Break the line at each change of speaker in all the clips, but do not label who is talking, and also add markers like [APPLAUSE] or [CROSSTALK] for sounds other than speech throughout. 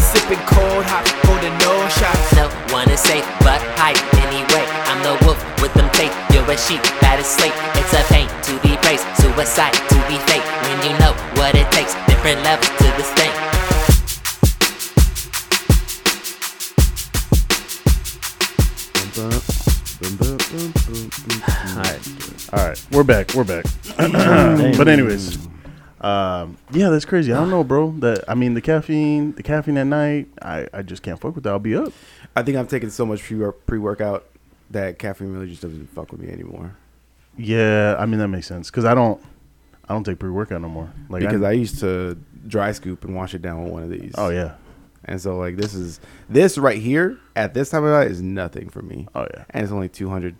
Sipping cold hot, holding no shots.
No one is safe but hype anyway. I'm the wolf with them fake. You're a sheep that is slate. It's a pain to be praised, suicide to be fake. When you know what it takes, different levels to this thing.
All right, we're back. We're back. but anyways, um, yeah, that's crazy. I don't know, bro. That I mean, the caffeine, the caffeine at night, I, I just can't fuck with that. I'll be up.
I think I'm taking so much pre workout that caffeine really just doesn't fuck with me anymore.
Yeah, I mean that makes sense because I don't, I don't take pre workout no more. Like
Because I used to dry scoop and wash it down with one of these.
oh yeah,
And so like this is this right here at this time of night is nothing for me.
Oh, yeah.
And it's only two hundred.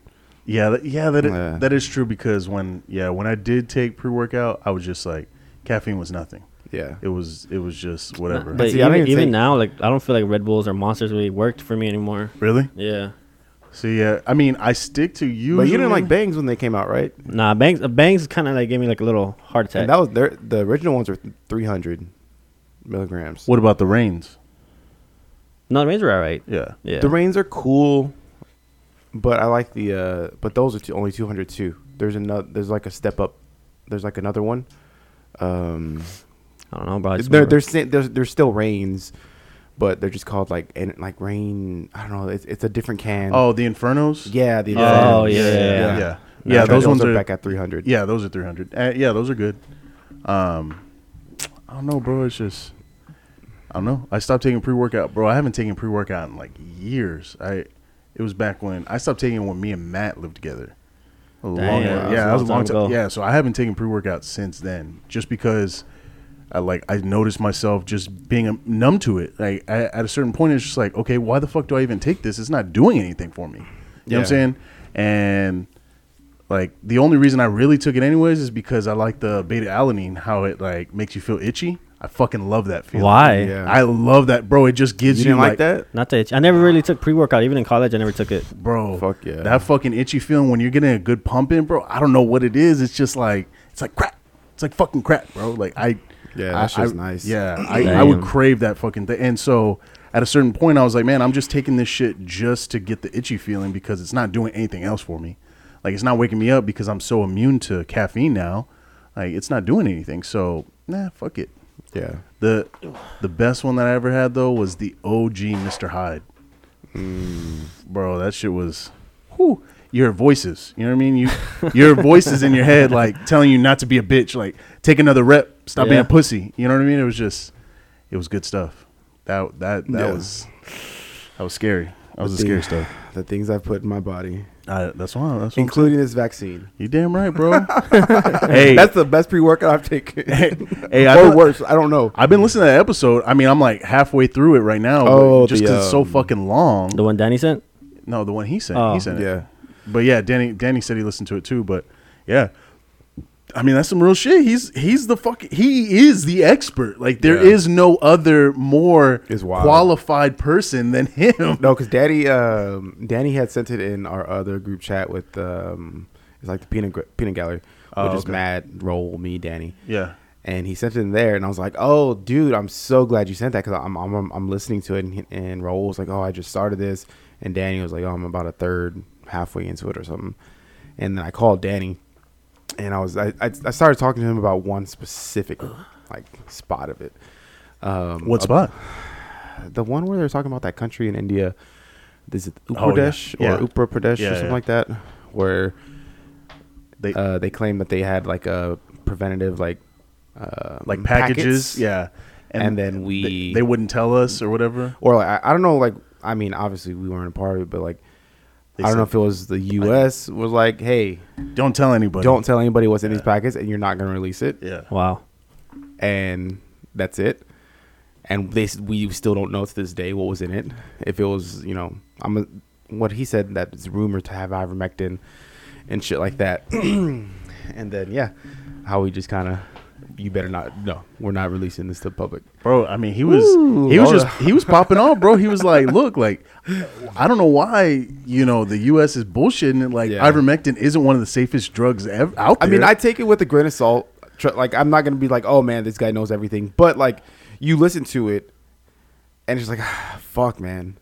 yeah, that, yeah. That i-
Yeah.
that is true because when yeah when I did take pre workout, I was just like caffeine was nothing.
Yeah.
It was it was just whatever.
But
See, I don't
even,
even
even
think-
now, like I don't feel like Red Bulls or Monsters really worked for me anymore.
really?
Yeah.
So yeah, I mean I stick to you.
But you didn't like bangs when they came out, right?
Nah, bangs. Uh, bangs kind of like gave me like a little heart attack.
And that was their the original ones were three hundred milligrams.
What about the rains?
no, the Rays were all right.
Yeah.
Yeah.
The rains are cool, but I like the uh but those are two, only two hundred two. There's another there's like a step up. There's like another one. Um
I don't know, bro. I just
they're
remember-
they're, sti- they're they're still rains, but they're just called like and like rain. I don't know. It's, it's a different can.
Oh, the infernos.
yeah. The
Oh,
Infernos.
yeah, yeah, yeah.
yeah, yeah.
yeah. Yeah,
those ones are
back at three hundred.
Yeah, those are 300. Uh, yeah, those are good. Um, I don't know, bro. It's just, I don't know. I stopped taking pre workout, bro. I haven't taken pre workout in like years. I, it was back when I stopped taking it when me and Matt lived together. A long, yeah,
Damn, that
that was a long time. Yeah, so I haven't taken pre workout since then, just because, I like I noticed myself just being um, numb to it. Like I, at a certain point, it's just like, okay, why the fuck do I even take this? It's not doing anything for me. You know what I'm
Yeah.
saying? And like the only reason I really took it anyways is because I like the beta alanine, how it like makes you feel itchy. I fucking love that feeling.
Why?
Yeah.
I love that, bro. It just gives
You
you,
didn't like that?
Not the itch. I never really took pre workout. Even in college, I never took it.
bro.
Fuck yeah.
That fucking itchy feeling when you're getting a good pump in, bro. I don't know what it is. It's just like it's like crap. It's like fucking crap, bro. Like I.
Yeah,
I-
that shit's
I-
nice.
Yeah, I, I would
Damn.
crave that fucking thing. And so at a certain point, I was like, man, I'm just taking this shit just to get the itchy feeling because it's not doing anything else for me. Like it's not waking me up because I'm so immune to caffeine now. Like it's not doing anything. So nah, fuck it.
Yeah.
The the best one that I ever had though was the OG Mr. Hyde. Bro, that shit was whew, your voices. You know what I mean? You your voices in your head like telling you not to be a bitch, like take another rep, stop being
Yeah.
a pussy. You know what I mean? It was just it was good stuff. That that that
Yeah.
was that was scary. That was the
the-
scary stuff.
The things I put in my body,
I, that's why. That's why.
including this vaccine.
You damn right, bro. hey,
That's the best pre workout I've taken.
[LAUGHS] hey, I
or
thought-
worse, I don't know.
I've been listening to that episode. I mean, I'm like halfway through it right now. Oh,
Oh,
just
the,
because it's so
um,
fucking long.
The one Danny sent.
no, the one he sent.
Oh.
he sent it.
Yeah.
But yeah, Danny. Danny said he listened to it too. But yeah, I mean that's some real shit. He's he's the fuck. He is the expert. Like there is
Yeah.
no other more
It's wild.
qualified person than him.
No, because
[LAUGHS]
Daddy, um, Danny had sent it in our other group chat with, um, it's like the peanut gr- peanut gallery, which
Oh,
is
okay.
Mad Roll Me Danny.
Yeah.
And he sent it in there, and I was like, "Oh, dude, I'm so glad you sent that because I'm, I'm I'm- I'm listening to it." And, he- and Raul was like, "Oh, I just started this," and Danny was like, "Oh, I'm about a third, halfway into it or something." And then I called Danny, and I was I, I, I started talking to him about one specific like spot of it. Um,
What
a-
spot?
the one where they're talking about that country in India, is it Uttar
Oh, yeah.
Pradesh
Yeah.
or Uttar Pradesh
Yeah,
or something
yeah.
like that, where
They
uh, they claim that they had like a preventative like uh,
like packages.
packets,
Yeah.
and then
they-
we-
they wouldn't tell us or whatever.
or like I, I don't know like I mean obviously we weren't a part of it, but like
They
I don't know
said-
if it was the U.S. was like, hey,
Don't tell anybody.
don't tell anybody what's in these packets, and you're not gonna release it,
Yeah.
Wow.
and that's it. And they s- we still don't know to this day what was in it. If it was you know I'm a, what he said that it's rumored to have ivermectin [CLEARS THROAT] and shit like that, and then yeah. how we just kind of you better not no we're not releasing this to the public
bro. I mean, he was
Ooh,
he was
hold
just he was popping off, bro. He was
[LAUGHS]
like, look, like I don't know why you know the U.S. is bullshitting it. Like
Yeah.
ivermectin isn't one of the safest drugs ever out
I
there.
mean, I take it with a grain of salt. Tr- Like, I'm not gonna be like, oh man, this guy knows everything. But like, you listen to it, and it's like, ah, fuck, man,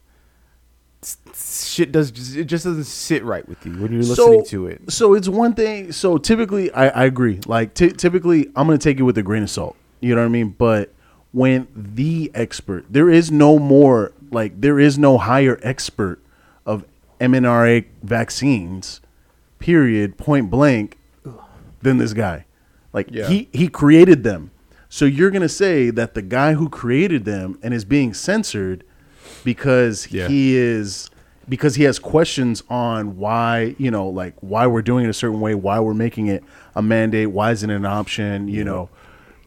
S- s- shit does it just doesn't sit right with you when you're listening to it.
So it's one thing. So typically, I, I agree. Like ty- typically, I'm gonna take it with a grain of salt. You know what I mean? But when the expert, there is no more. Like there is no higher expert of mRNA vaccines. Period. Point blank. Than this guy. Like
Yeah.
he he created them. So you're gonna say that the guy who created them and is being censored because
Yeah.
he is because he has questions on why you know like why we're doing it a certain way why we're making it a mandate why isn't it an option you know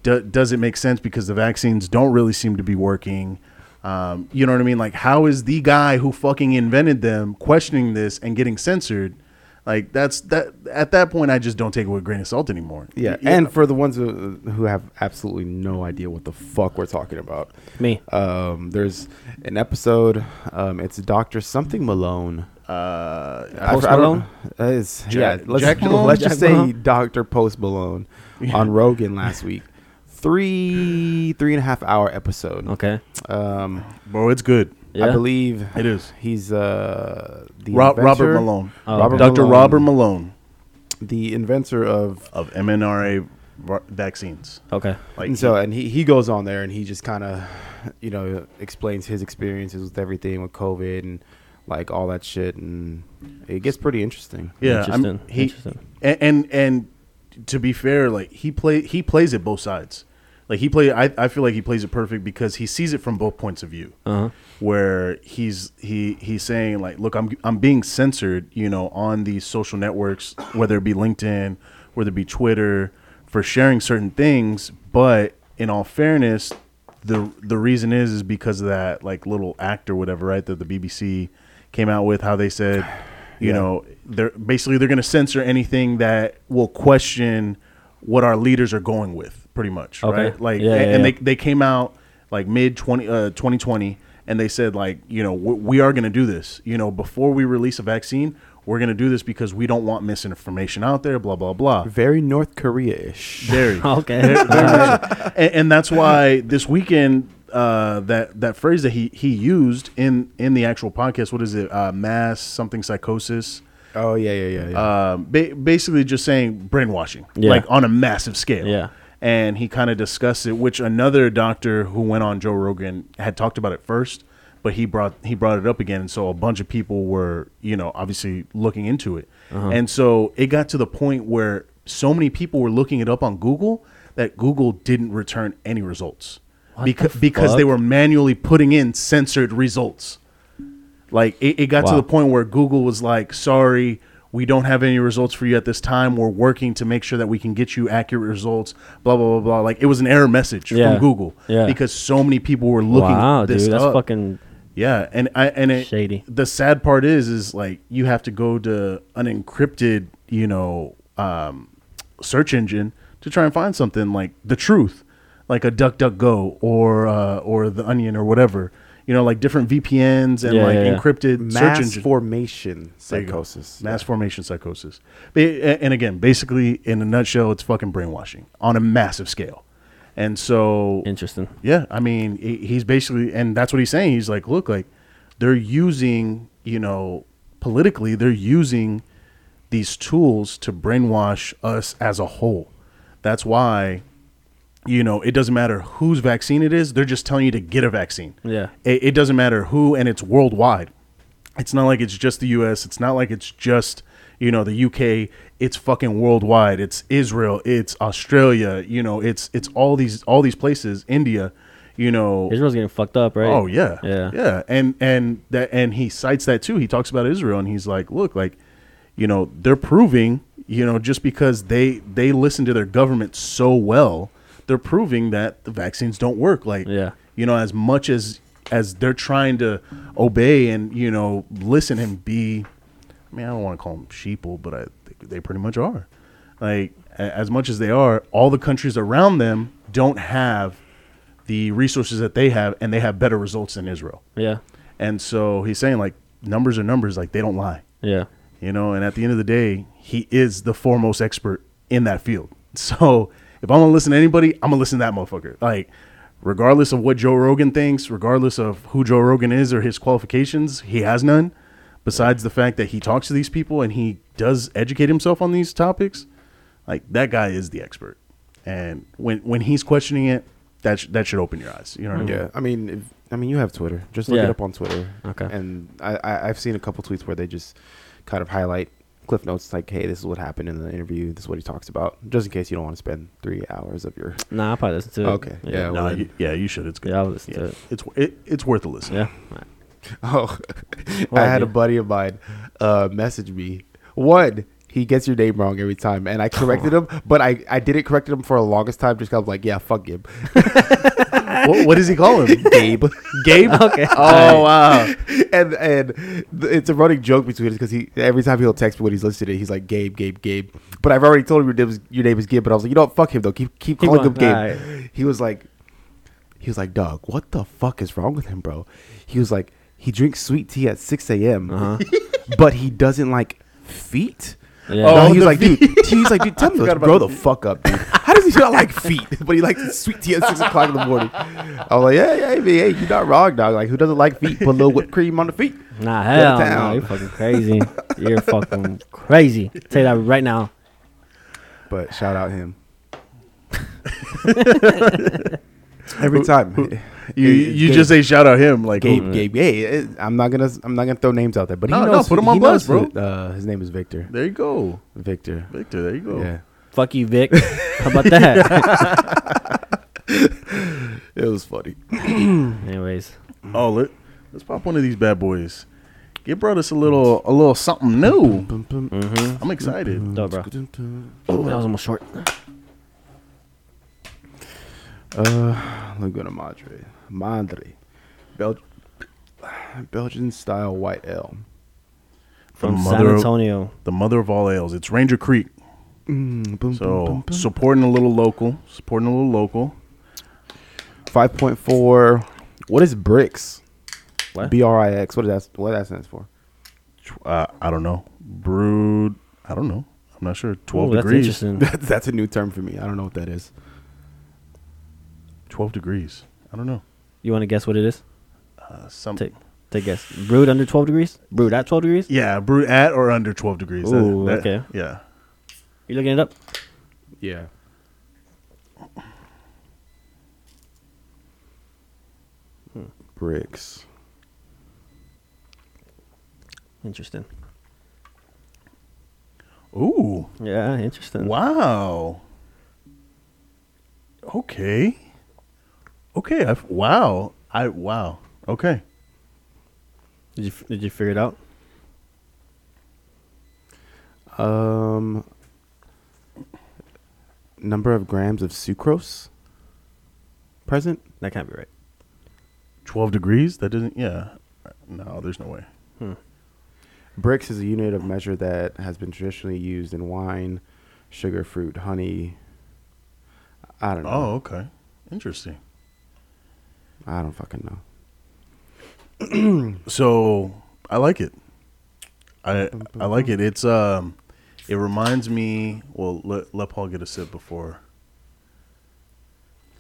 do, does it make sense because the vaccines don't really seem to be working um, you know what i mean like how is the guy who fucking invented them questioning this and getting censored like that's that at that point i just don't take it with a grain of salt anymore
Yeah, and for the ones who, who have absolutely no idea what the fuck we're talking about,
Me.
um, there's an episode. Um, it's Doctor Something Malone.
uh,
I-
Post
I don't-
Malone?
uh, it's-
Jack-
yeah, let's,
Jack Malone?
let's just
Jack
say
Malone?
Dr. Post
[LAUGHS]
Malone on Rogan last week. Three, three and a half hour episode.
Okay.
Um,
bro it's good
I
Yeah?
believe
It is.
He's uh, the
Rob, robert
inventor-
malone
Oh,
Robert
dr
Malone,
robert malone
the inventor of
of mnra va- vaccines
Okay. [LAUGHS]
like
And so, and he, he goes on there and he just kind of, you know, explains his experiences with everything with COVID and like all that shit, and it gets pretty interesting.
Yeah, I'm-
Interesting,
he
interesting.
And, and and to be fair, like he play he plays it both sides. Like he play, I, I feel like he plays it perfect because he sees it from both points of view.
Uh-huh.
Where he's he he's saying like, look, I'm I'm being censored, you know, on these social networks, whether it be LinkedIn, whether it be Twitter, for sharing certain things. But in all fairness, the the reason is is because of that like little act or whatever, right? That the BBC came out with how they said, you
Yeah.
know, they're basically they're going to censor anything that will question what our leaders are going with, pretty much,
Okay.
right? Like,
Yeah,
and,
yeah,
and they
yeah.
they came out like mid 20, uh, 2020 and they said like you know w- we are going to do this you know before we release a vaccine we're going to do this because we don't want misinformation out there blah blah
[LAUGHS]
blah
Very North Korea ish.
very
Okay.
[LAUGHS] and, and that's why this weekend uh, that that phrase that he he used in in the actual podcast what is it uh, mass something psychosis
Oh yeah, yeah, yeah. yeah.
um, ba- basically just saying brainwashing,
Yeah.
like on a massive scale.
Yeah.
And he kind of discussed it, which another doctor who went on Joe Rogan had talked about it first, but he brought he brought it up again, and so a bunch of people were, you know, obviously looking into it,
Uh-huh.
and so it got to the point where so many people were looking it up on Google that Google didn't return any results because because they
fuck?
were manually putting in censored results. Like it, it got to
Wow.
the point where Google was like, sorry, we don't have any results for you at this time. We're working to make sure that we can get you accurate results, blah, blah, blah, blah. Like it was an error message
Yeah.
from Google.
Yeah.
Because so many people were looking
wow, dude,
this
that's
up.
fucking
Yeah, and I and it,
Shady.
The sad part is, is like you have to go to an encrypted, you know, um, search engine to try and find something like the truth, like a DuckDuckGo or uh, or the Onion or whatever. You know, like different VPNs and
Yeah,
like
yeah, yeah.
encrypted
Mass
search engine
formation
There you go.
psychosis.
mass formation psychosis. Ba- And again, basically, in a nutshell, it's fucking brainwashing on a massive scale. And so,
interesting.
yeah, I mean, he- he's basically, and that's what he's saying. He's like, look, like they're using, you know, politically, they're using these tools to brainwash us as a whole. That's why, you know, it doesn't matter whose vaccine it is. They're just telling you to get a vaccine.
Yeah.
It, it doesn't matter who, and it's worldwide. It's not like it's just the U.S. It's not like it's just you know the U.K. It's fucking worldwide. It's Israel. It's Australia. You know, it's it's all these all these places. India. You know,
Israel's getting fucked up, right?
Oh yeah,
Yeah.
yeah. And and that and he cites that too. He talks about Israel and he's like, look, like, you know, they're proving, you know, just because they they listen to their government so well, they're proving that the vaccines don't work. Like,
Yeah.
you know, as much as as they're trying to obey and you know listen and be, I mean, I don't want to call them sheeple, but I they pretty much are. like a- as much as they are, all the countries around them don't have the resources that they have, and they have better results than Israel.
Yeah.
And so he's saying like numbers are numbers, like they don't lie,
Yeah.
you know. And at the end of the day, he is the foremost expert in that field. [LAUGHS] So if I'm gonna listen to anybody, I'm gonna listen to that motherfucker. Like regardless of what Joe Rogan thinks, regardless of who Joe Rogan is or his qualifications, he has none. Besides the fact that he talks to these people and he does educate himself on these topics, like that guy is the expert. And when when he's questioning it, that sh- that should open your eyes. You know what I mean?
Yeah, I mean, if, I mean, you have Twitter. Just look
Yeah.
it up on Twitter.
Okay.
And I, I, I've seen a couple tweets where they just kind of highlight cliff notes, like, "Hey, this is what happened in the interview. This is what he talks about." Just in case you don't want to spend three hours of your.
Nah, I probably listen to it.
Okay, yeah,
Yeah.
well-
No, you, yeah, you should. It's good.
Yeah, I'll listen to it.
It's it, it's worth a listen.
Yeah. [LAUGHS]
[LAUGHS] Oh,
Well,
I had a
dude.
buddy of mine uh, message me. One, he gets your name wrong every time, and I [LAUGHS] corrected him, but I, I didn't correct him for the longest time. Just kind of like, yeah, fuck [LAUGHS] him,
What, what does he call him?
[LAUGHS] Gabe.
Gabe.
Okay.
Oh wow.
[LAUGHS] and and th- it's a running joke between us because he every time he'll text me when he's listening, he's like Gabe, Gabe, Gabe. But I've already told him your name is, your name is Gabe, but I was like, you know what, fuck him though. Keep keep
Keep
calling
on-
him Gabe.
alright.
He was like, he was like, dog, what the fuck is wrong with him, bro? He was like, he drinks sweet tea at six a.m.,
Uh-huh.
but he doesn't like feet.
Yeah.
No,
Oh,
he was
the
like, dude. He's like, dude, tell
[LAUGHS]
me, to
forgot about
grow
the
the fuck up, dude. How does he not like feet? [LAUGHS] But he likes sweet tea at six o'clock in the morning. I was like, yeah, yeah, hey, you're not wrong, dog. Like, who doesn't like feet? Put a little whipped cream on the feet.
Nah, hell no.
town.
You're fucking crazy. You're fucking crazy.
[LAUGHS]
Tell you that right now.
But shout out
[LAUGHS]
him. Every time,
You you just say shout out him like oh,
Gabe,
who-
Gabe. Hey, it- I'm not gonna, I'm not gonna throw names out there, but he
No, no,
knows.
put him
he
on blast,
knows who-
bro.
Uh, his name is Victor.
There you go,
Victor.
Victor. There you go.
Yeah,
Fuck you, Vic. How about that?
[LAUGHS]
it was funny.
Anyways,
Oh, let, let's pop one of these bad boys. Gabe brought us a little a little something new. I'm excited.
dope, bro. Oh, that was almost short.
Uh, Laguna Madre, Madre, Bel- Belgian style white ale.
From
The
San
mother of-
Antonio.
The mother of all ales. It's Ranger Creek.
Mm, Boom,
So supporting a little local, supporting a little local.
Five point four. What is Brix?
What?
B R I X. What does that? What that stands for? [LAUGHS]
Uh, I don't know. Brewed. I don't know. I'm not sure.
Ooh,
Twelve
that's
degrees. [LAUGHS]
interesting.
That's, that's a new term for me. I don't know what that is.
Twelve degrees. I don't know.
You want to guess what it is?
Uh, some.
Take, take a guess. Brewed under 12 degrees? Brewed at 12 degrees?
Yeah, brewed at or under 12 degrees. That-
Ooh,
that-
okay.
Yeah.
You looking it up?
Yeah. Bricks.
Interesting.
Ooh.
Yeah, interesting.
Wow. Okay. Okay. I, wow. I wow. Okay.
Did you did you figure it out?
Um. Number of grams of sucrose present.
That can't be right.
12 degrees? That doesn't yeah. No, there's no way.
Brix is a unit of measure that has been traditionally used in wine, sugar, fruit, honey. I don't know.
Oh, okay. Interesting.
I don't fucking know.
So, I like it. I I like it. It's um it reminds me, well, let, let Paul get a sip before.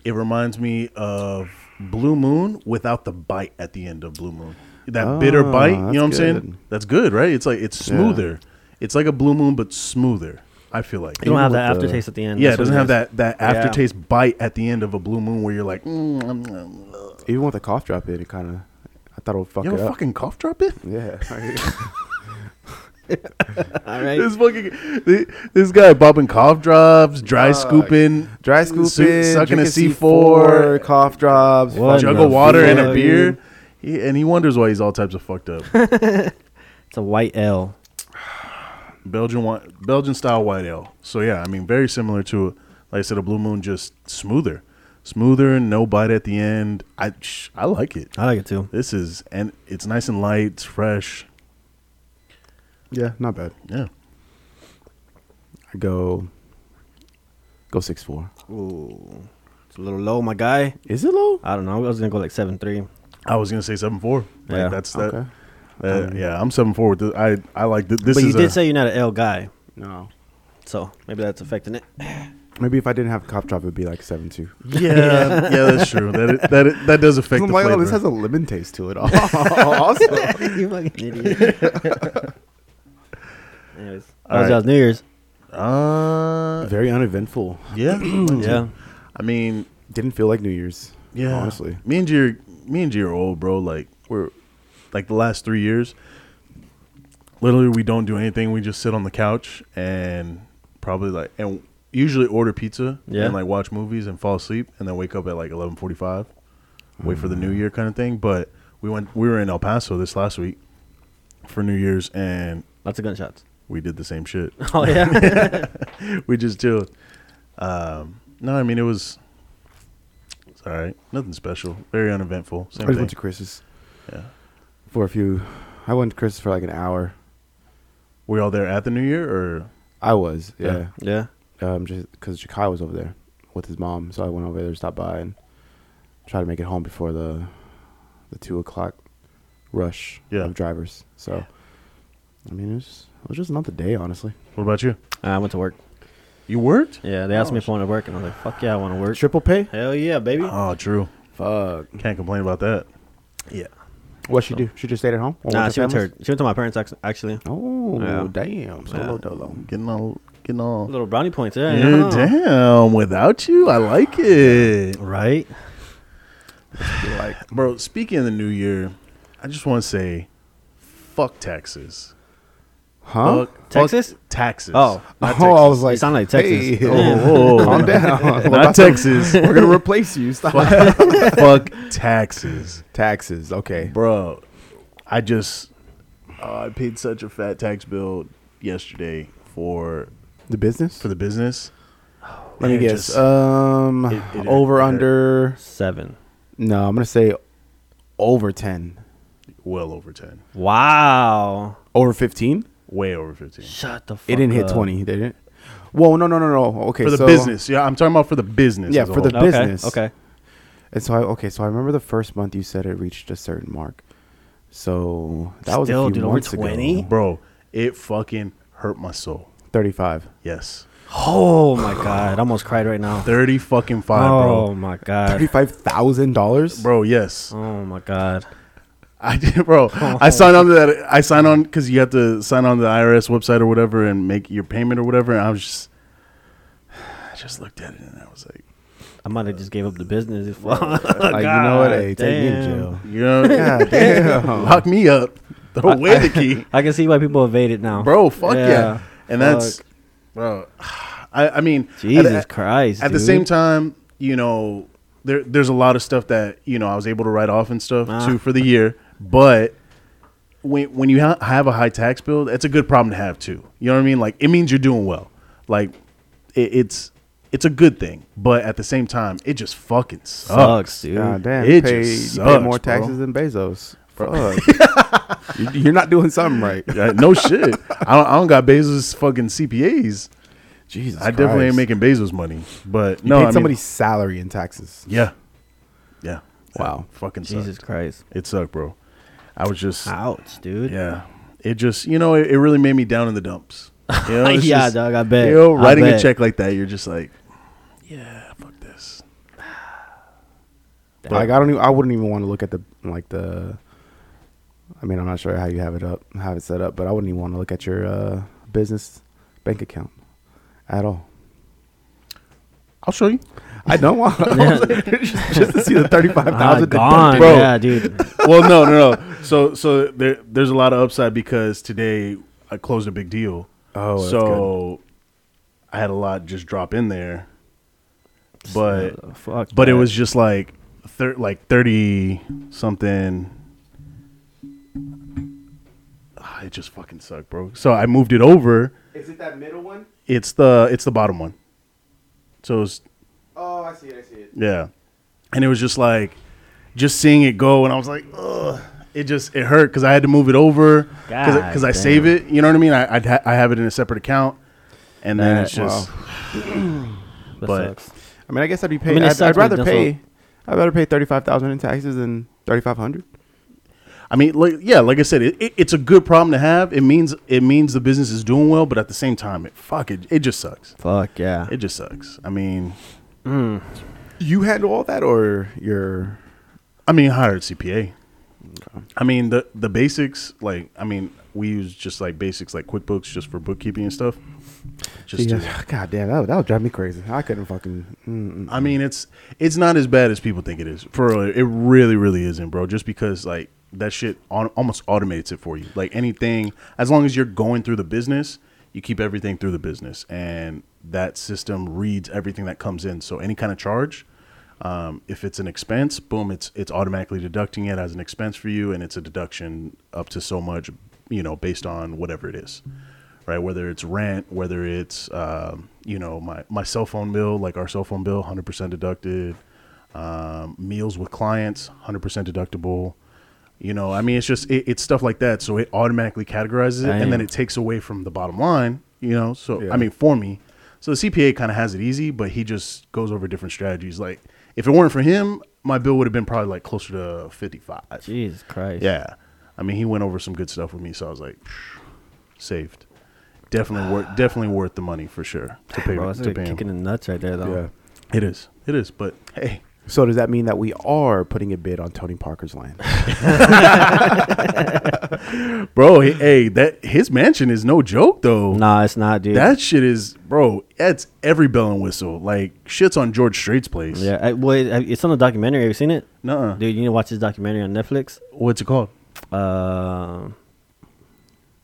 It reminds me of Blue Moon without the bite at the end of Blue Moon. That bitter
Oh,
bite, you know what
that's
I'm saying?
good.
That's good, right? It's like it's smoother. It's like a Blue Moon but smoother. I feel like.
You don't
Even
have
with
the
the-
aftertaste at the end.
yeah, it
That's
doesn't
what
have
is.
that that
Yeah.
aftertaste bite at the end of a Blue Moon where you're like, mm, mm, mm, mm.
Even with a cough drop in, it kind of. I thought it would fuck
you
it
have a
up.
fucking cough drop in.
yeah.
[LAUGHS]
[LAUGHS]
All right.
This fucking thi- this guy bobbing cough drops, dry scooping,
Dry scooping,
su- sucking a
drinking
C
C4,
four,
cough drops,
What
fucking
jug
the
of water and a
fuck?
beer, he, and he wonders why he's all types of fucked up.
It's a white L.
Belgian wine, Belgian style white ale. So yeah, I mean, very similar to, like I said, a Blue Moon, just smoother, smoother, no bite at the end. I sh- I like it.
I like it too.
This is and it's nice and light, it's fresh.
Yeah, not bad.
Yeah.
I go Go six four.
Ooh, it's a little low, my guy.
Is it low?
I don't know. I was gonna go like seven three.
I was gonna say seven four. Like,
Yeah.
that's that.
Okay.
uh, yeah, I'm seven four. With this. I I like th- this.
But you
is
did
a-
say you're not an L guy,
No.
so maybe that's affecting it.
Maybe if I didn't have cop drop, it'd be like seven two.
yeah, yeah, [LAUGHS] that's true. That it, that it, that does affect
I'm
the
like,
flavor.
oh, this has a lemon taste to it. [LAUGHS] also,
[LAUGHS] you fucking idiot. [LAUGHS] Anyways, that was
right.
y'all's New Year's.
uh,
very uneventful.
[CLEARS THROAT] yeah,
Yeah.
I mean,
Didn't feel like New Year's.
Yeah,
honestly.
me and you, me and you are old, bro. Like we're like the last three years. Literally, we don't do anything. We just sit on the couch and probably like and usually order pizza
Yeah.
and like watch movies and fall asleep and then wake up at like eleven forty five, wait for the new year kind of thing. But we went, we were in El Paso this last week for New Year's and
Lots of gunshots.
we did the same shit.
[LAUGHS] Oh yeah.
we just chilled. Um, no, I mean it was. It's all right. Nothing special. Very uneventful.
I
Same
just
thing.
went to Chris's
Yeah.
for a few. I went to Chris's for like an hour.
Were y'all there at the New Year or?
I was, yeah.
Yeah.
[LAUGHS] yeah.
um, just because Jakai was over there with his mom, so I went over there to stop by and try to make it home before the the two o'clock rush
Yeah.
of drivers. So, I mean, it was it was just not the day, honestly.
What about you?
I went to work.
You worked?
Yeah, they asked me if I want to work, and I was like, "Fuck yeah, I want to work."
Triple pay?
Hell yeah, baby.
Oh, true.
Fuck.
Can't complain about that.
yeah.
What she do? She just stayed at home. Or
Nah,
with
she
her
went to
families?
her, she went to my parents act- actually.
Oh
Yeah.
damn! Solo dolo.
Getting all, getting all.
Little brownie points. Yeah.
Yeah,
yeah.
damn. Without you, I like it,
Right.
like, bro. Speaking of the New Year, I just want to say, fuck taxes.
[LAUGHS] Huh?
Fuck, fuck
Texas?
taxes.
Oh.
Not
[LAUGHS] oh, I was
You
like,
sound like Texas.
[LAUGHS] Hey,
Texas. Oh, oh,
calm
no.
down. We're
Not
about to- [LAUGHS]
Texas.
We're gonna replace you. Stop. [LAUGHS]
fuck, fuck taxes,
Taxes. Okay.
bro. I just, oh, I paid such a fat tax bill yesterday for
The business.
for the business.
Let me
It
guess.
just-
um,
it- it-
over
it-
under.
Seven.
No, I'm gonna say over ten,
well over ten,
Wow.
over fifteen.
way over fifteen.
Shut the. fuck
It didn't hit
up.
twenty. They didn't. Well, no, no, no, no. Okay,
uh, for the
so-
business. Yeah, I'm talking about for the business.
Yeah,
as a
for the-
whole.
Okay.
Business.
Okay.
And so I okay, so I remember the first month you said it reached a certain mark. So that was a
Still,
few
dude, over
months
20?
ago.
bro. It fucking hurt my soul.
Thirty-five.
Yes,
Oh my god, I almost cried right now.
thirty fucking five,
Oh
bro.
my god.
Thirty-five thousand dollars.
Bro, yes,
Oh my god.
I did, [LAUGHS] bro. I signed on to that. I signed on because you have to sign on to the IRS website or whatever and make your payment or whatever. And I was just, [SIGHS] I just looked at it and I was like,
I might have just gave up the business. If [LAUGHS]
[LAUGHS]
Oh like,
Like you know what? Hey, take me to jail.
you know,
God damn.
[LAUGHS] lock me up, throw away the key.
I can see why people evade it now,
bro. Fuck yeah,
Yeah,
and that's
fuck.
bro. [SIGHS] I, I mean, at-
Jesus
at,
Christ.
At the
dude.
same time, you know, there there's a lot of stuff that you know I was able to write off and stuff
Ah.
too for the year, but. When, when you ha- have a high tax bill, that's a good problem to have too. You know what I mean? Like it means you're doing well. Like it, it's it's a good thing, but at the same time, it just fucking sucks.
sucks, dude.
God damn.
It
pay,
just
you pay
sucks,
more
bro.
taxes than Bezos.
[LAUGHS]
Fuck. You- You're not doing something right.
Yeah, no shit. I don't, I don't got Bezos fucking CPAs.
Jesus.
I definitely ain't
Christ.
making Bezos money, but
You
no,
paid
I mean-
somebody's salary in taxes.
Yeah. Yeah.
Wow.
That fucking
Jesus
sucked.
Christ.
It sucked, bro. I was just
Ah.
Ouch, dude. [LAUGHS]
yeah. It just you know, it, it really made me down in the dumps. You
[LAUGHS]
know, it's
Yeah,
just-
dog, I bet.
You know,
I
writing a
bet.
check like that, you're just like, Yeah, fuck this.
like I don't even. I wouldn't even want to look at the like the. I mean, I'm not sure how you have it up, have it set up, but I wouldn't even want to look at your uh, business bank account at all.
I'll show you.
I [LAUGHS]
[LAUGHS]
don't want just, just to see the thirty-five
Ah,
thousand.
gone.
bro.
Yeah, dude.
[LAUGHS] well, no, no, [LAUGHS] no. So so there there's a lot of upside because today I closed a big deal.
Oh, that's
so I had a lot just drop in there. [LAUGHS] But
Fuck.
but it
that.
was just like thir- like 30 something Ah, it just fucking sucked bro so i moved it over
Is it that middle one?
it's the it's the bottom one so it's
Oh, I see it. I see it.
yeah and it was just like just seeing it go and i was like ugh it just it hurt because i had to move it over
God
because i
damn.
save it you know what i mean i I'd ha- i have it in a separate account and then it's just
That
But-
sucks.
I mean, I guess I'd be paying.
mean, it
I'd,
sucks,
I'd
but it
rather
doesn't-
pay. I'd rather pay thirty five thousand in taxes than thirty five hundred.
I mean, like yeah, like I said, it, it, it's a good problem to have. It means it means the business is doing well, but at the same time, it fuck it, it just sucks.
Fuck yeah.
It just sucks. I mean,
You handle all that, or your
I mean, hired CPA. I mean the the basics. Like I mean, we use just like basics like QuickBooks just for bookkeeping and stuff. Just to-
[SIGHS] God damn, that would, that would drive me crazy. I couldn't fucking. Mm,
I mean, it's it's not as bad as people think it is. For real, it really, really isn't, bro. Just because like that shit on, almost automates it for you. Like anything, as long as you're going through the business, you keep everything through the business, and that system reads everything that comes in. So any kind of charge, um, if it's an expense, boom, it's it's automatically deducting it as an expense for you, and it's a deduction up to so much, you know, based on whatever it is right? Whether it's rent, whether it's um, you know my my cell phone bill, like our cell phone bill, hundred percent deducted. Um, meals with clients, hundred percent deductible. You know, I mean, it's just it, it's stuff like that. So it automatically categorizes it, and then
Dang.
it takes away from the bottom line. You know, so
Yeah.
I mean, for me, so the CPA kind of has it easy, but he just goes over different strategies. Like if it weren't for him, my bill would have been probably like closer to fifty five.
Jesus Christ.
Yeah. I mean, he went over some good stuff with me, so I was like, saved. Definitely
[SIGHS]
worth, definitely worth the money for sure to pay,
Bro, that's
to
like
pay him.
kicking in the nuts right there, though.
yeah.
It is, it is. But hey,
So does that mean that we are putting a bid on Tony Parker's land? [LAUGHS]
bro, he- hey, that his mansion is no joke though.
Nah, it's not, dude.
That shit is, bro. That's every bell and whistle. Like shit's on George Strait's place.
yeah. I, well, it, it's on the documentary. Have you seen it?
Nuh-uh.
Dude, you need to watch this documentary on Netflix.
What's it called?
Um,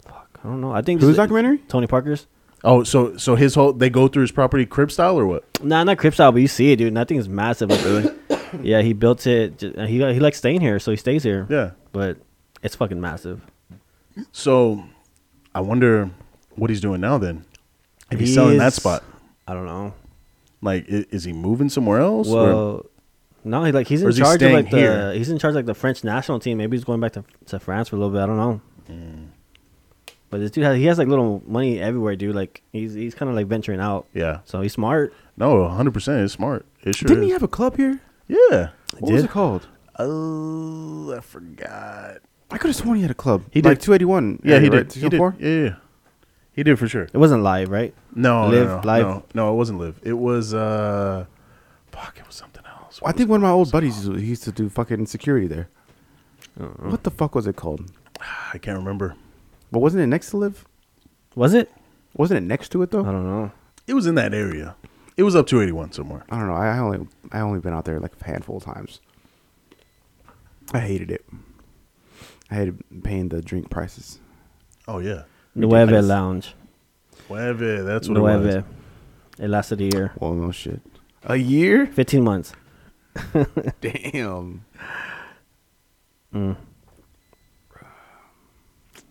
fuck, I don't know. I think
Whose
this-
documentary?
Tony Parker's.
Oh, so so his whole they go through his property crib style or what?
Nah, not crib style, but you see it, dude. And I think it's massive. Up there.
[COUGHS]
yeah, he built it. j- He he likes staying here, so he stays here.
Yeah.
but it's fucking massive.
So I wonder what he's doing now then. If he's selling that
He's-
spot,
I don't know.
like i- is he moving somewhere else? or-
Well, no, he like he's
Or
in
is he
charge of
staying
like the
here?
he's in charge of, like the French national team. Maybe he's going back to to France for a little bit. I don't know.
Hmm.
But this dude has he has like little money everywhere, dude. Like he's he's kind of like venturing out.
Yeah.
So he's smart.
No, hundred percent. It's smart. It sure
Didn't
is.
he have a club here?
yeah.
What was it called?
Oh, I forgot.
I could have sworn he had a club.
He
like
did.
two eighty one.
Yeah, he did.
oh
He did. Yeah, yeah, yeah. he did for sure.
It wasn't live, right?
No,
Live,
no, no,
live.
no, no, it wasn't live. It was uh, fuck, it was something else.
I think one of my old buddies used to- he used to do fucking security there. What the fuck was it called?
[SIGHS] I can't remember.
But wasn't it next to live?
Was it?
Wasn't it next to it though?
I don't know.
It was in that area. It was up two eighty one somewhere.
I don't know. I I only I only been out there like a handful of times. I hated it. I hated paying the drink prices.
Oh yeah,
Nueve Lounge.
Nueve. That's what it was.
Nueve. It lasted a year,
Well, no shit. A year?
fifteen months.
Damn.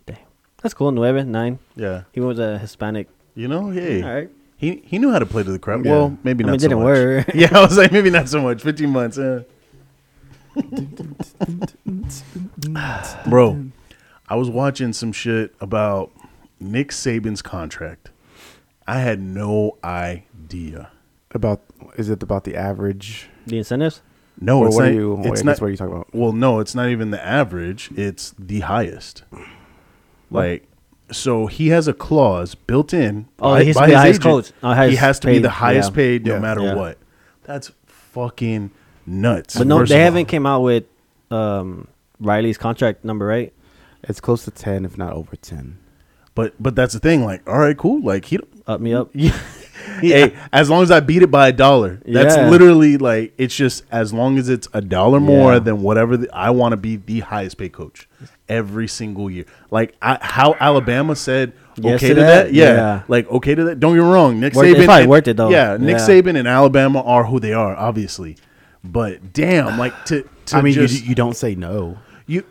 Damn, that's cool. Nueve nine.
Yeah,
He was a Hispanic.
you know, hey,
All right.
he he knew how to play to the crowd.
Yeah.
Well, maybe
I
not.
mean, it
so
didn't
much. [LAUGHS]
work.
Yeah, I was like, maybe not so much. Fifteen months.
[LAUGHS]
Eh. Bro, I was watching some shit about Nick Saban's contract. I had no idea.
About is it about the average?
The incentives.
No,
Or
it's
what
not. e-,
are you-
it's
I
not.
guess what are you talking about?
Well, no, it's not even the average. It's the highest. Like, so he has a clause built in.
Oh, he has to be the highest coach. Oh, highest
he has to be
paid.
the highest
Yeah.
paid no
Yeah.
matter
Yeah.
what. That's fucking nuts.
But no,
first
they
of all.
haven't came out with um, Riley's contract number, right?
It's close to ten, if not over ten.
But but that's the thing. Like, all right, cool. Like he. don't-
Up me up.
[LAUGHS] Hey, as long as I beat it by a dollar, that's
Yeah.
literally like it's just as long as it's a dollar more
Yeah.
than whatever the, I want to be the highest paid coach every single year. Like I, how Alabama said okay
Yes
to,
to
that,
that?
yeah.
Yeah.
like okay to that. Don't get me wrong, Nick
Worth it.
Saban.
It's probably
and-
worth it, though.
Yeah, Nick
Yeah.
Saban and Alabama are who they are, obviously. But damn, like to, to
[SIGHS]
I mean,
just,
you you don't say no.
you,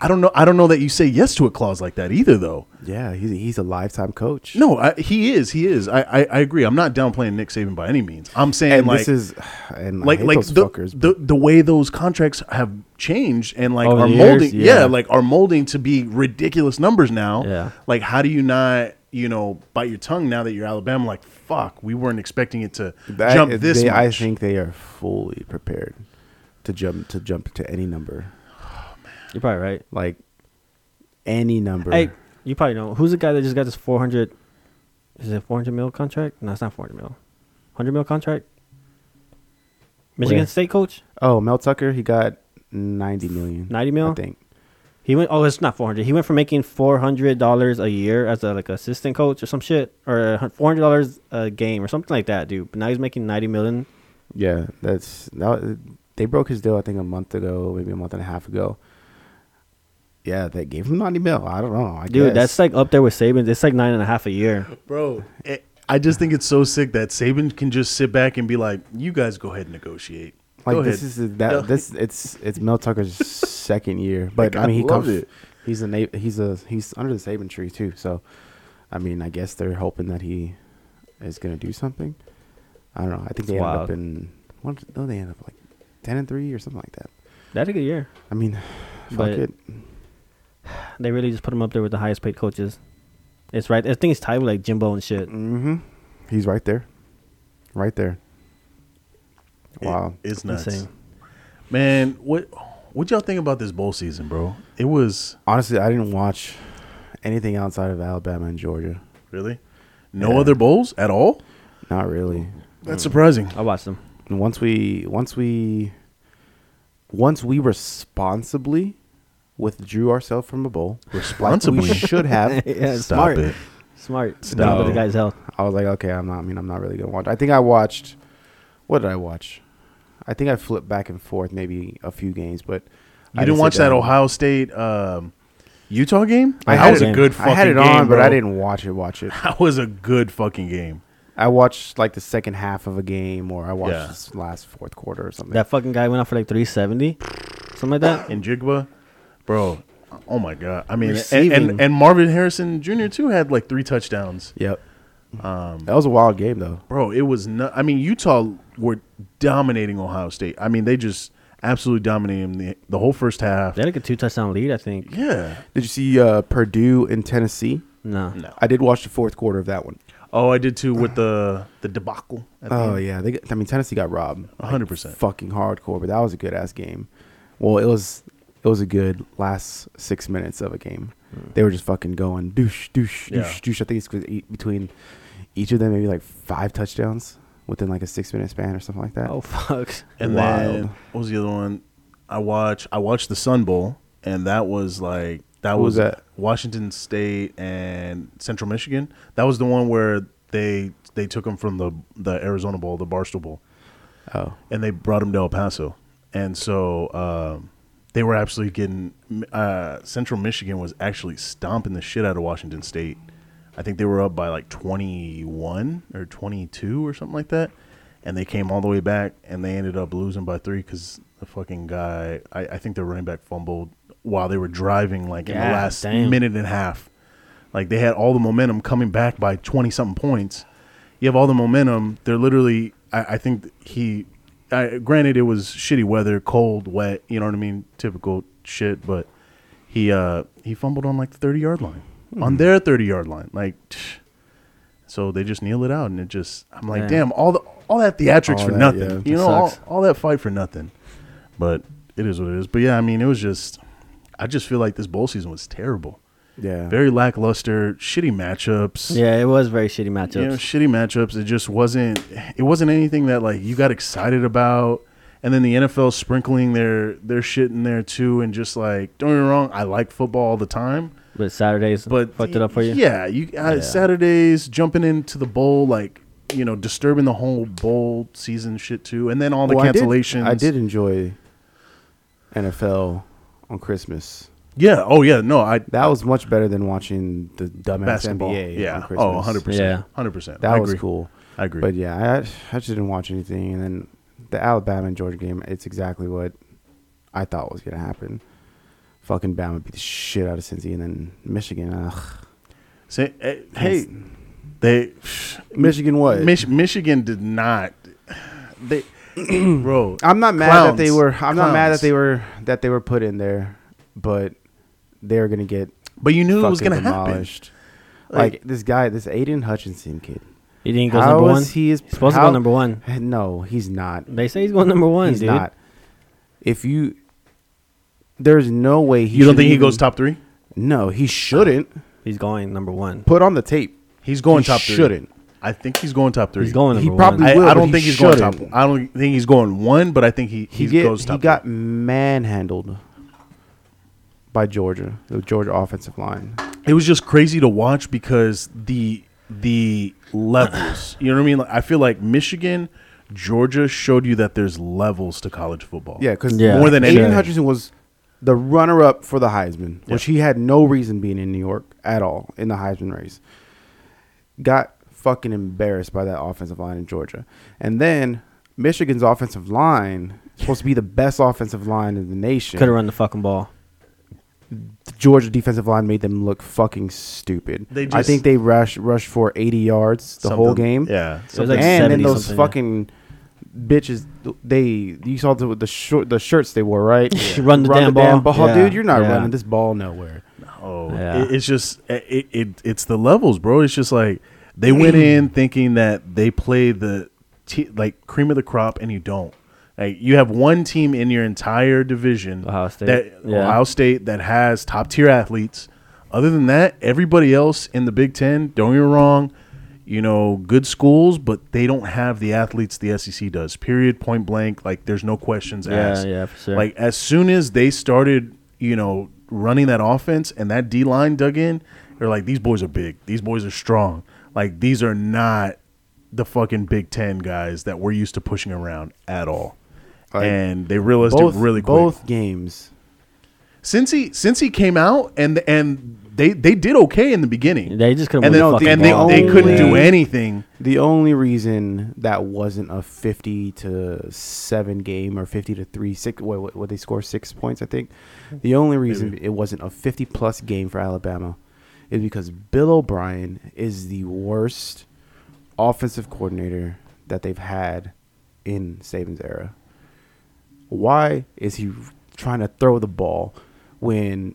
I don't know, I don't know that you say yes to a clause like that either, though.
Yeah, he's he's a lifetime coach.
No, I, he is. He is. I, I, I agree. I'm not downplaying Nick Saban by any means. I'm saying
and
like
this is and like
like
I hate
like
those
the,
fuckers.
the the way those contracts have changed and like
Over
are
the
molding.
years,
yeah.
yeah.
like are molding to be ridiculous numbers now.
Yeah.
Like how do you not you know, bite your tongue now that you're Alabama. Like, fuck, we weren't expecting it to
That-
jump this
they-
much.
I think they are fully prepared to jump to jump to any number,
You're probably right.
like any number.
Hey, you probably know who's the guy that just got this 400? Is it 400 mil contract? No, it's not 400 mil. 100 mil contract. Michigan
Where?
State coach.
Oh, Mel Tucker, he got ninety million.
90 mil?
I think.
He went. Oh, it's not 400. He went from making 400 dollars a year as a like assistant coach or some shit, or a hun- 400 dollars a game or something like that, dude. But now he's making 90 million.
Yeah, that's that, they broke his deal. I think a month ago, maybe a month and a half ago. Yeah, they gave him ninety mil. I don't know. I
Dude,
guess.
that's like up there with Saban. It's like nine and a half a year.
bro. It, I just think it's so sick that Saban can just sit back and be like, "You guys go ahead and negotiate."
like
go
this
ahead.
is that
Go
this it's it's Mel
[LAUGHS]
Tucker's second year, but
Like,
I mean
I
he
love
comes.
it.
He's a na- he's a he's under the Saban tree too. So, I mean, I guess they're hoping that he is going to do something. I don't know. I think they ended
wild.
up in what? No, they ended up like ten and three or something like that.
That's a good year.
I mean, [SIGHS] fuck
But-
it.
They really just put him up there with the highest paid coaches. It's right. I think it's tied with like Jimbo and shit.
Mm-hmm. He's right there, right there. Wow.
It- it's nuts,
Insane.
man. What what y'all think about this bowl season, bro? It was
Honestly, I didn't watch anything outside of Alabama and Georgia.
really no
Yeah.
other bowls at all.
Not really.
That's surprising.
I watched him.
And once we once we once we responsibly withdrew ourselves from a bowl [LAUGHS]
Responsibly.
like we should
[LAUGHS]
have
Yeah,
Stop
smart.
it.
Smart.
Stop
Stop the
it.
guy's health.
i was like okay i'm not i mean i'm not really gonna watch i think i watched what did i watch i think i flipped back and forth maybe a few games but
You didn't watch that Ohio State um, Utah game?
I
That
had
was
it-
a good fucking
i had it
game,
on but i
bro.
didn't watch it watch it
[LAUGHS] That was a good fucking game.
i watched like the second half of a game or i watched
Yeah.
this last fourth quarter or something
That fucking guy went out for like 370, something like that.
And Jigba, bro. Oh my god. I mean, and,
Receiving.
and and Marvin Harrison Jr. too had like three touchdowns.
yep um, that was a wild game though
Bro, it was not. I mean, Utah were dominating Ohio State. I mean, they just absolutely dominated them the, the whole first half.
They had like a two touchdown lead, I think.
yeah.
Did you see uh, Purdue in Tennessee?
No.
I did watch the fourth quarter of that one.
Oh, I did too with the the debacle. at the
Oh
end.
yeah, they got, I mean Tennessee got robbed,
A hundred percent.
fucking hardcore. But that was a good ass game. Well, it was it was a good last six minutes of a game. They were just fucking going douche douche douche
Hmm. Yeah.
douche. I think it's 'cause e- between each of them maybe like five touchdowns within like a six minute span or something like that.
Oh [LAUGHS] fuck.
And then
Wild.
what was the other one? I watch I watched the Sun Bowl, and that was like that
Who was
was,
that?
Washington State and Central Michigan. That was the one where they they took them from the the Arizona Bowl, the Barstool Bowl,
Oh.
and they brought them to El Paso, and so um, they were absolutely getting uh, Central Michigan was actually stomping the shit out of Washington State. I think they were up by like 21 or 22 or something like that. And they came all the way back and they ended up losing by three because the fucking guy, I, I think their running back fumbled while they were driving like in the
God
last
damn.
minute and a half. Like they had all the momentum coming back by 20 something points. You have all the momentum. They're literally, I, I think he, I, granted it was shitty weather, cold, wet, you know what I mean? Typical shit, but he uh he fumbled on like the 30 yard line on
Hmm.
their 30 yard line like tch. so they just kneel it out and it just i'm like
Yeah.
damn all the all that theatrics
All
for
that,
nothing
yeah.
you
It
know all,
sucks.
all that fight for nothing but it is what it is but yeah i mean it was just i just feel like this bowl season was terrible
Yeah.
very lackluster shitty matchups
Yeah, it was very shitty matchups.
you know, shitty matchups. It just wasn't. It wasn't anything that like you got excited about. And then the NFL sprinkling their their shit in there too, and just like don't get me wrong, I like football all the time,
but Saturdays
but
fucked it up for you.
Yeah, you uh, Saturdays jumping into the bowl, like you know, disturbing the whole bowl season shit too, and then all the
Well, Oh, I did-
cancellations.
I did, enjoy NFL on Christmas.
Yeah. Oh yeah. No, I
That was much better than watching the dumbass
basketball.
NBA.
yeah.
On
Oh,
Christmas.
100
Yeah.
percent. Hundred percent.
That
I
was
agree.
cool.
I agree.
But yeah, I, I just didn't watch anything. And then the Alabama and Georgia game, it's exactly what I thought was going to happen. Fucking Bama beat the shit out of Cincy. And then Michigan, ugh.
Say, eh, hey, they
Michigan what?
Mich- Michigan did not. They, [CLEARS THROAT] bro.
[CLEARS THROAT] I'm not mad that they
clowns.
were. I'm not mad that
Clowns.
they were that they were put in there, but they're gonna get
But you knew it was
fucking
going to happen.
demolished. Like, this guy, this Aiden Hutchinson kid.
You think he goes
How
number one?
is he is
He's supposed to
how-
go number one.
No, he's not.
They say he's going number one,
he's
dude.
not. If you, there's no way he.
You don't
should
think he
even-
goes top three?
No, he shouldn't.
He's going number one.
Put on the tape.
He's going
He
top three.
shouldn't.
I think he's going top three.
He's going number
He
one.
probably
I,
will,
I
but
don't
he
think he's going top.
shouldn't.
I don't think he's going one, but I think he
He,
he
get-
goes
he
top.
got
three.
manhandled by Georgia, the Georgia offensive line.
It was just crazy to watch because the the levels. you know what I mean? Like, I feel like Michigan, Georgia showed you that there's levels to college football.
Yeah, because
Yeah.
More than
Aiden
anything.
Hutchinson was the runner-up for the Heisman, which he had no reason being in New York at all in the Heisman race. Got fucking embarrassed by that offensive line in Georgia, and then Michigan's offensive line supposed to be the best offensive line in the nation.
Could have run the fucking ball.
The Georgia defensive line made them look fucking stupid.
They
I
just-
think they rushed rushed for eighty yards the whole
Something-
game
Yeah.
It was like
and then
70
those
something, yeah.
fucking bitches, they you saw the the, short, the shirts they wore, right?
Run the damn ball. Yeah.
dude. You're not
Yeah.
running this ball nowhere.
Oh,
Yeah.
it, it's just it, it. It's the levels, bro. It's just like they went
Mm.
in thinking that they play the te- like cream of the crop, and you don't. Like you have one team in your entire division,
Ohio State.
that
Yeah.
Ohio State that has top tier athletes. Other than that, everybody else in the Big Ten. Don't get me wrong. You know, good schools, but they don't have the athletes the SEC does. Period. Point blank. Like, there's no questions
Yeah,
asked.
yeah, for sure.
Like, as soon as they started, you know, running that offense and that D line dug in, they're like, these boys are big. These boys are strong. Like, these are not the fucking Big Ten guys that we're used to pushing around at all.
Like,
and they realized it really quick.
both games.
Since he since he came out and and they they did okay in the beginning.
They just couldn't
and
win
they,
the fucking
and they,
ball.
they couldn't do
Only-
anything.
The only reason that wasn't a fifty to seven game or fifty to three six what what, what they score six points I think. The only reason it wasn't a fifty plus game for Alabama is because Bill O'Brien is the worst offensive coordinator that they've had in Saban's era. Why is he trying to throw the ball when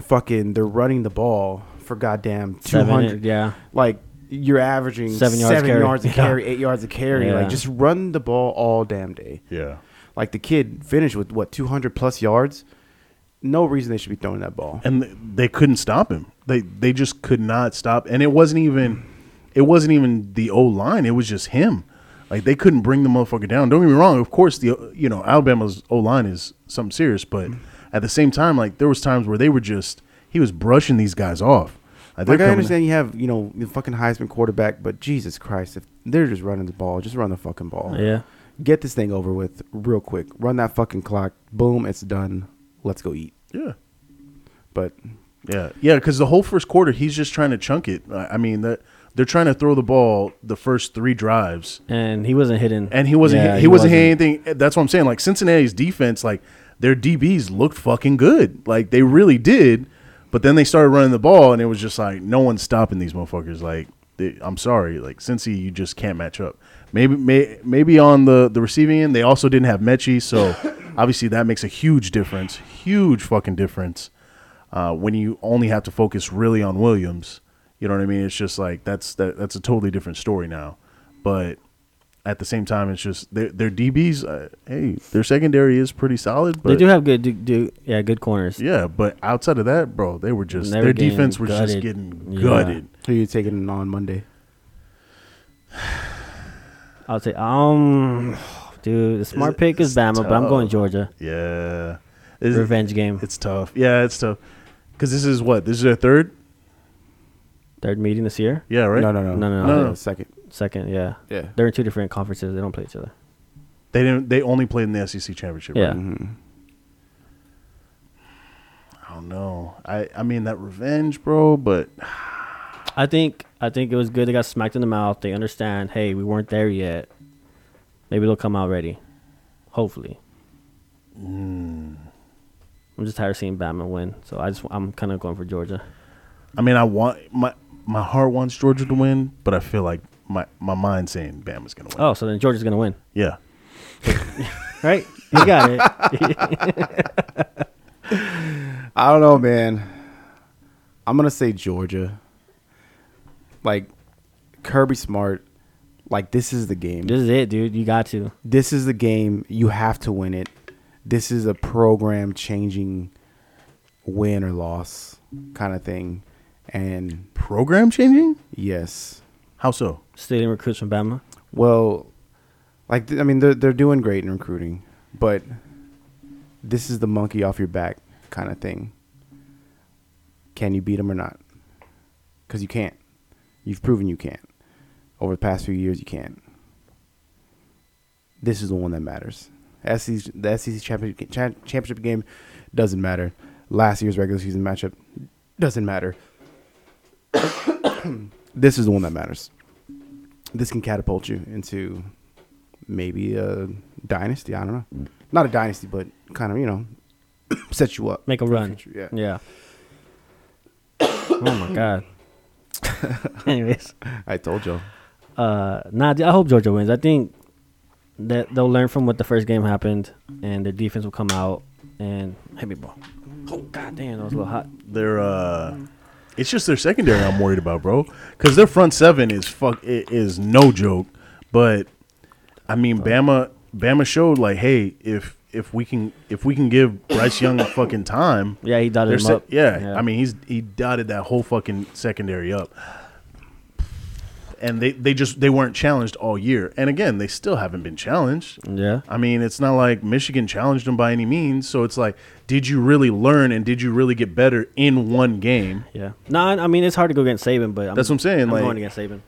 fucking they're running the ball for goddamn two
Seven,
hundred?
yeah.
like you're averaging
Seven
seven
yards
yards, a
carry. [LAUGHS] Yeah.
carry, eight yards a carry.
Yeah.
Like just run the ball all damn day.
Yeah.
Like the kid finished with what 200 plus yards. No reason they should be throwing that ball.
and th- they couldn't stop him. They they just could not stop, and it wasn't even it wasn't even the O line. It was just him. Like they couldn't bring the motherfucker down. Don't get me wrong. Of course, the you know Alabama's O line is something serious, but at the same time, like there was times where they were just he was brushing these guys off. Like, they're
Like I
coming-
understand you have you know the fucking Heisman quarterback, but Jesus Christ, if they're just running the ball, just run the fucking ball.
Yeah.
Get this thing over with real quick. Run that fucking clock. Boom, it's done. Let's go eat.
Yeah.
But
Yeah, yeah, because the whole first quarter, he's just trying to chunk it. I I mean, that they're trying to throw the ball the first three drives,
And he wasn't hitting.
and he wasn't
Yeah,
he, wasn't, hitting anything. That's what I'm saying. Like Cincinnati's defense, like their DBs looked fucking good, like they really did. But then they started running the ball, and it was just like no one's stopping these motherfuckers. Like they, I'm sorry, like Cincy, you just can't match up. Maybe may, maybe on the the receiving end, they also didn't have Mechie, [LAUGHS] so obviously that makes a huge difference, huge fucking difference. Uh, when you only have to focus really on Williams, you know what I mean? It's just like that's that, that's a totally different story now. But at the same time, it's just their their DBs. Uh, hey, their secondary is pretty solid. But
They do have good, do, do, yeah, good corners.
yeah, but outside of that, bro, they were just
They were
their
getting
defense was just
gutted.
getting
Yeah.
gutted.
who you taking on Monday?
I would say, um, [SIGHS] dude, the smart
It's-
pick is
it's
Bama, but I'm
tough.
going Georgia.
Yeah, It's-
Revenge game.
It's tough. Yeah, it's tough. Because this is what this is their third.
Third meeting this year.
Yeah, right.
No, no, no,
No, no,
no.
yeah, Second.
Second, yeah.
Yeah.
They're in two different conferences. They don't play each other.
They didn't. They only played in the SEC championship.
Yeah.
Right? Mm-hmm. I don't know. I I mean that revenge, bro. But
I think I think it was good. They got smacked in the mouth. They understand. Hey, we weren't there yet. Maybe they'll come out ready. Hopefully. Hmm. I'm just tired of seeing Batman win, so I just I'm kind of going for Georgia.
I mean, I want my my heart wants Georgia to win, but I feel like my my mind's saying Bama's gonna win.
Oh, so then Georgia's gonna win,
Yeah.
right? You got [LAUGHS] it.
I don't know, man. I'm gonna say Georgia like Kirby Smart, like this is the game.
This is it, dude. You got to.
this is the game you have to win it this is a program changing win or loss kind of thing and
Program changing?
yes
How so?
Stealing recruits from Bama.
well like th- i mean they're, they're doing great in recruiting but this is the monkey off your back kind of thing can you beat them or not because you can't you've proven you can't over the past few years you can't this is the one that matters. SEC, the SEC championship, cha- championship game doesn't matter. Last year's regular season matchup doesn't matter. [COUGHS] this is the one that matters. This can catapult you into maybe a dynasty. I don't know. Not a dynasty, but kind of, you know, [COUGHS] set you up.
Make a run.
yeah.
Yeah. [COUGHS] oh my [LAUGHS] god. Anyways,
I told you.
uh, nah. dude, I hope Georgia wins. I think that they'll learn from what the first game happened, and their defense will come out and hit me, bro. Oh god damn, that was a little hot.
They're uh it's just their secondary I'm worried about, bro. Cuz their front 7 is fuck it is no joke, but I mean Bama Bama showed like, "Hey, if if we can if we can give Bryce Young a fucking time,
Yeah, he dotted
they're
him
se-
up.
yeah, I mean, he's he dotted that whole fucking secondary up. And they, they just they weren't challenged all year. And again, they still haven't been challenged.
Yeah.
I mean, it's not like Michigan challenged them by any means. So it's like, did you really learn and did you really get better in one game?
Yeah. No, I I mean it's hard to go against Saban, but I'm,
That's what I'm saying,
I'm
like-
going against Saban.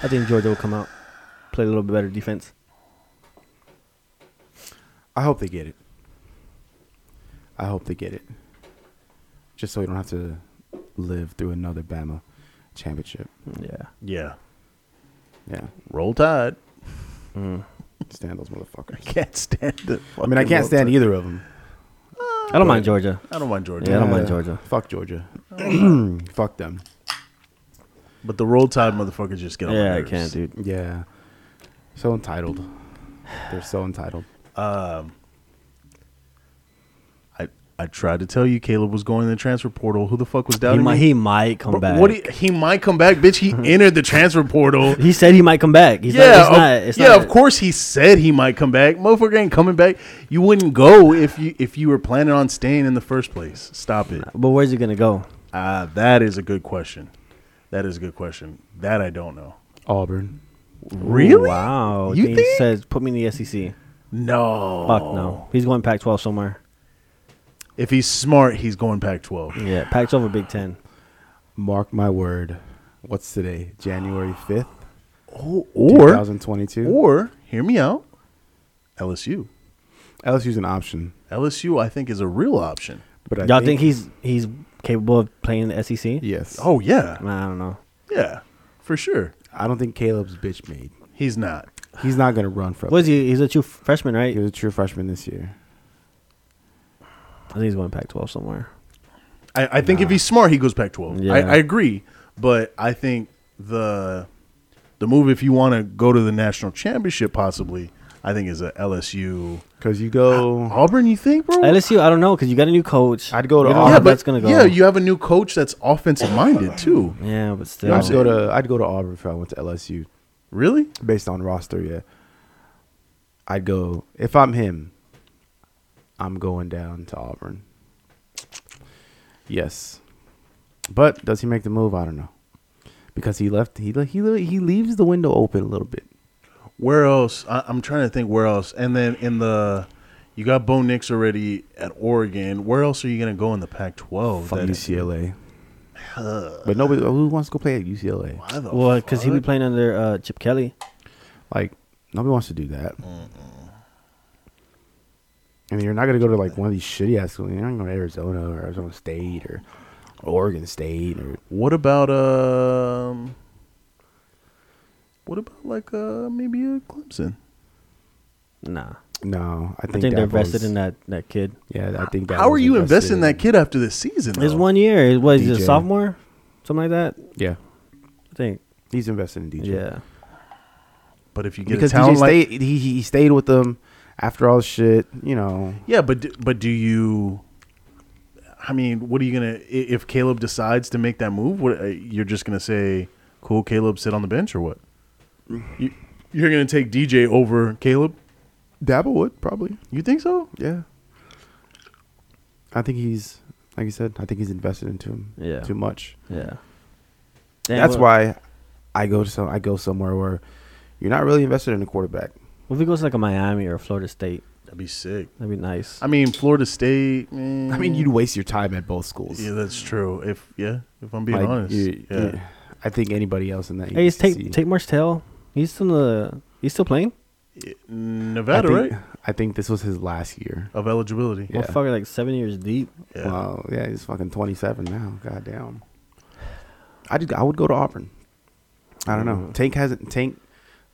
I think Georgia will come out, play a little bit better defense.
I hope they get it. I hope they get it. Just so we don't have to live through another Bama championship.
Yeah.
Yeah.
Yeah,
Roll Tide. [LAUGHS]
stand those motherfuckers.
Can't stand it.
I mean, I can't stand either of them. Uh,
I don't mind Georgia.
I don't mind Georgia.
Yeah, I don't mind Georgia.
Fuck Georgia. [CLEARS THROAT] Fuck them.
But the Roll Tide motherfuckers just get on my
Yeah, I
nerves.
can't, dude.
Yeah. So entitled. They're so entitled.
I, I tried to tell you Caleb was going in the transfer portal. Who the fuck was
He
doubting
might,
me?
he might come
Bro,
back.
What do you- he might come back, bitch.
[LAUGHS]
He entered the transfer portal.
he said he might come back. [LAUGHS] He's
yeah,
not, it's
of,
not, it's
yeah.
not-
Of course, he said he might come back. Motherfucker ain't coming back. You wouldn't go if you if you were planning on staying in the first place. Stop it.
But where's he gonna go?
Uh, that is a good question. That is a good question. That I don't know.
Auburn.
Really?
Wow.
You
James
think?
says put me in the SEC.
No.
Fuck no. He's going Pac-12 somewhere.
If he's smart, he's going Pac-12.
Yeah, Pac-12 or Big Ten.
Mark my word. What's today? January 5th,
Oh, or
2022.
or hear me out. LSU.
LSU's an option.
LSU, I think, is a real option.
But I
Y'all think, he's he's capable of playing in the SEC?
Yes.
Oh yeah,
Nah, I don't know.
yeah, for sure.
I don't think Caleb's bitch made.
He's not.
He's not going to run for
What is he? He's a true freshman, right?
He was a true freshman this year.
I think he's going Pac-12 somewhere.
I, I think if he's smart, he goes Pac-12. I,
Yeah.
I agree, but I think the the move if you want to go to the national championship, possibly, I think is a LSU
Because you go.
Auburn. You think, bro?
LSU, I don't know because you got a new coach.
I'd go to
You don't know
Auburn.
how
but-
that's gonna go.
Yeah, you have a new coach that's offensive minded too.
Yeah, but still,
I'd go to I'd go to Auburn if I went to LSU
Really?
based on roster. Yeah, I'd go if I'm him. I'm going down to Auburn. Yes, but does he make the move? I don't know because he left. He le- he le- he leaves the window open a little bit.
Where else? I, I'm trying to think where else. And then in the you got Bo Nix already at Oregon. Where else are you gonna go in the Pac-12?
Fuck
Oh, that-
UCLA. But nobody who wants to go play at UCLA.
Why the
well, because he'd be
fuck?
playing under uh, Chip Kelly.
Like nobody wants to do that. I mean, you're not gonna go to like one of these shitty ass schools. You're not going to Arizona or Arizona State or Oregon State or
What about um? What about like uh maybe a Clemson?
Nah,
no. I think,
I think they're
Dabo's-
invested in that that kid.
Yeah, I think.
How are
Dabo's
you investing in that
invested
kid after this season?
It's
though?
one year. It was a
DJ.
sophomore, something like that.
in- Yeah,
I think.
he's invested in DJ.
Yeah,
but if you get
because
a talent
DJ
like
stayed. He he stayed with them after all the shit. You know,
yeah, but d- but do you? I mean, what are you gonna i- if Caleb decides to make that move? What uh, you're just gonna say, "Cool, Caleb, sit on the bench," or what? You, you're gonna take DJ over Caleb?
Dabble would probably.
You think so?
Yeah. I think he's like you said. I think he's invested into him.
Yeah.
Too much.
Yeah. Damn,
That's
what-
why I go to some. I go somewhere where you're not really invested in a quarterback.
What if he goes to like a Miami or a Florida State?
That'd be sick.
That'd be nice.
I mean, Florida State. Man.
I mean, you'd waste your time at both schools.
yeah, that's true. If yeah, if I'm being
Like,
honest,
you-
yeah.
you- I think anybody else in that.
hey, is
UCC
take take Martell. He's still in the. He's still playing.
I
Nevada,
think,
right?
I think this was his last year.
Of eligibility.
Yeah.
Motherfucker, like seven years deep.
Yeah.
Wow. Yeah, he's fucking 27 now. Goddamn. I just, I would go to Auburn. I don't
Mm-hmm.
know. Tank hasn't Tank,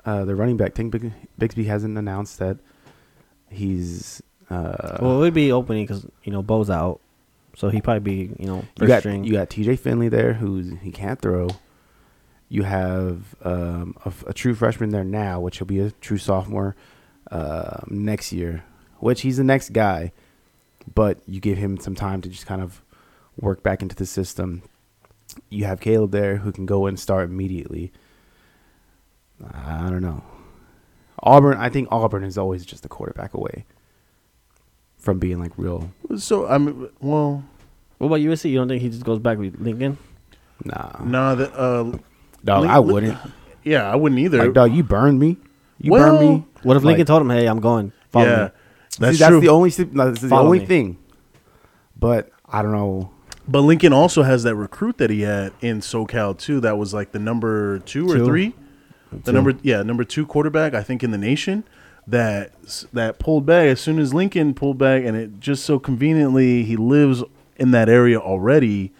uh, the running back Tank Big, Bixby hasn't announced that he's. Uh,
well, it would be opening because you know Bo's out, so he probably be you know
you
first
got
string.
you got T.J. Finley there, who's he can't throw. You have um, a, f- a true freshman there now, which will be a true sophomore uh, next year, which he's the next guy. But you give him some time to just kind of work back into the system. You have Caleb there who can go and start immediately. I don't know. Auburn, I think Auburn is always just a quarterback away from being like real.
So I mean, well,
what about USC? You don't think he just goes back with Lincoln?
Nah,
no, nah, that uh,
no,
Lin-
I
Lin-
wouldn't.
yeah, I wouldn't either.
Like, dog, you burned me. You
Well-
burned me.
What if
Like,
Lincoln told him, "Hey, I'm going. Follow
yeah,
see,
that's,
that's
true.
the only si- no, this is the
Follow
only
me.
thing. But I don't know.
But Lincoln also has that recruit that he had in SoCal too. That was like the number two or
Two.
three, the
Two.
number yeah number two quarterback I think in the nation. That that pulled back as soon as Lincoln pulled back, and it just so conveniently he lives in that area already.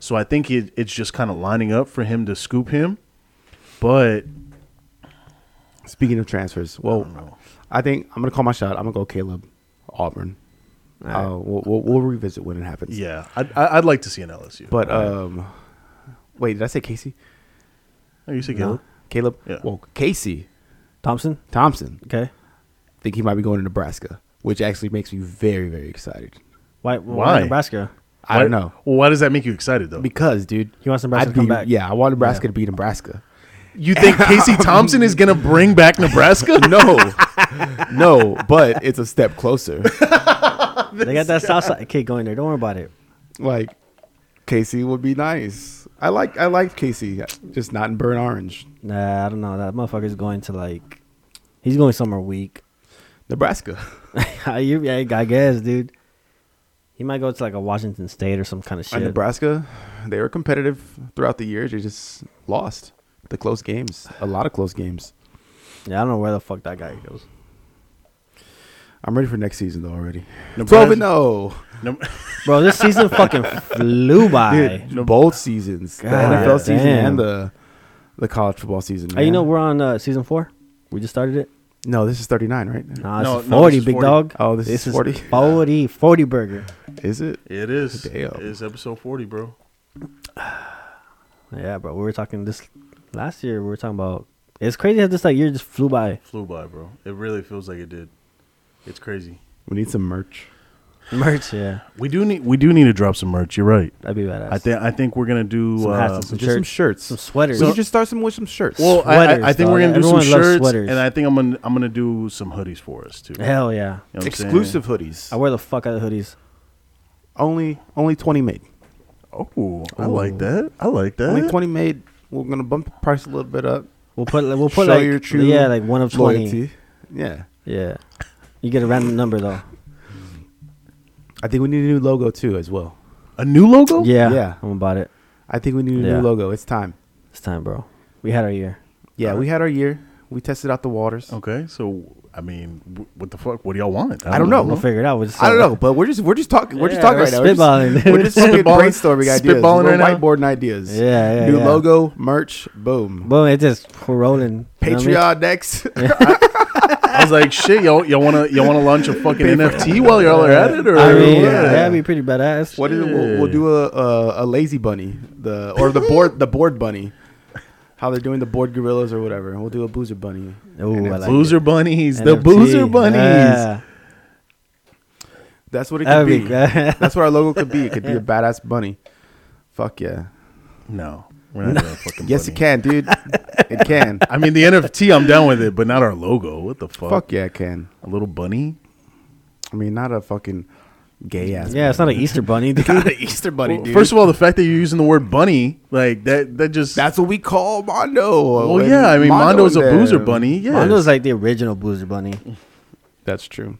So I think it, it's just kind of lining up for him to scoop him. But oh,
Speaking of transfers, well,
don't know.
I, think I'm gonna call my shot. I'm gonna go Caleb Auburn. Uh, we'll, we'll, we'll revisit when it happens.
yeah, I'd, I- I'd like to see an LSU.
But um, wait, did I say Casey?
oh, you see Caleb?
Caleb.
Yeah.
Well, Casey
Thompson.
Thompson.
Okay.
I think he might be going to Nebraska, which actually makes me very very excited.
Why?
Why?
Why
[LAUGHS]
Nebraska?
I don't know
Well, why does that make you excited
[LAUGHS]
though?
because dude,
He wants Nebraska
I'd
to come
be-
back.
Yeah, I want Nebraska to beat Nebraska.
You think Casey Thompson is gonna
[LAUGHS]
bring back Nebraska?
No, no, but it's a step closer.
They got that Southside kid going there. Don't worry about it.
like Casey would be nice. I like I like Casey, just not in burnt orange.
Nah, I don't know. That motherfucker's going to like. He's going somewhere weak. [LAUGHS]
Nebraska.
You- I I guess, dude. He might go to like a Washington State or some kind of
And
shit.
Uh, Nebraska, they were competitive throughout the year. They just lost the close games. A lot of close games.
Yeah, I don't know where the fuck that guy goes.
I'm ready for next season though already.
Nebraska-
Twelve and oh. zero.
No- [LAUGHS]
Bro,
[LAUGHS]
this season fucking flew by.
Dude, both seasons. the
God
NFL season
damn.
and the the college football season.
Hey, you
man.
know we're on uh, season four. We just started it.
No, this is thirty nine, right?
Nah, this
No,
is
no,
40,
this is
big
40.
dog.
Oh, this is
[LAUGHS]
40?
40, 40 burger.
Is it?
It is.
Damn.
It is episode 40, bro.
Yeah, bro. We were talking this last year. We were talking about. It's crazy how this like year just flew by.
Flew by, bro. It really feels like it did. It's crazy.
We need some [LAUGHS] merch.
Merch, yeah,
We do need we do need to drop some merch. You're right.
that'd be badass.
I think I think we're gonna do
Some hats
uh,
and some
Just some shirts.
some sweaters.
we
So-
should just start some with some shirts.
well, I- I, I,
Sweaters,
think we're
dog.
gonna do some
Everyone loves
shirts,
sweaters.
and I think I'm gonna I'm gonna do some hoodies for us too. You know
Hell yeah!
what I'm saying?
exclusive hoodies.
I wear the fuck out of hoodies.
only only 20 made
Oh, I like that. I like that.
only 20 made we're gonna bump the price a little bit up
We'll put we'll put
Show
like
your true
yeah like one of twenty.
loyalty yeah
Yeah, you get a random number though.
i think we need a new logo too as well
A new logo?
Yeah,
Yeah.
I'm about it.
i think we need a
Yeah.
new logo it's time
It's time, bro. We had our year.
yeah we had our year we tested out the waters
Okay. So I mean, w- what the fuck? What do y'all want?
I don't know.
We'll figure it out. We'll just
I don't know, but we're just we're just talking we're just
Yeah,
talking
we're
right now. We're just, [LAUGHS]
spitballing.
we're
[LAUGHS]
just fucking
Spitballing.
brainstorming ideas.
Spitballing
we're
right now.
whiteboarding ideas.
Yeah, yeah,
New
yeah.
logo, merch, boom.
Boom! It just we're rolling. You know what I mean?
Patreon next. [LAUGHS]
I was like, shit, y'all y'all wanna y'all wanna launch a fucking NFT while y'all are at it, or
I mean,
what?
yeah, that'd be pretty badass.
What is it? We'll, we'll do a, a a lazy bunny, the or the board the board bunny. How they're doing the board gorillas or whatever. We'll do a boozer bunny.
Ooh, I like
Boozer bunnies, the
NFT.
boozer bunnies.
Yeah.
That's what it
That
could
would
be.
be good. [LAUGHS]
That's what our logo could be. It could be a badass bunny. Fuck yeah.
No, we're not doing a fucking.
Yes,
bunny.
it can, dude. It
[LAUGHS]
can.
I mean, the NFT, I'm down with it, but not our logo. What the fuck?
Fuck yeah, it can.
A little bunny.
I mean, not a fucking gay ass.
Yeah, it's not an
[LAUGHS]
Easter bunny, dude.
not an Easter bunny,
Well,
dude.
first of all, the fact that you're using the word bunny, like that, that just.
that's what we call Mondo.
well,
And
yeah. I mean,
Mondo
Mondo's a
in there.
boozer bunny. Yeah,
Mondo's like the original Boozer Bunny.
That's true.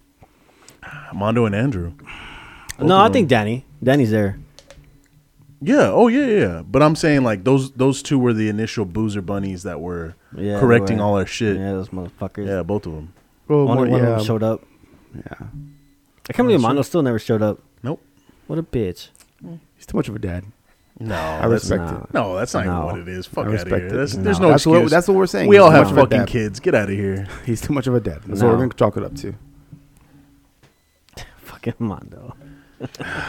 Mondo and Andrew.
No, I think Danny. Danny's there.
Yeah. Oh yeah, yeah, yeah. But I'm saying like those those two were the initial boozer bunnies that were
Yeah,
correcting
right.
all our shit.
Yeah,
Yeah.
those motherfuckers.
both of them.
Well,
Only
more-
one of
yeah.
them showed up.
Yeah.
I can't believe Mondo still never showed up.
Nope.
What a bitch.
He's too much of a dad.
No,
I respect
nah.
it.
no, that's not
No.
even what it is. Fuck
I
out of
respect
here.
it.
That's, There's
No.
no
That's what-
excuse.
that's what we're saying.
We all
He's
have
much of a
fucking
dad.
kids. Get out of here.
He's too much of a dad. That's
No.
what we're gonna chalk it up to.
Fucking Mondo.
[LAUGHS]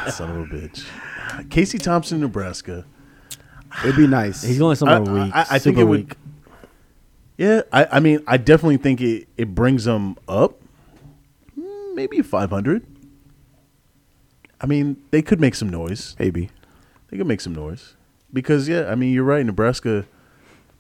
Son of a bitch. [SIGHS] Casey Thompson, Nebraska.
It'd be nice.
He's going
I,
somewhere weak.
I- I think
super
it would.
weak.
Yeah, I, I mean, I definitely think it, it brings them up. Mm, Maybe 500. I mean, they could make some noise.
maybe.
They could make some noise. Because, yeah, I mean, you're right. Nebraska,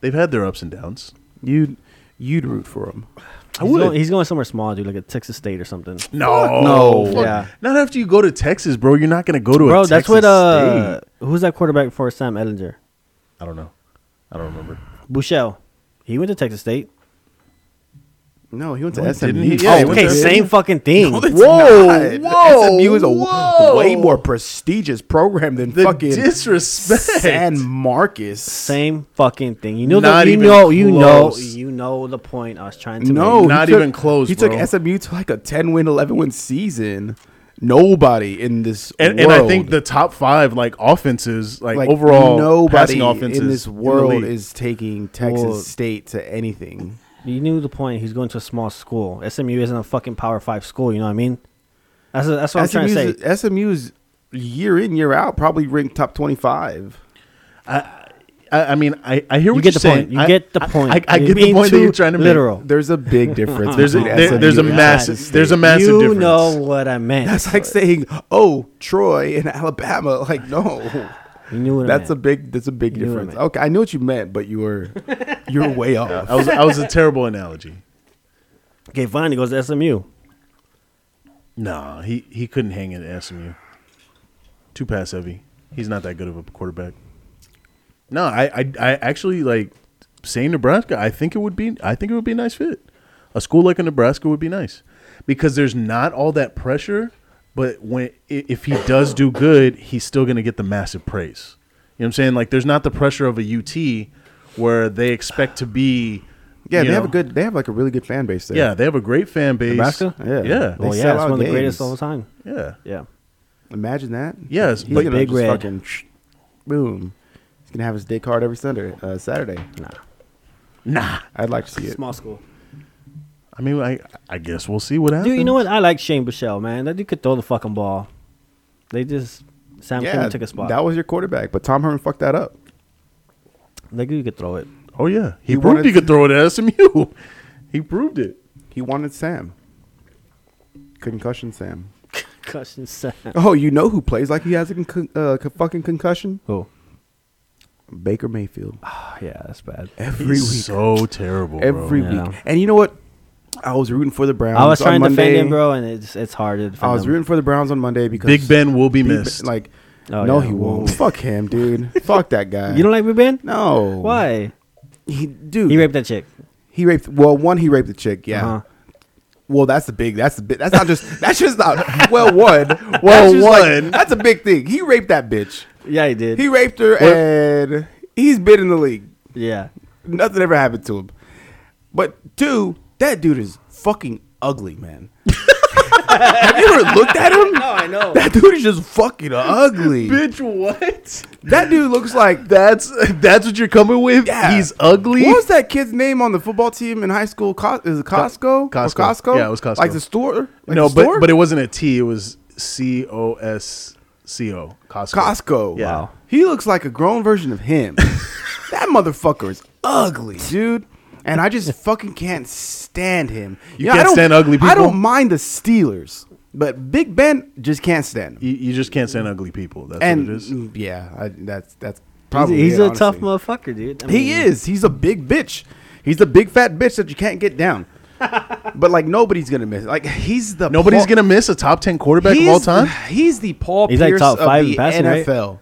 they've had their ups and downs.
You'd you'd root for him.
I
he's,
would.
Going, he's going somewhere small, dude, like a Texas State or something.
no.
No.
Fuck.
Yeah.
Not after you go to Texas, bro. You're not going to go to a
Bro,
Texas
that's what. Uh,
state.
who's that quarterback for Sam Ellinger?
I don't know. I don't remember.
Bouchel. He went to Texas State.
No, he went to
No, he
SMU.
didn't. Yeah, he
Oh,
went
Okay,
to-
same fucking thing.
No, it's
Whoa,
not.
whoa,
SMU is a
whoa.
way more prestigious program than
The
fucking
disrespect.
San Marcos.
[LAUGHS] same fucking thing. You know
Not
that you
even
know you know
close.
you know the point I was trying to
no,
make.
he
Not
took-
even close,
He
bro.
took SMU to like a ten win, eleven win season. Nobody in this
and, and
world,
I think the top five like offenses, like,
like
overall
nobody
passing offenses
in this
the
world
league.
is taking Texas
Well-
State to anything.
You knew the point. He's going to a small school. SMU isn't a fucking Power Five school. You know what I mean? That's that's what I'm trying to say.
SMU's, SMU's year in year out probably ranked top twenty five.
I, I mean, I, I hear
You
what
get
you're
the
saying.
point. You
I-
get the
I-
point.
I, I
You're
get the
being
point that
too
you're trying to make.
literal.
There's a
[LAUGHS]
big
Uh-huh.
difference.
There's a
between
there- there's a
SMU and
massive
Texas
there's a
State.
massive
you
difference.
know what I meant.
That's like saying, "Oh, Troy in Alabama." [LAUGHS] Like, no,
you knew what
that's
I
a
meant.
big that's a big
You know what I
difference.
meant.
Okay, I knew what you meant, but you
[LAUGHS]
were you were way off.
I was I was a terrible analogy.
okay. Fine, he goes to SMU.
Nah, he he couldn't hang at SMU. Too pass heavy. He's not that good of a quarterback. No, I I, I actually like saying Nebraska. I think it would be I think it would be a nice fit. A school like a Nebraska would be nice because there's not all that pressure. But when i- if he does do good, he's still going to get the massive praise. You know what I'm saying? Like there's not the pressure of a UT where they expect to be.
Yeah,
you
they have a
know-
good. They have like a really good fan base there.
Yeah, they have a great fan base.
Nebraska?
Yeah, yeah,
They
Well, Oh, yeah,
sell
it's
out
one of the greatest
games.
of all time.
yeah.
Yeah.
imagine that.
Yes,
he's
but-
gonna
Big
just
Red.
fucking [SNIFFS] boom. He's gonna have his day card every Sunday, uh, Saturday.
Nah.
Nah.
I'd like to see it.
Small school.
I mean, I I guess we'll see what happens.
Dude, you know what? I like Shane Bichelle, man. That dude could throw the fucking ball. They just Sam
Yeah,
Kinney took a spot.
that was your quarterback, but Tom Herman fucked that up.
that dude
[LAUGHS]
could throw it.
Oh yeah,
He
he, proved
wanted
he could
to-
throw it at SMU. [LAUGHS] he proved it.
He wanted Sam. Concussion Sam.
Cushion Sam.
Oh, you know who plays like he has a con- uh, co- fucking concussion?
Oh.
Baker Mayfield.
[SIGHS] Yeah, that's bad.
Every
Ah, He's
week.
so terrible.
every
bro.
week.
Yeah.
And you know what? I was rooting for the Browns.
I was
on
trying to
Monday.
defend him, bro, and it's it's hard to defend
I was
him.
rooting for the Browns on Monday because
Big Ben will be
Big Ben-
missed.
like,
Oh,
no,
yeah.
he won't.
Whoa.
Fuck him, dude.
[LAUGHS]
Fuck that guy.
You don't like Big Ben?
No.
Why?
He, dude.
He raped that chick.
He raped. Well, one, he raped the chick. Yeah.
Uh-huh.
Well, that's the big. That's the big. That's not just. [LAUGHS] That's just not. Well, one. Well,
Well,
one.
one.
that's a big thing. He raped that bitch.
Yeah, he did.
He raped her, and he's been in the league.
[LAUGHS] yeah.
Nothing ever happened to him. But two, that dude is fucking ugly,
[LAUGHS]
man. Have you ever looked at him? No, I [LAUGHS] know. That dude is just fucking ugly.
Bitch, what?
That dude looks like that.
That's that's what you're coming with.
Yeah.
He's ugly.
What was that kid's name on the football team in high school? Co- is it Costco? Or
Costco.
Costco.
Yeah, it was Costco.
Like the store. Like
no,
the
but
store?
but it wasn't a T. It was C O S C O Costco.
Costco.
Yeah.
Wow. He looks like a grown version of
[LAUGHS]
him. that motherfucker is ugly, dude. And
[LAUGHS]
I just fucking can't stand him. You,
can't
I don't-
stand ugly
I
people?
don't mind the Steelers. But Big Ben just can't stand him.
You, you just can't stand ugly people. That's
and
what it is.
mm, yeah, I, that's that's
He's,
probably
he's
it,
a tough
honestly.
motherfucker, dude. I
He
Mm.
mean,
is. He's a big bitch. He's a big fat bitch that you can't get
[LAUGHS]
down. but like nobody's gonna miss. Like he's the
Nobody's
Paul-
gonna miss a top ten quarterback of all
he's-
time.
[SIGHS] He's the Paul
He's, like,
Pierce
top five
of
in
the
passing, right?
NFL.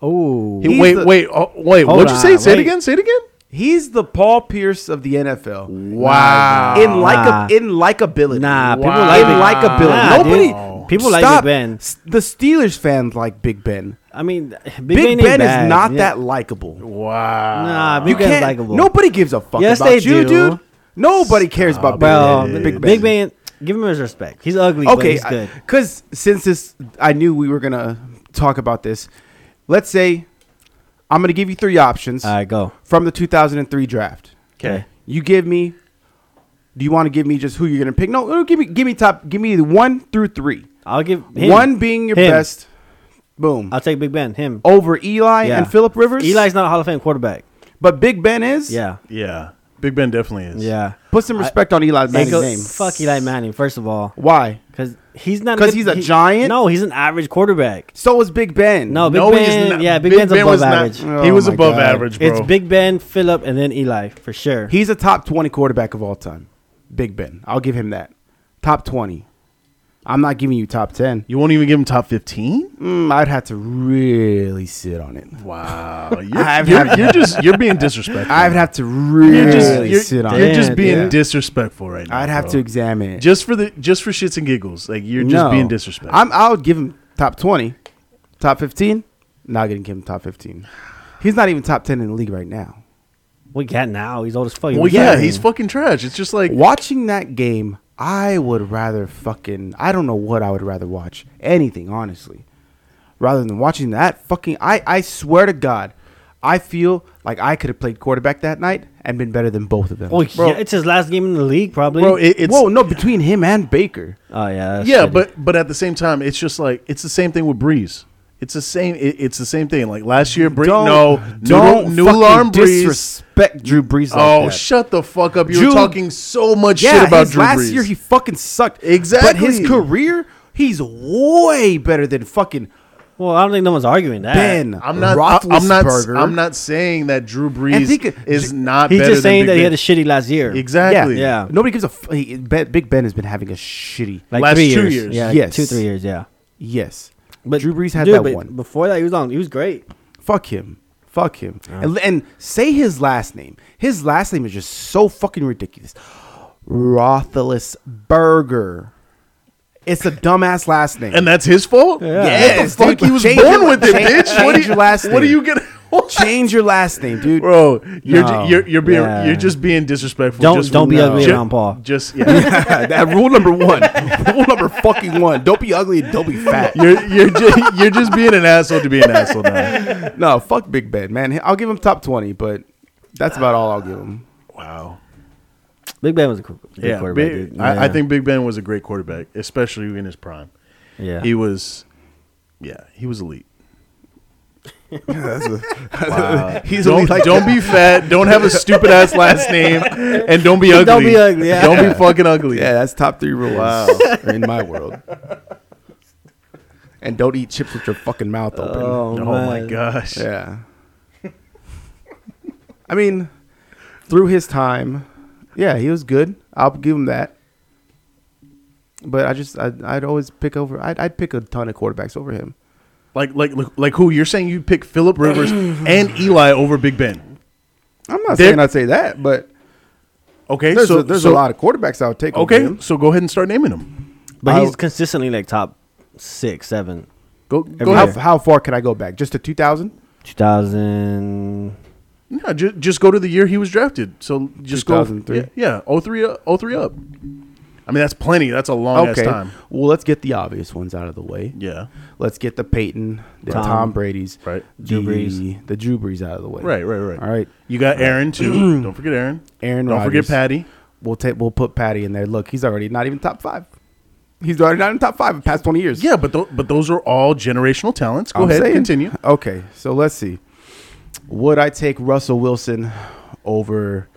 Oh,
He-
he's
wait,
the-
wait, oh, wait.
Hold
What'd you say?
on,
Say it
wait.
again. Say it again.
He's the Paul Pierce of the NFL.
Wow.
In like
Oh, Nah.
in likability.
Nah, people
Wow.
like
in
Big
likability.
Nah,
Nobody
dude. People like
Stop.
Big Ben.
S- The Steelers fans like Big Ben.
I mean, Big,
Big,
Ben, ain't
Ben
bad.
is not
Yeah.
that likable.
Wow.
Nah, Big
Can't-
Ben's likable.
Nobody gives a fuck
Yes,
about
they
you,
do.
dude. Nobody cares about
Well,
Big Ben.
Big Ben. Big Ben, give him his respect. He's ugly, but
Okay,
he's good.
because since this, I knew we were gonna talk about this. Let's say I'm gonna give you three options
All right, go.
from the 2003 draft.
Okay.
You give me. Do you want to give me just who you're gonna pick? No, no, give me give me top. Give me one through three.
I'll give him.
One being your
Him.
best. Boom.
I'll take Big Ben. Him.
Oh,
Over Eli
Yeah.
and Philip Rivers.
Eli's not a Hall of Fame quarterback.
but Big Ben is.
Yeah.
Yeah. Big Ben definitely is.
Yeah.
Put some respect on Eli
And
Manning's
go-
name.
Fuck Eli Manning, first of all,
Why?
because he's not.
'Cause
good-
he's a giant?
No, he's an average quarterback.
So is Big Ben.
No, Big
No, he's
Ben.
not-
Yeah, Big, Ben's above
was not-
average.
Oh
he was
my
above
God.
average, bro.
It's Big Ben, Philip, and then Eli for sure.
He's a top 20 quarterback of all time. Big Ben. I'll give him that. Top 20. I'm not giving you top 10.
You won't even give him top fifteen.
Mm, I'd have to really sit on it. [LAUGHS]
Wow. You're,
I've
you're,
had-
you're just you're being disrespectful.
I'd have to really
You're just you're,
sit on
you're
it.
it.
just
Yeah,
being
dude.
disrespectful right now.
I'd have
bro.
to examine it.
just for the just for shits and giggles. Like you're just
No.
being disrespectful.
I'm, I would give him top 20, top 15. Not going to give him top 15. He's not even top 10 in the league right now.
we got now. He's old as fuck.
well,
He's
yeah,
old.
he's fucking trash. It's just like
Watching that game, I would rather fucking. I don't know what I would rather watch. Anything, honestly. Rather than watching that fucking. I, I swear to God, I feel like I could have played quarterback that night and been better than both of them.
Oh,
Bro.
yeah, it's his last game in the league, probably.
bro. It, it's
Whoa, no, between him and Baker.
oh yeah. that's
yeah,
shitty.
but but at the same time, it's just like it's the same thing with Breeze. It's the same. It, it's the same thing. Like last year, Breeze. No,
don't
new, new
fucking
alarm Breeze.
disrespect Drew Brees. Like
Oh,
that.
shut the fuck up! You
Drew-
were talking so much
yeah,
shit about
his
Drew
last
Brees.
year he fucking sucked. But
Exactly.
his career, he's way better than fucking
well, I don't think no one's arguing that.
Ben.
I'm not. I- I'm not.
Roethlisberger.
I'm not saying that Drew
I
Brees
think-
is
J-
not.
He's
better
just
than
saying
Big
that he
Ben.
had a shitty last year.
exactly.
Yeah.
Nobody gives a. F- he, Ben- Big Ben has been having a shitty.
Like
Last
three
two
years.
years.
Yeah, like
Yes.
two three years. Yeah.
yes, but Drew Brees had
dude,
that
but
one.
Before that, he was on. He was great.
Fuck him. Fuck him. And, and say his last name. His last name is just so fucking ridiculous. Roethlisberger. It's a dumbass last name.
And that's his fault.
Yeah.
Yes,
What the fuck?
dude,
he was
change
born
your-
with it,
change-
bitch. what
change
do you,
your last
What are
name.
you gonna? [LAUGHS] What?
change your last name,
[LAUGHS]
dude.
bro. You're,
No.
ju- you're you're being
Yeah.
you're just being disrespectful.
Don't-
just
don't be
no.
ugly
Ju-
around Paul. [LAUGHS]
Just
[LAUGHS]
yeah.
that rule number one. rule number fucking one. Don't be ugly and don't be fat.
you're you're just, you're just being an asshole to be an asshole now.
[LAUGHS]
no, fuck Big Ben, man. I'll give him top twenty, but that's about all I'll give him.
Wow.
Big Ben was a cool, good
Yeah,
quarterback.
Big-
dude.
I, I
Yeah.
think Big Ben was a great quarterback, especially in his prime.
Yeah.
He was, yeah, he was elite.
[LAUGHS] He's
Uh, don't, don't be fat. Don't have a stupid ass last name, and
[LAUGHS]
don't be ugly.
Don't be ugly, yeah.
Don't be fucking ugly.
yeah, that's top three rules in my world. And don't eat chips with your fucking mouth open.
Oh,
Oh
man.
my gosh.
Yeah. [LAUGHS] I mean, through his time, yeah, he was good. I'll give him that. But I just, I'd, I'd always pick over. I'd, I'd pick a ton of quarterbacks over him.
Like like like who? You're saying you pick
[CLEARS THROAT]
Philip Rivers and Eli over Big Ben?
I'm not
There-
saying I'd say that, but
Okay,
there's,
so
a, there's
so-
a lot of quarterbacks I would take. over
Okay,
him.
so go ahead and start naming them.
but he's
I-
consistently like top six, seven,
Go go
Every
how,
ahead.
year.
how far can I go back? Just to 2000?
2000.
No, ju- just go to the year he was drafted. So just go.
2003.
Yeah, yeah 03, uh, 03 up. I mean, that's plenty. That's a long ass
okay.
time.
Well, let's get the obvious ones out of the way.
Yeah.
Let's get the Peyton, the Tom,
Tom.
Brady's,
Right.
Drew
Drew
Brees, the Drew Brees out of the way.
Right, right, right.
All right.
You got Aaron, too.
[CLEARS THROAT]
Don't forget Aaron.
Aaron
Don't
Rodgers.
forget Patty.
We'll take. We'll put Patty in there. Look, he's already not even top five. He's already not in top five in the past twenty years.
Yeah, but, th- but those are all generational talents. Go
I'm
ahead,
saying.
continue.
Okay, so let's see. Would I take Russell Wilson over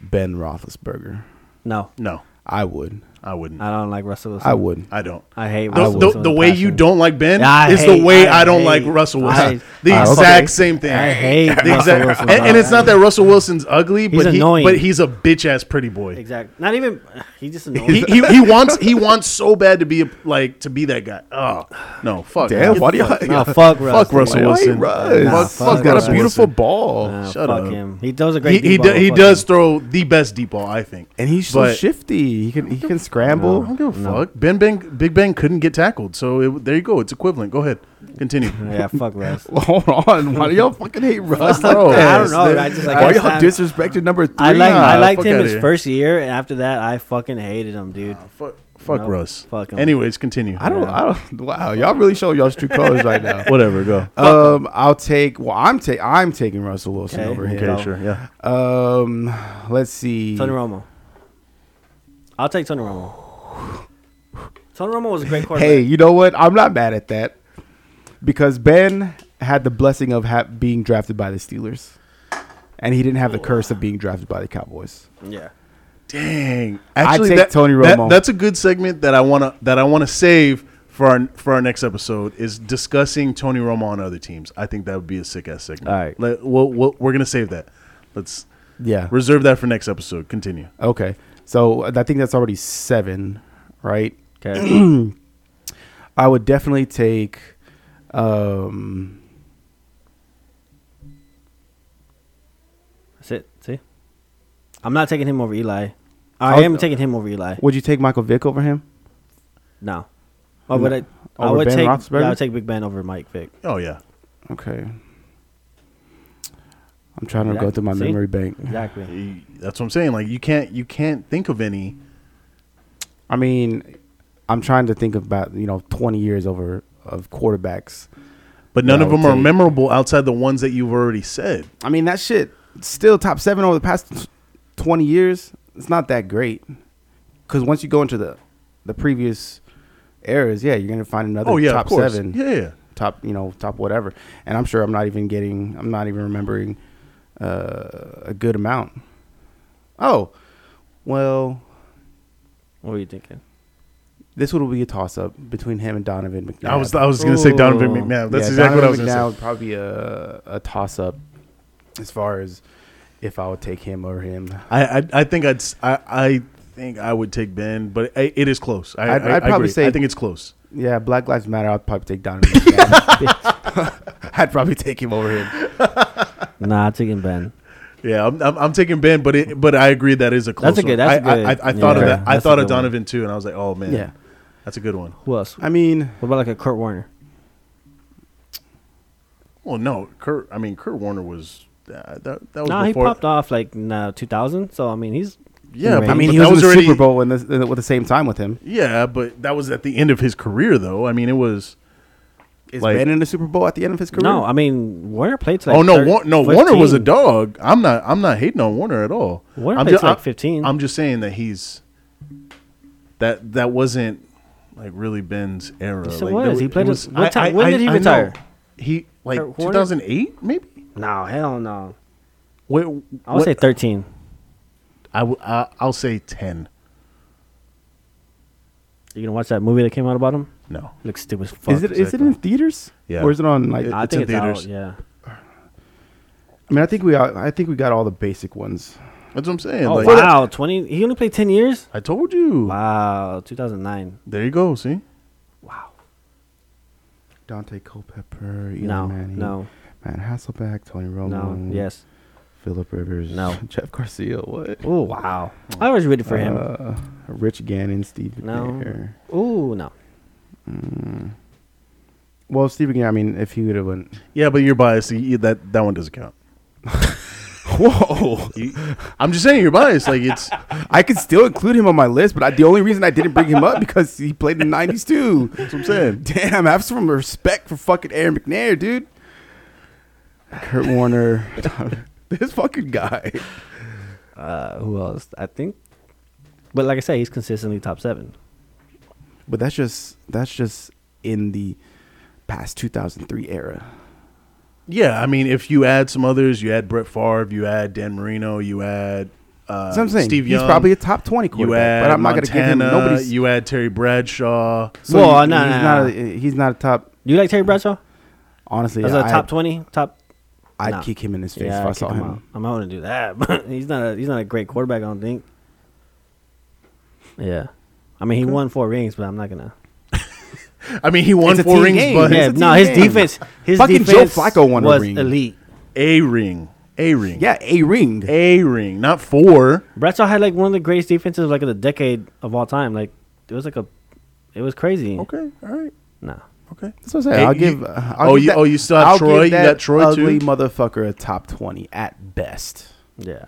Ben Roethlisberger?
No.
No.
I would.
I wouldn't.
I don't like Russell Wilson.
Hmm. I wouldn't.
I don't.
I hate
The,
Russell
the-
Wilson
the
in
way you
passing.
don't like Ben
Yeah, I
is
hate-
the way
I
I, don't like
hate-
Russell
I-
Wilson.
I
the
okay.
exact same thing.
I hate
the
Russell
exact,
Wilson.
and, and it's not that Russell Wilson's ugly, but
He's
he,
annoying.
but he's a bitch ass pretty boy.
Exactly. Not even. [SIGHS] He just annoys.
[LAUGHS] He, he,
[LAUGHS]
he wants he wants so bad to be a, like to be that guy. Oh no, fuck.
Damn, why do y'all?
no, fuck Russ.
fuck Russell
Why
Wilson.
Russ?
Nah,
He's
fuck
got
Russell
a beautiful
Wilson.
ball,
Nah,
Shut
fuck
up.
him. He does a
He
great.
he,
D-ball,
do, he
fuck
does
him.
throw the best deep ball, I think.
and he's so
But-
shifty. He can he can
I
scramble.
don't give a fuck. Ben Ben Big Ben couldn't get tackled, so it, there you go. It's equivalent. Go ahead, continue.
[LAUGHS] Yeah,
[LAUGHS]
fuck Russ.
[LAUGHS] Hold on, why do y'all fucking hate Russ? like
Bro,
I don't
this?
know.
[LAUGHS]
I just like.
why
I,
y'all
just-
disrespected number three?
I like. I
Nah,
liked
fuck
him
outta
his
here.
first year, and after that, I fucking hated him, dude.
fuck fuck
Nope.
Russ.
Fuck him.
Anyways, continue.
I don't. I don't. Wow, y'all really show y'all's true colors right now.
Whatever. Go.
Um, I'll take. Well, I'm ta- I'm taking Russell Wilson
Okay.
over
okay.
him.
Sure. Yeah.
Um, let's see.
Tony Romo. I'll take Tony Romo. Tony Romo was a great quarterback.
Hey, you know what? I'm not mad at that because Ben had the blessing of ha- being drafted by the Steelers, and he didn't have the curse of being drafted by the Cowboys.
Yeah.
Dang.
take Tony
that-
Romo.
that's a good segment that I wanna that I wanna save for our for our next episode is discussing Tony Romo on other teams. I think that would be a sick ass segment.
All right.
Let, we'll, we'll, we're gonna save that. Let's
Yeah.
reserve that for next episode. Continue.
Okay. So I think that's already seven, right?
Okay.
I would definitely take. Um,
That's it. See, I'm not taking him over Eli. I am
I'll-
taking him over Eli.
would you take Michael Vick over him?
No. Oh, but I, I
Over
would
Ben
take.
Roethlisberger?
Yeah, I would take Big Ben over Mike Vick.
Oh yeah.
Okay. I'm trying to
Exactly.
go through my
See?
memory bank.
Exactly.
You- That's what I'm saying. Like you can't you can't think of any.
I mean, I'm trying to think about you know 20 years over of quarterbacks.
But none
Yeah,
of
I would
them are
take-
memorable outside the ones that you've already said.
I mean that shit still top seven over the past 20 years. It's not that great because once you go into the the previous eras, yeah, you're gonna find another
Oh yeah,
top
of course.
seven,
Yeah, yeah.
top you know top whatever. And I'm sure I'm not even getting, I'm not even remembering uh, a good amount. Oh, well,
What were you thinking?
this would be a toss up between him and Donovan McNabb.
I was I was gonna say Donovan
Ooh.
McNabb. That's
Yeah,
exactly what I was
Donovan McNabb
gonna say.
would probably a a toss up as far as if I would take him or him.
I, I I think I'd s- I I think I would take Ben, but I, it is close. I,
I'd-
I,
I'd
I
probably
agree.
say-
I think it's close.
Yeah, Black Lives Matter. I'd probably take Donovan. McNabb. [LAUGHS] I'd probably take him over him.
Nah, I'm taking Ben.
Yeah, I'm, I'm, I'm taking Ben, but it, but I agree that is a close.
That's a
one.
good- that's
I,
good.
I, I, I thought
Yeah,
of that. I
that's a
thought of
good one.
Donovan too, and I was like, oh man,
Yeah,
that's a good one.
Who else?
I mean,
What about like a Kurt Warner?
Well, no, Kurt. I mean, Kurt Warner was uh, that that was
Nah, he
before.
popped off like nah, 2000. So I mean, he's
yeah,
I
but,
I mean,
but
he was,
that was
in the
already.
Super Bowl in the, in the- at the same time with him.
Yeah, but that was at the end of his career, though. I mean, it was.
Is
Like-
Ben in the Super Bowl at the end of his career?
no. I mean, Warner played to like
oh no,
thir-
War- no, Warner was a
15.
dog. I'm not. I'm not hating on Warner at all.
Warner
I'm
played
just,
till, like,
I'm-
15.
I'm just saying that he's that that wasn't like really Ben's era.
Yes, it
like,
was.
there
He
it
played his- what ti- when did he retire?
know. He like
Kurt Warner?
2008 maybe.
No, hell no.
Wait,
I would say 13.
I w- I, will say 10.
You gonna watch that movie that came out about him?
No.
Looks stupid as fuck.
is it is it in theaters?
Yeah.
or is it on like?
It-
I,
I
it's
think
in
it's out,
theaters.
Yeah.
mean, I think we all, I think we got all the basic ones.
That's what I'm saying.
Oh
like,
wow, 20. He only played 10 years.
I told you.
Wow, 2009.
There you go. See?
Wow.
Dante Culpepper, Eli
No,
Manning,
no,
Matt Hasselback, Tony Romo,
no. Yes.
Philip Rivers.
No.
[LAUGHS] Jeff Garcia. What?
Oh wow. I was rooting for him.
Uh, Rich Gannon, Steve
No.
McNair.
Ooh no.
Well, Steve McNair. I mean, if he would have went,
Yeah, but you're biased. You- you- that that one doesn't count.
whoa!
You- I'm just saying you're biased. Like it's
I could still include him on my list, but I, the only reason I didn't bring him up because he played in the '90s
[LAUGHS]
too.
that's what I'm saying.
Damn, have some respect for fucking Aaron McNair, dude. Kurt Warner, [LAUGHS] this fucking guy.
Uh, who else? I think. But like I said, he's consistently top seven.
But that's just that's just in the past 2003 era.
Yeah, I mean, if you add some others, you add Brett Favre, you add Dan Marino, you add uh,
That's what I'm saying.
Steve
He's
Young.
probably a top 20
you
quarterback,
add
but I'm not going to
Montana,
give him nobody's.
You add Terry Bradshaw.
so
Well, uh,
you-
no, no,
he's,
no,
not a, he's not a top.
Do you like Terry Bradshaw?
Honestly,
As
I,
a top twenty, top.
I'd
no.
kick him in his face
Yeah,
if I
I'd
saw
kick him
him.
out. I'm not gonna do that. [LAUGHS] But he's not a he's not a great quarterback. I don't think. Yeah, I mean he won four rings, but I'm not gonna.
I mean, he won
It's a
four
team
rings,
game.
but
Yeah.
Yeah,
it's a
no,
team
his
game.
defense. His
Fucking Joe
defense
Flacco won a
was
ring.
elite.
a ring, a ring,
Yeah, a ring.
a ring, not four.
Bradshaw had like one of the greatest defenses like of the decade of all time. Like it was like a, it was crazy.
Okay, all right,
Nah.
okay.
That's what I'm saying.
Hey,
I'll
you-
give. uh, I'll
oh,
give
you- oh, you still have
I'll
Troy?
give
You
that
got Troy, too?
ugly motherfucker a top twenty at best.
Yeah.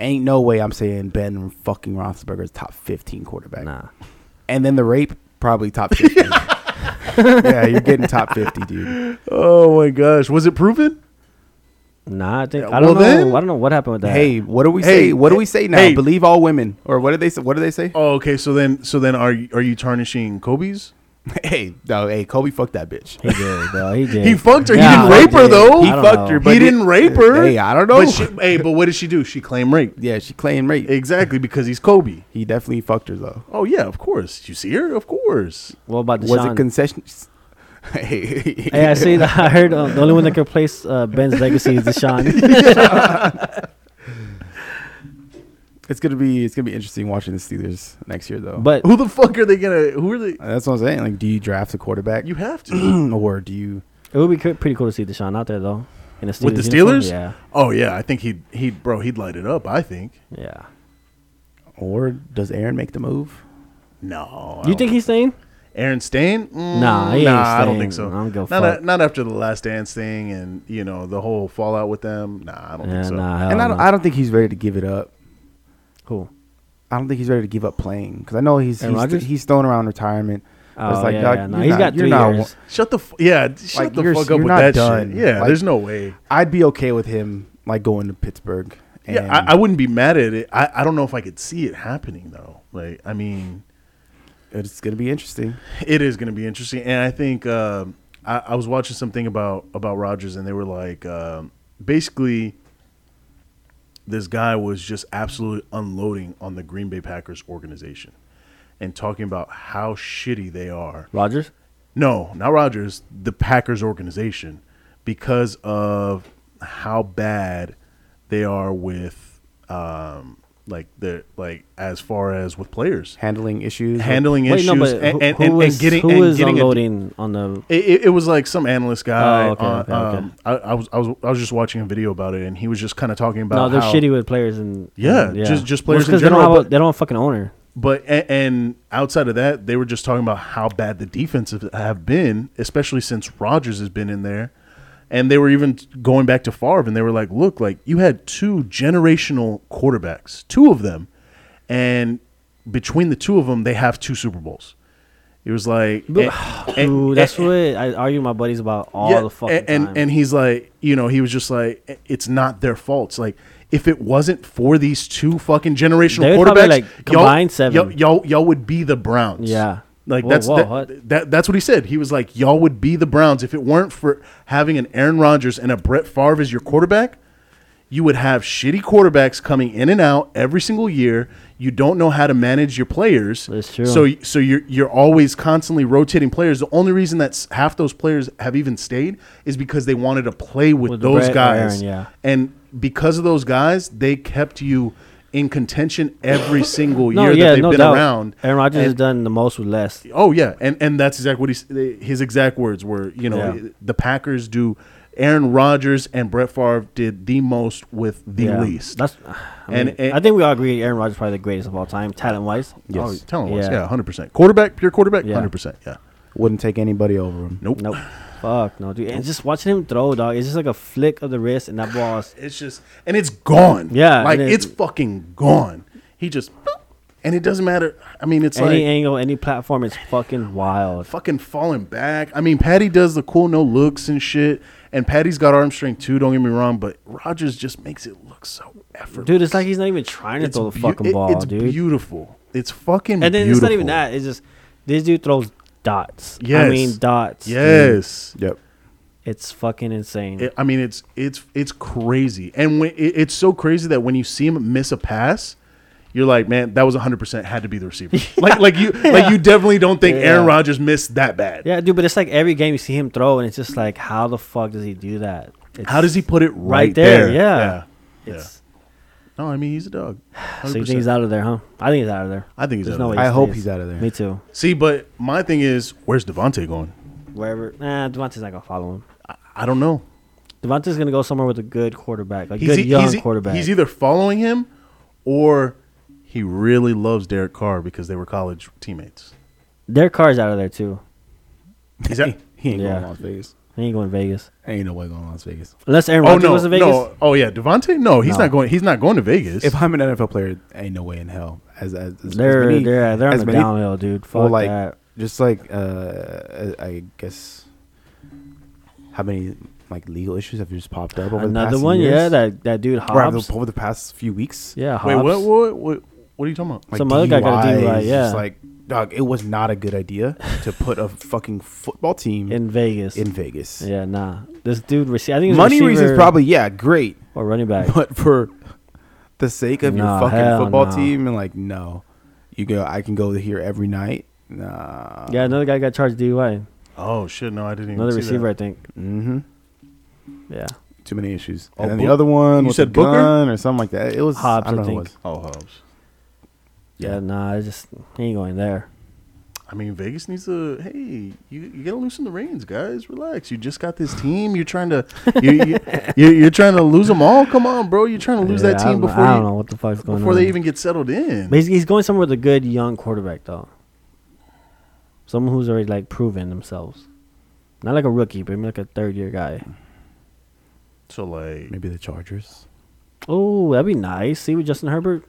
Ain't no way I'm saying Ben fucking Roethlisberger is top fifteen quarterback.
Nah.
And then the rape probably top
[LAUGHS]
fifty. yeah, you're getting top fifty, dude.
Oh my gosh, was it proven?
Nah, I think
Yeah,
I don't
well
know.
then-
I don't know what happened with that.
Hey, what do we
Hey,
say? What do we say now?
hey.
Believe all women, or what do they say? What do they say?
Oh, okay. So then, so then, are you, are you tarnishing Kobe's?
[LAUGHS] Hey, no, hey, Kobe fucked that bitch.
he did,
[LAUGHS]
bro. He did.
He fucked her.
Nah,
he didn't rape her
did.
though.
He
I don't
fucked
know.
her, but
he didn't rape her.
Hey, I don't know.
But she, hey, but what did she do? She claimed rape.
yeah, she claimed rape.
Exactly because he's Kobe.
He definitely fucked her though.
Oh yeah, of course. You see her, of course.
What about Deshaun?
Was it concession? [LAUGHS] Hey,
Hey, I see. That [LAUGHS] I heard uh, the only one that can replace uh, Ben's legacy is
[LAUGHS]
Deshaun.
[LAUGHS] It's gonna be it's gonna be interesting watching the Steelers next year though. Uh,
but
Who the fuck are they gonna? Who are they?
that's what I'm saying. Like, do you draft a quarterback,
You have to
[CLEARS THROAT] or do you?
it would be cr- pretty cool to see Deshaun out there though. In a Steelers
with the
uniform.
Steelers. Oh yeah, I think he would he would bro he'd light it up. I think.
Yeah. Yeah.
Or does Aaron make the move?
No. I
You
don't
think he's staying?
Aaron Stain? Mm,
Nah, he ain't
I don't
staying.
think so.
I'm go
not,
fuck.
a- not after the Last Dance thing and you know the whole fallout with them. Nah, I don't
Yeah,
think so.
nah. hell
and I don't,
no.
I don't think he's ready to give it up.
Cool.
I don't think he's ready to give up playing because I know he's
Aaron
he's,
Rodgers?
he's throwing around retirement. but
Oh, yeah,
dog,
yeah, no,
you're
he's
not-
got
you're
three
not-
years.
Shut the f- yeah, d- shut
Like,
the
you're-
fuck
you're
up with
not
that
done.
shit. Yeah,
Like-
there's no way.
I'd be okay with him like going to Pittsburgh. And
Yeah, I, I wouldn't be mad at it. I, I don't know if I could see it happening though. Like, I mean,
it's gonna be interesting.
it is going to be interesting, and I think um, I, I was watching something about about Rogers, and they were like, um, basically, this guy was just absolutely unloading on the Green Bay Packers organization, and talking about how shitty they are.
Rogers.
No, not Rogers. The Packers organization, because of how bad they are with, um, like the like as far as with players
Handling issues, like-
handling
Wait,
issues
no, but
and,
who,
and,
who
and,
was-
and getting
who
and
was
getting a-
unloading on the?
it, it- it was like some analyst guy.
Oh, okay,
on,
okay, okay.
um, I, I was I was I was just watching a video about it, and he was just kind of talking
No,
about
they're
how,
shitty with players and
Yeah,
and-
just- just
Well,
players
it's
in
'cause They
general,
don't have a,
but-
they don't have a fucking owner.
But and, and outside of that, they were just talking about how bad the defenses have been, especially since Rodgers has been in there. And they were even going back to Favre, and they were like, "Look, like you had two generational quarterbacks, two of them, and between the two of them, they have two Super Bowls." It was like, and- [SIGHS] and-
[SIGHS] Dude, that's
and-
what I argue with my buddies about all the fucking
and, and
time.
and he's like, you know, he was just like, it's not their faults. Like, if it wasn't for these two fucking generational
They would probably,
quarterbacks,
like, combine seven.
y'all, y'all, y'all would be the Browns.
Yeah.
like
Whoa,
that's
whoa,
that-
what?
that. That's what he said. He was like, y'all would be the Browns if it weren't for having an Aaron Rodgers and a Brett Favre as your quarterback. You would have shitty quarterbacks coming in and out every single year. You don't know how to manage your players.
That's true.
So so you're you're always constantly rotating players. The only reason that s- half those players have even stayed is because they wanted to play with,
With
those
Brett or
guys.
Aaron, yeah.
And because of those guys, they kept you in contention every single
[LAUGHS] no,
year
yeah,
that they've
no
been
doubt.
around.
Aaron Rodgers
And-
has done the most with less.
Oh yeah, and and that's exactly what he's his exact words were. You know,
Yeah.
the Packers do. Aaron Rodgers and Brett Favre did the most with the
Yeah.
least.
That's. I
And-
mean,
and-
I think we all agree Aaron Rodgers is probably the greatest of all time, talent wise.
Oh, telling us,
Yeah.
yeah, hundred percent. Quarterback, pure quarterback,
Yeah.
hundred percent. Yeah,
wouldn't take anybody over him.
nope.
Nope. Fuck no, dude. And just watching him throw, dog, it's just like a flick of the wrist, and that ball is
It's just and it's gone.
Yeah,
like
it is.
it's fucking gone. He just and it doesn't matter. I mean, it's
any
like
angle, any platform is fucking wild.
fucking falling back. I mean, Patty does the cool no looks and shit, and Patty's got arm strength too. Don't get me wrong, but Rogers just makes it look so effortless.
Dude, it's like he's not even trying to
It's
throw the
beau-
fucking
it-
ball,
it's
dude.
beautiful. It's fucking.
and then
beautiful.
it's not even that. It's just this dude throws dots. I
Yes.
mean dots. dude.
Yes.
Yep.
It's fucking insane.
It- I mean, it's it's it's crazy, and when, it, it's so crazy that when you see him miss a pass, you're like, man, that was 100 percent had to be the
[LAUGHS]
receiver. Like like you like you definitely don't think Aaron
Yeah.
Rodgers missed that bad.
yeah, dude, but it's like every game you see him throw, and it's just like, how the fuck does he do that? It's,
How does he put it right,
Right there, yeah.
yeah. Yeah.
It's,
No, I mean he's a
[SIGHS]
dog.
So you think he's out of there, huh? I think he's out of there.
I think he's
There's
out
no
of
way
there.
I hope
stays.
he's out of there.
Me too.
See, but my thing is, where's Devontae going?
Wherever, nah, Devontae's not gonna follow him.
I don't know.
Devontae's gonna go somewhere with a good quarterback, a
He's
good
e-
young
he's e-
quarterback.
He's either following him, or he really loves Derek Carr because they were college teammates.
Their car's out of there too.
He's that?
[LAUGHS] He ain't
Yeah.
going to Las Vegas.
He ain't going to Vegas
Ain't no way going to Las Vegas.
unless Aaron
Oh
Rodgers
no,
goes to Vegas.
no. Oh yeah, Devontae. No, he's
No.
not going. He's not going to Vegas.
If I'm an NFL player, ain't no way in hell. As as, as
They're
as many,
they're they're on
as
the
many-
downhill, dude. Fuck
well, like
that.
just like uh, I I guess how many like legal issues have just popped up over the
Another
past
one,
years?
yeah. That that dude
Or over
Hobbs.
the, over the past few weeks.
yeah, Hobbs.
Wait, what, what? What? What are you talking about?
Like
Some other guy got a
DUIs,
DUI, yeah.
Just like dog, it was not a good idea to put a fucking football team in,
[LAUGHS] in Vegas?
Vegas.
yeah, nah. This dude, rece- I think he's a
Money
receiver
reasons, probably yeah, great.
or running
[LAUGHS]
back.
but for the sake of
Nah,
your fucking
hell
football
nah.
team and like no you go i can go here every night nah
Yeah, another guy got charged DUI.
Oh shit! No, I didn't. Even
Another
see
receiver, I
That.
think.
mm-hmm.
Yeah,
too many issues
Oh,
and then
Book-
the other one
you
was
said
a
Booker?
gun or something like that it was
Hobbs,
i don't
I
know who it
think.
was
Oh, Hobbs.
yeah,
Yeah.
nah. I just he ain't going there.
I mean, Vegas needs to. Hey, you, you gotta loosen the reins, guys. Relax. You just got this team. You're trying
[LAUGHS]
to. You, you, you're, you're trying to lose them all. Come on, bro. You're trying to lose
Yeah,
that
I
team
don't know-
before
I
you,
don't know what the fuck's going
before
on.
they even get settled in.
But he's, he's going somewhere with a good young quarterback, though. Someone who's already like proven themselves, not like a rookie, but maybe like a third year guy.
So like,
maybe the chargers Mm.
Oh, that'd be nice. See with Justin Herbert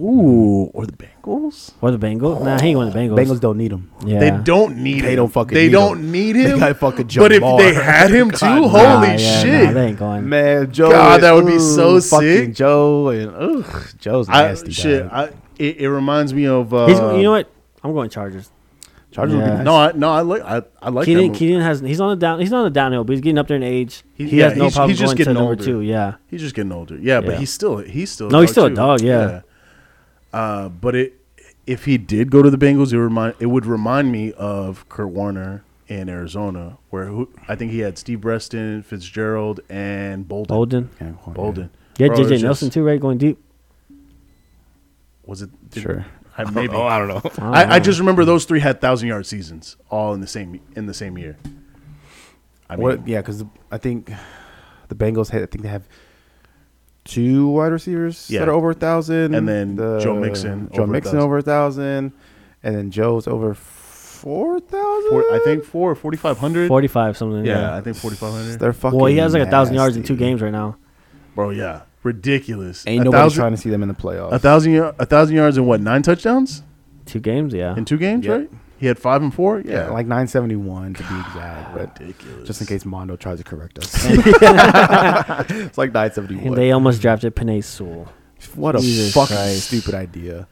ooh, or the Bengals.
or the Bengals. Nah, he ain't going to the Bengals.
bengals don't need him
Yeah.
They don't need him.
They don't fucking
They
need
don't
him.
need
They
him.
got fucking
but if
Jamar.
they had
[LAUGHS]
him too,
God,
holy
Nah, yeah,
shit!
Nah, they ain't going.
man joe
God, that would be so
ooh, fucking
sick.
joe and ugh, joe's
I-
nasty
shit,
dog.
I, it, it reminds me of. Uh,
He's, you know what? I'm going Chargers.
chargers would
Yeah.
be nice.
No, I, no, I like. I, I like. that
Keenan,
move.
Keenan has he's on the down he's not on the downhill, but he's getting up there in age.
He-
He,
yeah,
has no
he's-
problem
he's just
going to
getting
number
older.
two. Yeah,
He's just getting older. Yeah, but
Yeah.
he's still he's still a
No, he's still a
too.
dog, yeah.
Yeah. Uh, but it if he did go to the Bengals, it remind it would remind me of Kurt Warner in Arizona, where who, I think he had Steve Breston, Fitzgerald, and Bolden.
Bolden.
Yeah, Juan, yeah.
Bolden.
Yeah,
Bro, it was
JJ
just-
Nelson too, right? Going deep.
Was it did-
Sure.
I, maybe
oh i don't know
don't
I, I
know.
just remember those three had thousand yard seasons all in the same in the same year. I mean,
what? Yeah, because I think [SIGHS] the Bengals had. I think they have two wide receivers
Yeah.
that are over a thousand,
And then Joe Mixon
Joe
over a
Mixon
thousand.
over a thousand, and then Joe's over four thousand.
four, I think four or forty five hundred.
Forty five something.
Yeah,
Yeah.
I think forty five hundred.
they're fucking.
Well, he has like a thousand yards in
nasty.
two games right now.
Bro, yeah, ridiculous.
Ain't
a
nobody
thousand,
trying to see them in the playoffs.
a thousand yar- a thousand yards and what nine touchdowns
Two games, yeah.
in two games,
Yeah.
right? He had five and four. Yeah,
yeah, like nine seventy one to be exact. But
ridiculous.
just in case Mondo tries to correct
[LAUGHS]
us, it's like nine seventy
And they
one.
almost drafted Panay Sewell.
What a
Jesus
fucking
Christ.
stupid idea.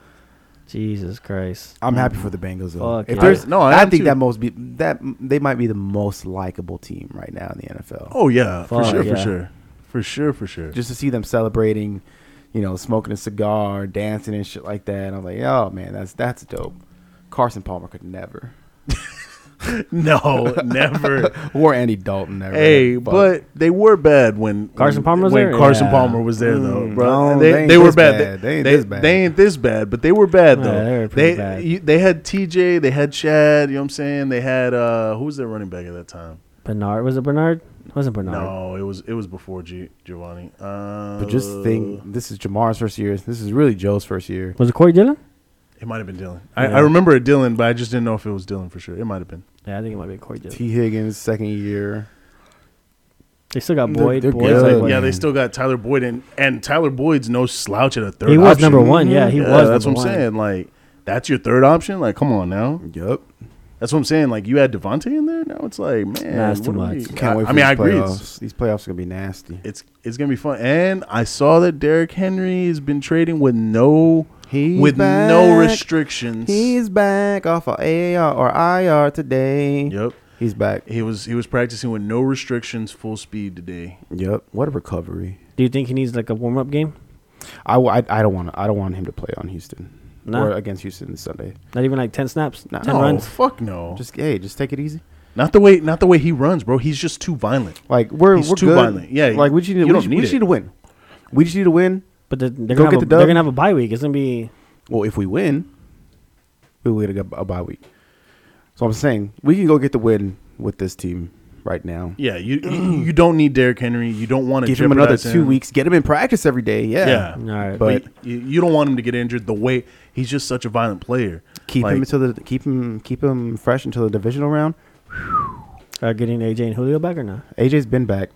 Jesus Christ.
I'm happy
Mm-hmm.
for the Bengals though.
Fuck
if
yeah.
there's
I- no,
no,
I
I,
am
think
too.
that most be that they might be the most likable team right now in the NFL.
Oh yeah, for
Fuck,
sure, for
yeah.
sure, for sure, for sure.
Just to see them celebrating, you know, smoking a cigar, dancing and shit like that. And I'm like, oh man, that's that's dope. Carson Palmer could never, [LAUGHS]
no, [LAUGHS] never.
or Andy Dalton never.
Hey,
Fuck.
but they were bad when
Carson Palmer was
when
there?
Carson
Yeah.
Palmer was there, though,
Mm,
bro.
no,
they,
they ain't
they were
this
bad.
bad.
They,
They
ain't
ain't
they,
this bad.
ain't this bad, but they were bad
No,
though.
they were
they
pretty bad.
You, they had TJ, they had Chad. You know what I'm saying? They had uh, who was their running back at that time?
Bernard was it Bernard? It wasn't Bernard.
No, it was it was before G- Giovanni. Uh,
But just think, this is Jamar's first year. This is really Joe's first year.
Was it Corey Dillon?
It might have been Dylan. I,
Yeah.
I remember it Dylan, but I just didn't know if it was Dylan for sure. It might have been.
Yeah, I think it might be Corey Dillon.
T Higgins second year.
They still got
They're-
Boyd.
they're
Boyd's
good.
like,
yeah,
what-
they still got Tyler Boyd and and Tyler Boyd's no slouch at a third.
he was
option.
number one. Yeah, he
Yeah,
was.
that's what
number
I'm
one.
saying. Like that's your third option. Like come on now.
Yep.
That's what I'm saying. Like you had Devontae in there. Now it's like man,
Nah, it's
what
too
are
much.
we-
Can't wait.
I,
For
I mean,
these
I agree. It's,
playoffs. These playoffs are gonna be nasty.
it's it's gonna be fun. And I saw that Derrick Henry has been trading with no
He's
with no
back.
restrictions.
He's back off of AR or IR today.
yep.
He's back.
He was he was practicing with no restrictions, full speed today.
Yep. What a recovery.
Do you think he needs like a warm up game?
I, w- I, I don't want I don't want him to play on Houston
No.
or against Houston this Sunday.
Not even like ten snaps,
No.
ten
no,
runs.
fuck no.
Just hey, just take it easy.
not the way not the way he runs, bro. He's just too violent.
Like we're
He's
we're
too
good.
violent. Yeah,
Like we just need,
you
we
don't
just-
need
we just
it.
need to win. We just need to win.
But they're, they're
Go
gonna
get
have a,
the
they're
dub.
gonna have a bye week. It's gonna be
Well, if we win, we'll get a, a bye week. So I'm saying we can go get the win with this team right now.
Yeah, you
[CLEARS THROAT]
you you don't need Derrick Henry. You don't want to
Give him another two weeks. Get him in practice every day. Yeah.
Yeah,
Alright.
but
But-
you, you don't want him to get injured. The way he's just such a violent player.
Keep
Like,
him until the keep him keep him fresh until the divisional round.
uh, getting AJ and Julio back or not.
AJ's been back.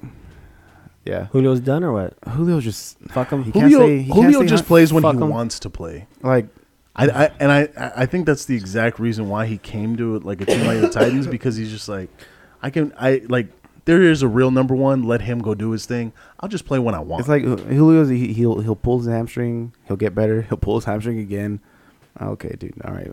Yeah.
Julio's done or what?
Julio's just
Fuck him.
He can't
Julio,
say- he can't
Julio
say
just
hi-
plays when he
fuck him.
wants to play.
like
I, I and I I think that's the exact reason why he came to like a team like
[COUGHS]
the Titans because he's just like I can I like there is a real number one. Let him go do his thing. I'll just play when I want.
It's like uh, Julio's. He, he'll he'll pull his hamstring. He'll get better. He'll pull his hamstring again. Ah, Okay, dude. All right.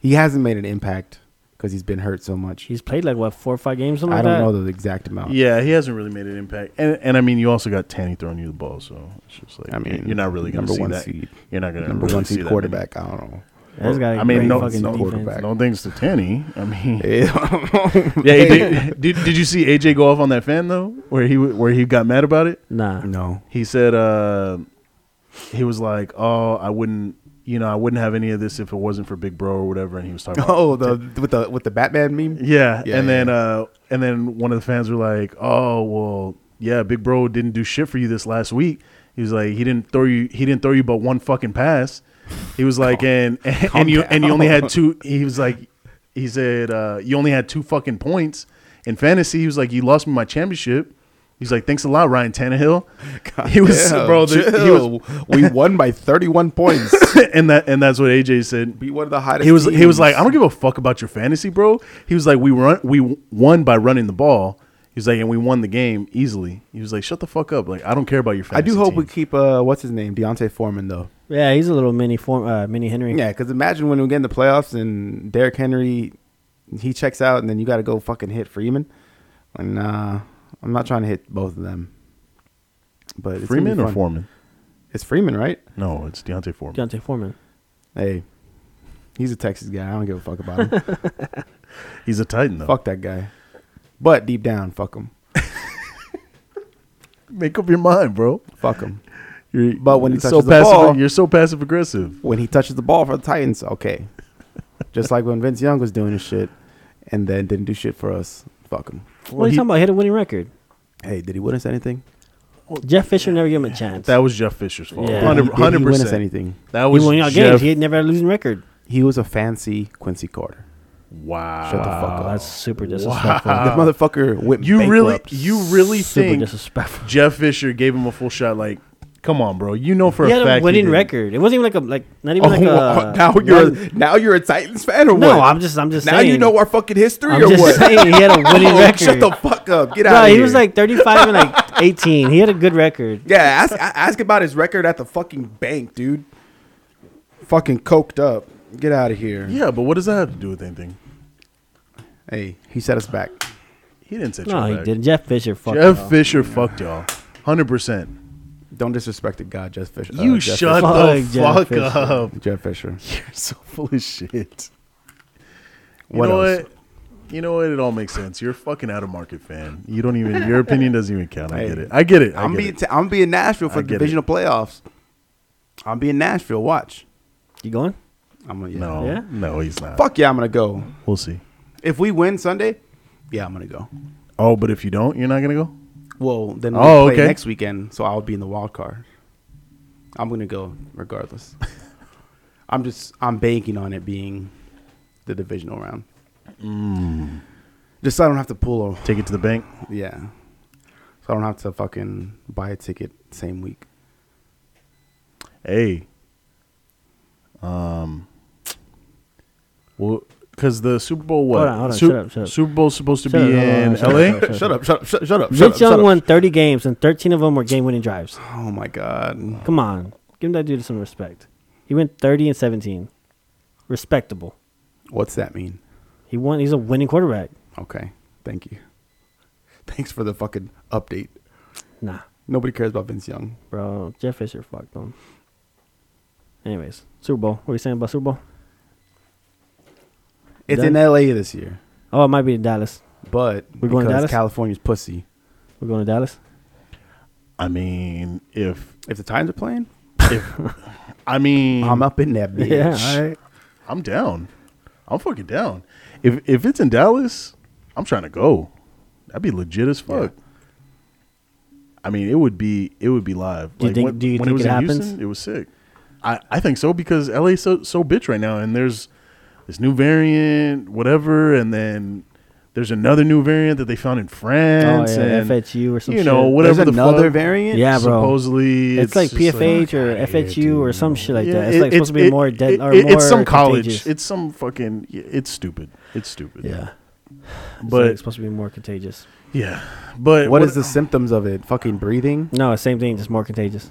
He hasn't made an impact because he's been hurt so much.
He's played like what four or five games. Something
I
like
don't
that?
know the exact amount.
yeah, he hasn't really made an impact. And and I mean, you also got Tanny throwing you the ball, so it's just like
I mean,
you're not really going to
number
see
one
that.
seed-
You're not going to
Number
really
one
see
seed
that
quarterback. I don't know. [LAUGHS]
That's got a
I mean,
great
no-
fucking
no
defense.
quarterback.
Many. No thanks to Tanny. [LAUGHS] I mean,
yeah.
yeah. He did, did did you see AJ go off on that fan though, where he w- where he got mad about it?
Nah.
[LAUGHS] No.
he said uh, he was like, "Oh, I wouldn't, you know, I wouldn't have any of this if it wasn't for Big Bro or whatever." And he was talking.
[LAUGHS]
About
Oh, the with the with the Batman meme.
yeah.
Yeah,
and
yeah.
then uh, and then one of the fans were like, "Oh, well, yeah, Big Bro didn't do shit for you this last week." He was like, "He didn't throw you. He didn't throw you but one fucking pass." He was like, "And and,
calm
you and you only
down.
had two. He was like, he said, uh, "You only had two fucking points in fantasy." He was like, "You lost me my championship." He's like, "Thanks a lot,
[LAUGHS]
Ryan Tannehill." he was
Damn,
bro. the- he was
chill. we won by thirty one
[LAUGHS]
points.
and that and that's what AJ said.
We one of the hottest.
He was he was
teams.
like, I don't give a fuck about your fantasy, bro. He was like, we run we won by running the ball. He was like, and we won the game easily. He was like, shut the fuck up. Like I don't care about your
I
fantasy.
do hope we
team.
keep uh what's his name Deontay Foreman though.
Yeah, he's a little mini form, uh, mini Henry.
Yeah, because imagine when we get in the playoffs and Derrick Henry, he checks out, and then you got to go fucking hit Freeman. And uh, I'm not trying to hit both of them. But it's gonna be
Freeman or
fun.
Foreman.
It's Freeman, right?
No, it's Deontay Foreman.
Deontay Foreman.
Hey, he's a Texas guy. I don't give a fuck about him.
[LAUGHS] He's a Titan though.
fuck that guy. But deep down, fuck him.
Make up your mind, bro.
Fuck him.
You're,
But when he
you're so
touches the
passive,
ball-
you're so passive aggressive.
When he touches the ball for the Titans, okay. Just like when Vince Young was doing his shit, and then didn't do shit for us. Fuck him.
what are you
he-
talking about? Hit a winning record.
Hey, did he win us anything?
Jeff Fisher never gave him a chance.
That was Jeff Fisher's fault.
Did
Yeah.
he-
Hundred
did he
hundred
win us
percent.
anything?
That
he
was
won all
Jeff.
games. He had never had a losing record.
He was a fancy Quincy Carter.
wow.
Shut the fuck
Oh,
up.
that's super disrespectful.
The motherfucker went
You really,
bankrupt.
you really
Super
think
disrespectful.
Jeff Fisher gave him a full shot? Like, come on, bro. You know for
He
a
had
fact
a
he
winning
didn't.
record. It wasn't even like a like not
Oh,
even like a.
[LAUGHS] now you're
one-
now you're a Titans fan or what?
no. I'm just I'm just
now
saying.
you know our fucking history
I'm
or
just
what?
[LAUGHS] saying he had a
[LAUGHS]
winning
Oh,
record.
shut the fuck up! Get out.
Bro,
of
he
here.
was like 35
[LAUGHS]
and like 18. He had a good record.
yeah. Ask a- ask about his record at the fucking bank, dude. Fucking coked up. Get out of here.
Yeah, but what does that have to do with anything?
Hey, he set us back.
He didn't set you
No, he
back.
didn't. Jeff Fisher fucked
Jeff
up.
Fisher fucked y'all. 100%.
Don't disrespect the god, Jeff Fisher.
you
Uh, Jeff
shut
Fisher.
the
Fuck Jeff
fuck
Fisher.
[LAUGHS]
up.
Jeff Fisher.
You're so full of shit. You
What
know
else?
what? You know what? It all makes sense. You're a fucking out of market fan. You don't even, your opinion doesn't even count. I
Hey,
get it. I get it. I
I'm
get
being
it.
t- I'm being Nashville for
I
the
get it.
divisional playoffs. I'm being Nashville. Watch.
You going?
I'm gonna yeah.
no,
Yeah?
no, he's not.
Fuck yeah, I'm gonna go.
We'll see.
If we win Sunday, yeah, I'm gonna go.
Oh, but if you don't, you're not going to go?
Well, then we
Oh,
play
okay.
next weekend, so I'll be in the wild card. I'm gonna go regardless. [LAUGHS] I'm just I'm banking on it being the divisional round. Mm. Just so I don't have to pull
Take it to the bank.
a yeah, so I don't have to fucking buy a ticket same week.
Hey. Um. Well, because the Super Bowl what?
Hold on, hold on,
Su-
shut up, shut up.
Super Bowl's supposed to
Shut
be
up, hold on,
in
shut up,
L.A.
shut up,
Shut up! Shut up! Shut, shut up! Shut
Vince
up! Shut up.
Young won 30 games and 13 of them were game-winning drives.
Oh my god!
Come on, give that dude some respect. He went 30 and 17, respectable.
What's that mean?
He won. He's a winning quarterback.
Okay. Thank you. [LAUGHS] Thanks for the fucking update.
Nah,
Nobody cares about Vince Young.
bro. Jeff Fisher fucked him. Anyways, Super Bowl. What are you saying about Super Bowl?
It's
Done.
in LA this year,
Oh, it might be in Dallas.
but
We're going to
because
Dallas?
California's pussy.
We're going to Dallas.
I mean, if
If the Titans are playing,
I mean,
I'm up in that bitch.
Mm. [LAUGHS] Yeah,
I, I'm down. I'm fucking down. If if it's in Dallas, I'm trying to go. That'd be legit as fuck. I mean, it would be it would be live.
Do you think-
when,
do you
when
think
it was
it
in
happens?
Houston, it was sick. I, I think so because LA's so so bitch right now, and there's this new variant, whatever, and then there's another new variant that they found in France.
Oh, yeah,
and,
FHU or some
you know
shit.
whatever
There's
the
another
fuck.
variant.
Yeah, bro.
Supposedly,
It's, like
just
PFH or FHU or some shit like that. It's like supposed to be
it-
more dead
it-
or
it-
more.
It's some college.
contagious.
It's some fucking. It's stupid. It's stupid.
yeah, but
but
it's supposed to be more contagious.
yeah, but
what is the symptoms of it? Fucking breathing.
No, same thing, just more contagious.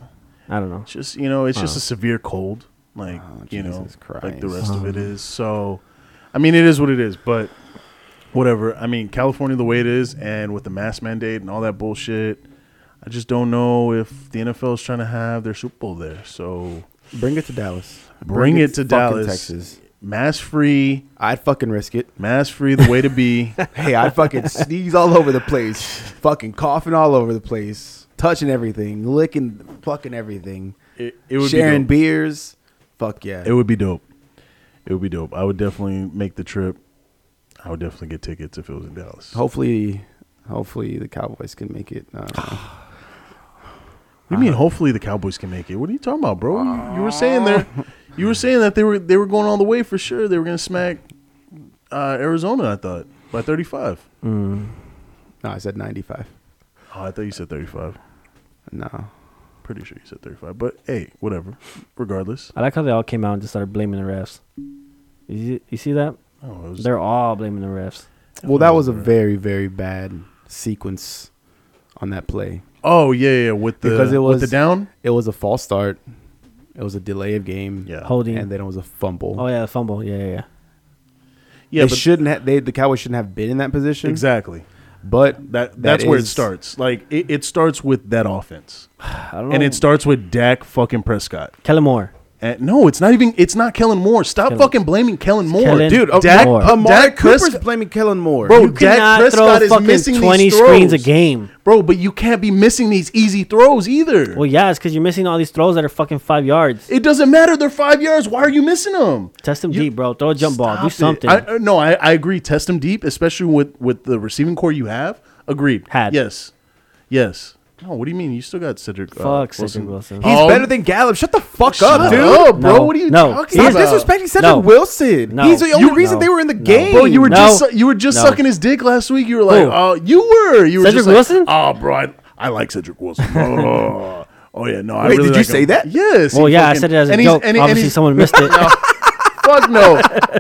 I don't know.
It's just you know, it's just a severe cold, like
Oh,
you know,
Jesus
like the
Christ.
rest of it is. So, I mean, it is what it is. But whatever. I mean, California the way it is, and with the mask mandate and all that bullshit, I just don't know if the NFL is trying to have their Super Bowl there. So
Bring it to Dallas.
bring, it to
fucking
Dallas,
Texas.
Mask free,
I'd fucking risk it.
mask free, the way
[LAUGHS]
to be.
Hey, I'd
[LAUGHS]
fucking sneeze all over the place, fucking coughing all over the place, touching everything, licking fucking everything,
It, it would
sharing
be dope.
beers. Fuck yeah.
it would be dope. It would be dope. I would definitely make the trip. I would definitely get tickets if it was in Dallas. What
hopefully, hopefully the Cowboys can make it.
[SIGHS]
Uh,
do you mean? Hopefully the Cowboys can make it. What are you talking about, bro? You, you were saying there,
Uh,
you were saying that they were they were going all the way for sure. They were going to smack uh, Arizona. I thought by thirty five.
no, I said 95.
Oh, I thought you said thirty five.
No.
Pretty sure you said thirty five. But hey, whatever. Regardless.
I like how they all came out and just started blaming the refs. You, you see that?
Oh, it was,
They're all blaming the refs.
Well, that was a very, very bad sequence on that play.
oh yeah, yeah. With the
Because it was-
with the down.
It was a false start. It was a delay of game.
Yeah.
Holding.
And then it was a fumble.
oh yeah, the fumble. Yeah, yeah, yeah.
Yeah,
they
but
shouldn't have. They the Cowboys shouldn't have been in that position.
exactly.
But
That that's where it
is-
starts. Like it, it starts with that offense,
[SIGHS] I don't know.
and it starts with Dak fucking Prescott.
Kellen Moore.
And no, it's not even. It's not Kellen Moore. Stop
Kellen-
fucking blaming Kellen Moore,
Kellen
dude. uh,
Moore.
Dak,
Moore.
Amari
Dak
Cooper's
Prescott,
blaming Kellen Moore.
bro.
You
Oh, Dak
cannot
Prescott
throw
is
fucking
missing
20
these
screens a
throws.
game.
bro. But you can't be missing these easy throws either.
Well, yeah, it's because you're missing all these throws that are fucking five yards.
it doesn't matter. They're five yards. Why are you missing them?
Test him
You-
deep, bro. Throw a jump ball.
Stop
Do
it.
something.
I, uh, no, I, I agree. Test them deep, especially with with the receiving core you have. Agreed.
Had.
yes, yes. No, what do you mean? You still got Cedric. uh,
Fuck Cedric Wilson.
He's
Oh,
better than Gallup. Shut the fuck
Shut
up, dude.
up, bro.
No.
What are you
No.
talking
He's
He's
about?
disrespecting Cedric
No.
Wilson.
No.
He's the only
You-
reason
no.
they were in the
No.
game.
Bro, you were
No.
just su- you were just
No.
sucking his dick last week. You were like,
Who?
oh, you were. You were
Cedric
just like,
Wilson?
Oh, bro, I, I like Cedric Wilson. [LAUGHS] Oh, oh yeah, no. I
Wait, did
really
you
like
say
him.
that?
Yes.
well,
he
yeah, I
fucking-
said it as a
and he's-
joke.
and he- and
Obviously,
he's-
someone missed it.
[LAUGHS] Fuck
[LAUGHS]
no.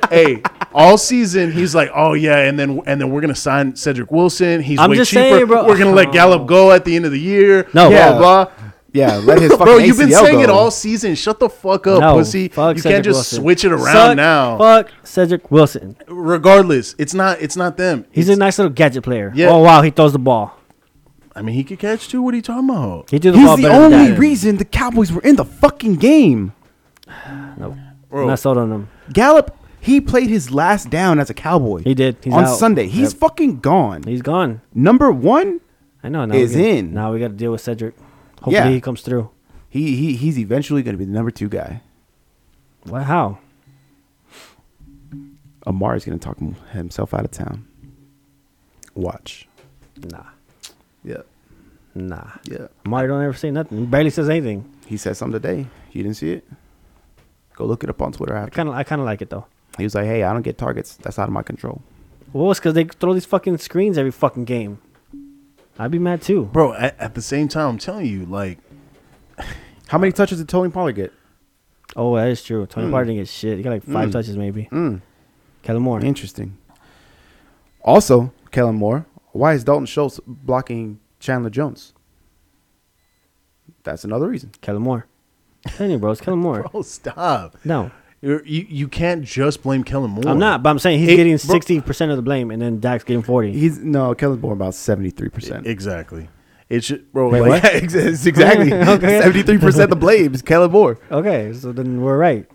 hey, all season he's like, oh yeah, and then and then we're gonna sign Cedric Wilson. He's
I'm
way
just
cheaper.
saying, bro.
We're gonna let
[LAUGHS]
Gallup go at the end of the year.
No.
blah
Yeah.
blah.
Yeah, let his fucking
[LAUGHS] Bro, you've been
ACL
saying it
go.
all season. Shut the fuck up,
No,
pussy.
fuck
you
Cedric
can't just
Wilson.
switch it around
Suck-
now.
Fuck Cedric Wilson.
Regardless, it's not it's not them.
He's
It's-
a nice little gadget player.
Yeah.
Oh wow, he throws the ball.
I mean, he could catch too. What are you talking about?
He threw the
He's
ball
the
better than
only
that.
reason the Cowboys were in the fucking game.
No,
Bro.
not sold on him.
Gallup, he played his last down as a Cowboy.
He did. He's
on
out.
Sunday. He's
Yep.
fucking gone.
He's gone.
Number one,
I know. Now
Is
we gotta,
in.
Now we got to deal with Cedric. Hopefully
Yeah.
he comes through.
he, he he's eventually going to be the number two guy.
What? How?
Amari's going to talk him- himself out of town. Watch.
Nah,
Yeah,
nah.
yeah.
Mario don't ever say nothing. He barely says anything.
He said something today. You didn't see it? Go look it up on Twitter
I
after.
kind of, I kind of like it though.
He was like, "Hey, I don't get targets. That's out of my control."
Well, it's because they throw these fucking screens every fucking game. I'd be mad too.
Bro, at, at the same time, I'm telling you, like, [LAUGHS]
How many touches did Tony Pollard get?
Oh, that is true. Tony
Hmm.
Pollard didn't get shit. He got like five touches maybe. Kellen Moore.
Interesting. Also, Kellen Moore. Why is Dalton Schultz blocking Chandler Jones? That's another reason.
[LAUGHS]
Kellen Moore. I'm telling you, bro, it's Kellen Moore.
oh, stop.
No,
You're, you you can't just blame Kellen Moore.
I'm not, but I'm saying he's
It-
getting
bro-
sixty percent of the blame, and then Dak's getting forty.
He's no Kellen's born about seventy three percent.
Exactly. It's ju- bro.
Wait,
[LAUGHS]
like, [LAUGHS]
what?
It's exactly [LAUGHS]
Okay.
seventy three percent the blame is Kellen Moore.
okay, so then we're right.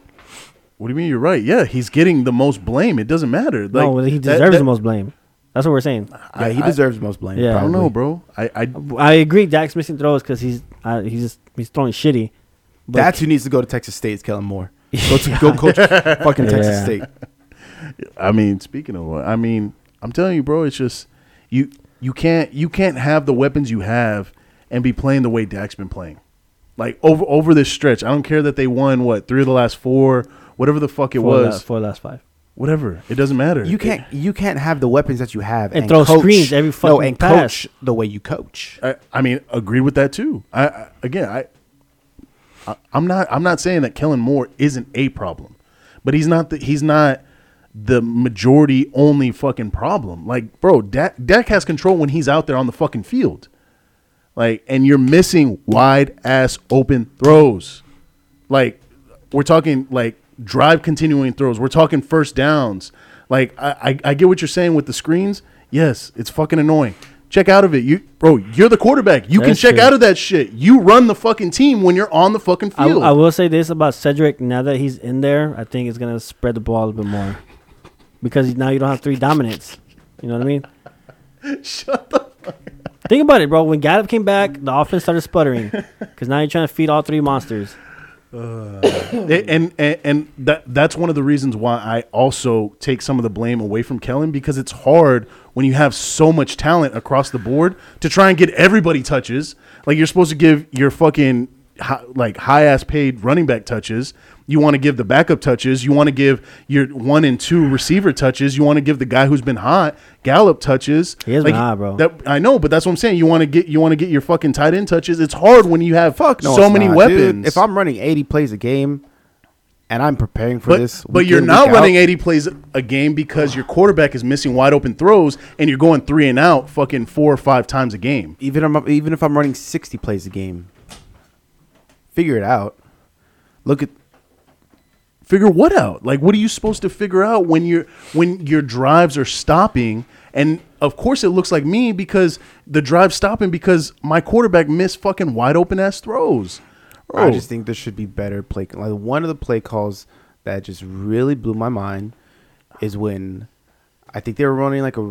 what do you mean? You're right. Yeah, he's getting the most blame. It doesn't matter. Like,
no, he
that-
deserves
that- Ah.
the most blame. That's what we're saying.
Yeah, he
I-
deserves most blame.
Yeah.
I don't
probably.
know, bro. I, I
I agree. Dak's missing throws because he's uh, he's just he's throwing shitty. But
That's who needs to go to Texas State is Kellen [LAUGHS] Moore. Go to go coach fucking Texas
Yeah.
State.
I mean, speaking of what, I mean, I'm telling you, bro, it's just you you can't you can't have the weapons you have and be playing the way Dak's been playing. Like over over this stretch, I don't care that they won what three of the last four, whatever the fuck it
four
was,
last, four last five.
whatever. It doesn't matter.
You can't you can't have the weapons that you have
And throw screens every
no,
fucking
and
pass.
coach the way you coach.
I, I mean, agreed with that too. I, I again, I, I, I'm not, I'm not saying that Kellen Moore isn't a problem, but he's not the, he's not the majority only fucking problem. Like, bro, Dak, Dak has control when he's out there on the fucking field, like, and you're missing wide ass open throws. Like, we're talking like drive continuing throws. We're talking first downs. Like, I, I, I get what you're saying with the screens. Yes, it's fucking annoying. Check out of it, you bro. You're the quarterback. You can
That's
check
true.
out of that shit. You run the fucking team when you're on the fucking
I,
field.
I will say this about Cedric. Now that he's in there, I think it's gonna spread the ball a little bit more because now you don't have three dominants. You know what I
[LAUGHS]
mean? Shut the. Fuck think about it, bro. When Gallup came back, the offense started sputtering because now you're trying to feed all three monsters.
Mm-hmm.
A- and and, and that that's one of the reasons why I also take some of the blame away from Kellen because it's hard when you have so much talent across the board to try and get everybody touches. Like you're supposed to give your fucking hi, like high ass paid running back touches. You want to give the backup touches. You want to give your one and two receiver touches. You want to give the guy who's been hot Gallup touches.
He has
like,
been hot, bro.
That, I know, but that's what I'm saying. You want to get you want to get your fucking tight end touches. It's hard when you have fuck
No,
so
it's
many
not, dude.
weapons.
if I'm running eighty plays a game and I'm preparing for
But,
this,
but
week
you're
in,
not
week out,
running 80 plays a game because your quarterback is missing wide open throws and you're going three and out fucking four or five times a game.
even if I'm, even if I'm running 60 plays a game. Figure it out. Look at
Figure what out? Like what are you supposed to figure out when you when your drives are stopping? And of course it looks like me because the drive's stopping because my quarterback missed fucking wide open ass throws. Oh.
I
Bro,
just think there should be better play. Like one of the play calls that just really blew my mind is when I think they were running like a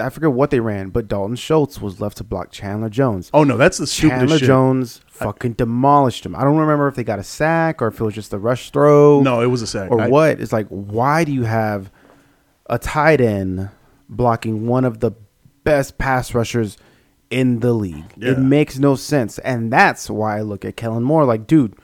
I forget what they ran, but Dalton Schultz was left to block Chandler Jones.
oh no, that's the stupidest
Chandler
shit.
Jones fucking demolished him. I don't remember if they got a sack or if it was just a rush throw.
No, it was a sack.
Or
I-
what? It's like, why do you have a tight end blocking one of the best pass rushers in the league?
Yeah.
It makes no sense. And that's why I look at Kellen Moore like, dude,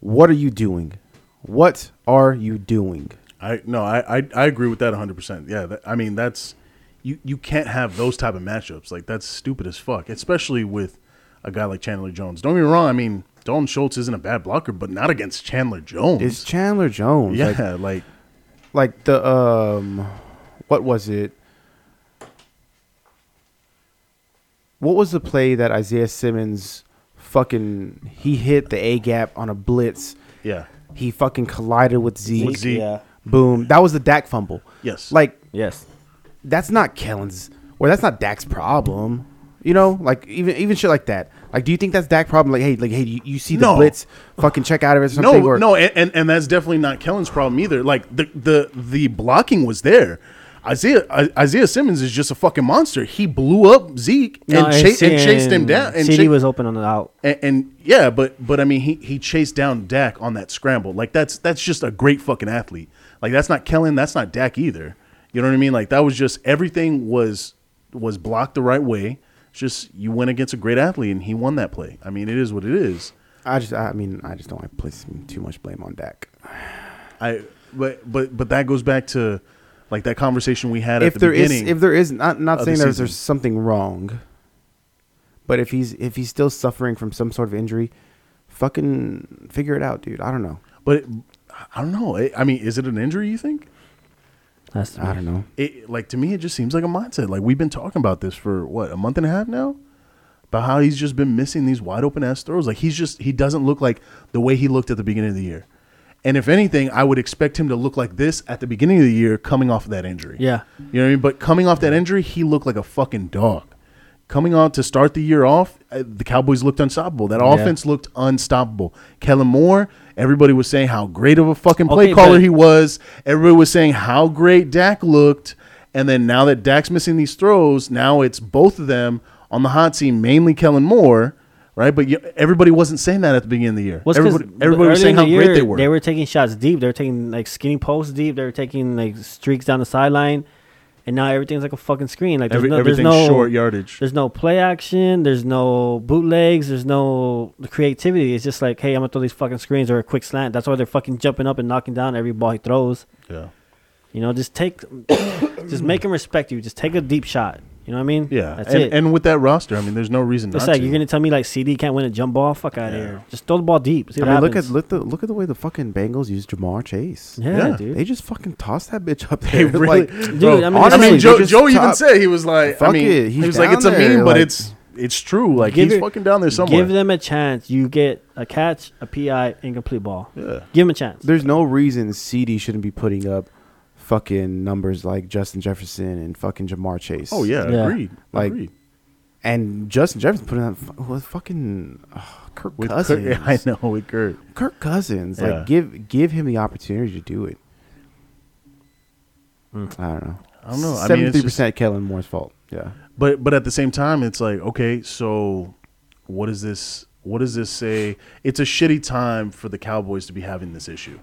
what are you doing? What are you doing?
I no, I, I I agree with that 100. percent Yeah, that, I mean that's you you can't have those type of matchups. Like that's stupid as fuck, especially with a guy like Chandler Jones. Don't get me wrong. I mean, Dalton Schultz isn't a bad blocker, but not against Chandler Jones.
It's Chandler Jones. Like,
yeah, [LAUGHS] like
like the um what was it what was the play that isaiah simmons fucking he hit the a gap on a blitz
yeah,
he fucking collided with zeke,
With Zeke.
Yeah.
boom that was the dak fumble
Yes.
like
Yes.
that's not kellen's or that's not dak's problem you know like even even shit like that like do you think that's dak's problem like hey like hey you, you see the
No.
blitz fucking check out of it or something
no,
or,
no, and, and and that's definitely not Kellen's problem either. Like the the the blocking was there. Isaiah I, Isaiah Simmons is just a fucking monster. He blew up Zeke and, cha- and chased him down. And
CD
cha-
was open on the out.
and, and yeah, but but I mean, he he chased down Dak on that scramble. Like that's that's just a great fucking athlete. Like that's not Kellen, that's not Dak either. You know what I mean? Like that was just everything was was blocked the right way. It's just you went against a great athlete and he won that play. I mean, it is what it is.
i just i mean i just don't like placing too much blame on dak
I but but but that goes back to like that conversation we had
if
at the
there is,
beginning.
if there is not not
of
saying
the
there's,
season.
there's something wrong but if he's if he's still suffering from some sort of injury fucking figure it out dude i don't know
but I don't know. I- I mean, is it an injury? You think?
That's
i don't know
it like to me it just seems like a mindset like we've been talking about this for what a month and a half now about how he's just been missing these wide open ass throws like he's just he doesn't look like the way he looked at the beginning of the year And if anything, I would expect him to look like this at the beginning of the year coming off of that injury.
Yeah.
You know what I mean? But coming off that injury, he looked like a fucking dog. Coming on to start the year off, uh, the Cowboys looked unstoppable. That offense looked unstoppable. Kellen Moore, everybody was saying how great of a fucking play
Okay,
caller
but-
he was. Everybody was saying how great Dak looked. And then now that Dak's missing these throws, now it's both of them on the hot seat, mainly Kellen Moore, right? But you, everybody wasn't saying that at the beginning of the year.
What's
everybody everybody was saying how great they were.
They were taking shots deep. They were taking like skinny posts deep. They were taking like streaks down the sideline, and now everything's like a fucking screen. Like there's
Every-
no, there's
everything's
no
short yardage.
There's no play action. There's no bootlegs. There's no creativity. It's just like, hey, I'm gonna throw these fucking screens or a quick slant. That's why they're fucking jumping up and knocking down every ball he throws.
yeah.
You know, just take, [COUGHS] just make him respect you. Just take a deep shot. You know what I mean?
Yeah,
that's
and,
it.
and with that roster, I mean, there's no reason
it's
not
like
to. [LAUGHS]
you're gonna tell me like CD can't win a jump ball. Fuck out of here. Just throw the ball deep. See
I
what
mean, look at
happens.
look the look at the way the fucking Bengals use Jamar Chase.
yeah,
yeah.
dude.
They just fucking tossed that bitch up
[LAUGHS] They
there. [LAUGHS]
really,
like,
dude.
bro,
I mean,
honestly,
I mean,
they
Joe,
just
Joe even
top-
said he was like, I
Fuck
mean,
it,
he
he's
was like,
down
it's a
there,
meme, but
like-
it's it's true. Like
Give
he's
it-
fucking down there somewhere.
Give them a chance. You get a catch, a PI, incomplete ball.
Yeah.
Give them a chance.
there's no reason CD shouldn't be putting up fucking numbers like Justin Jefferson and fucking Jamar Chase.
oh yeah,
Yeah.
agreed.
Like,
agreed.
and Justin Jefferson putting up fu- with fucking oh, Kirk
With Kirk, [LAUGHS]
[LAUGHS]
Cousins.
I know with Kirk.
Kirk Cousins.
Yeah.
Like give give him the opportunity to do it. I don't know.
Hmm. I don't know. I mean,
Seventy
it's
three
just-
percent Kellen Moore's fault. Yeah.
but but at the same time it's like okay so what does this what does this say it's a shitty time for the cowboys to be having this issue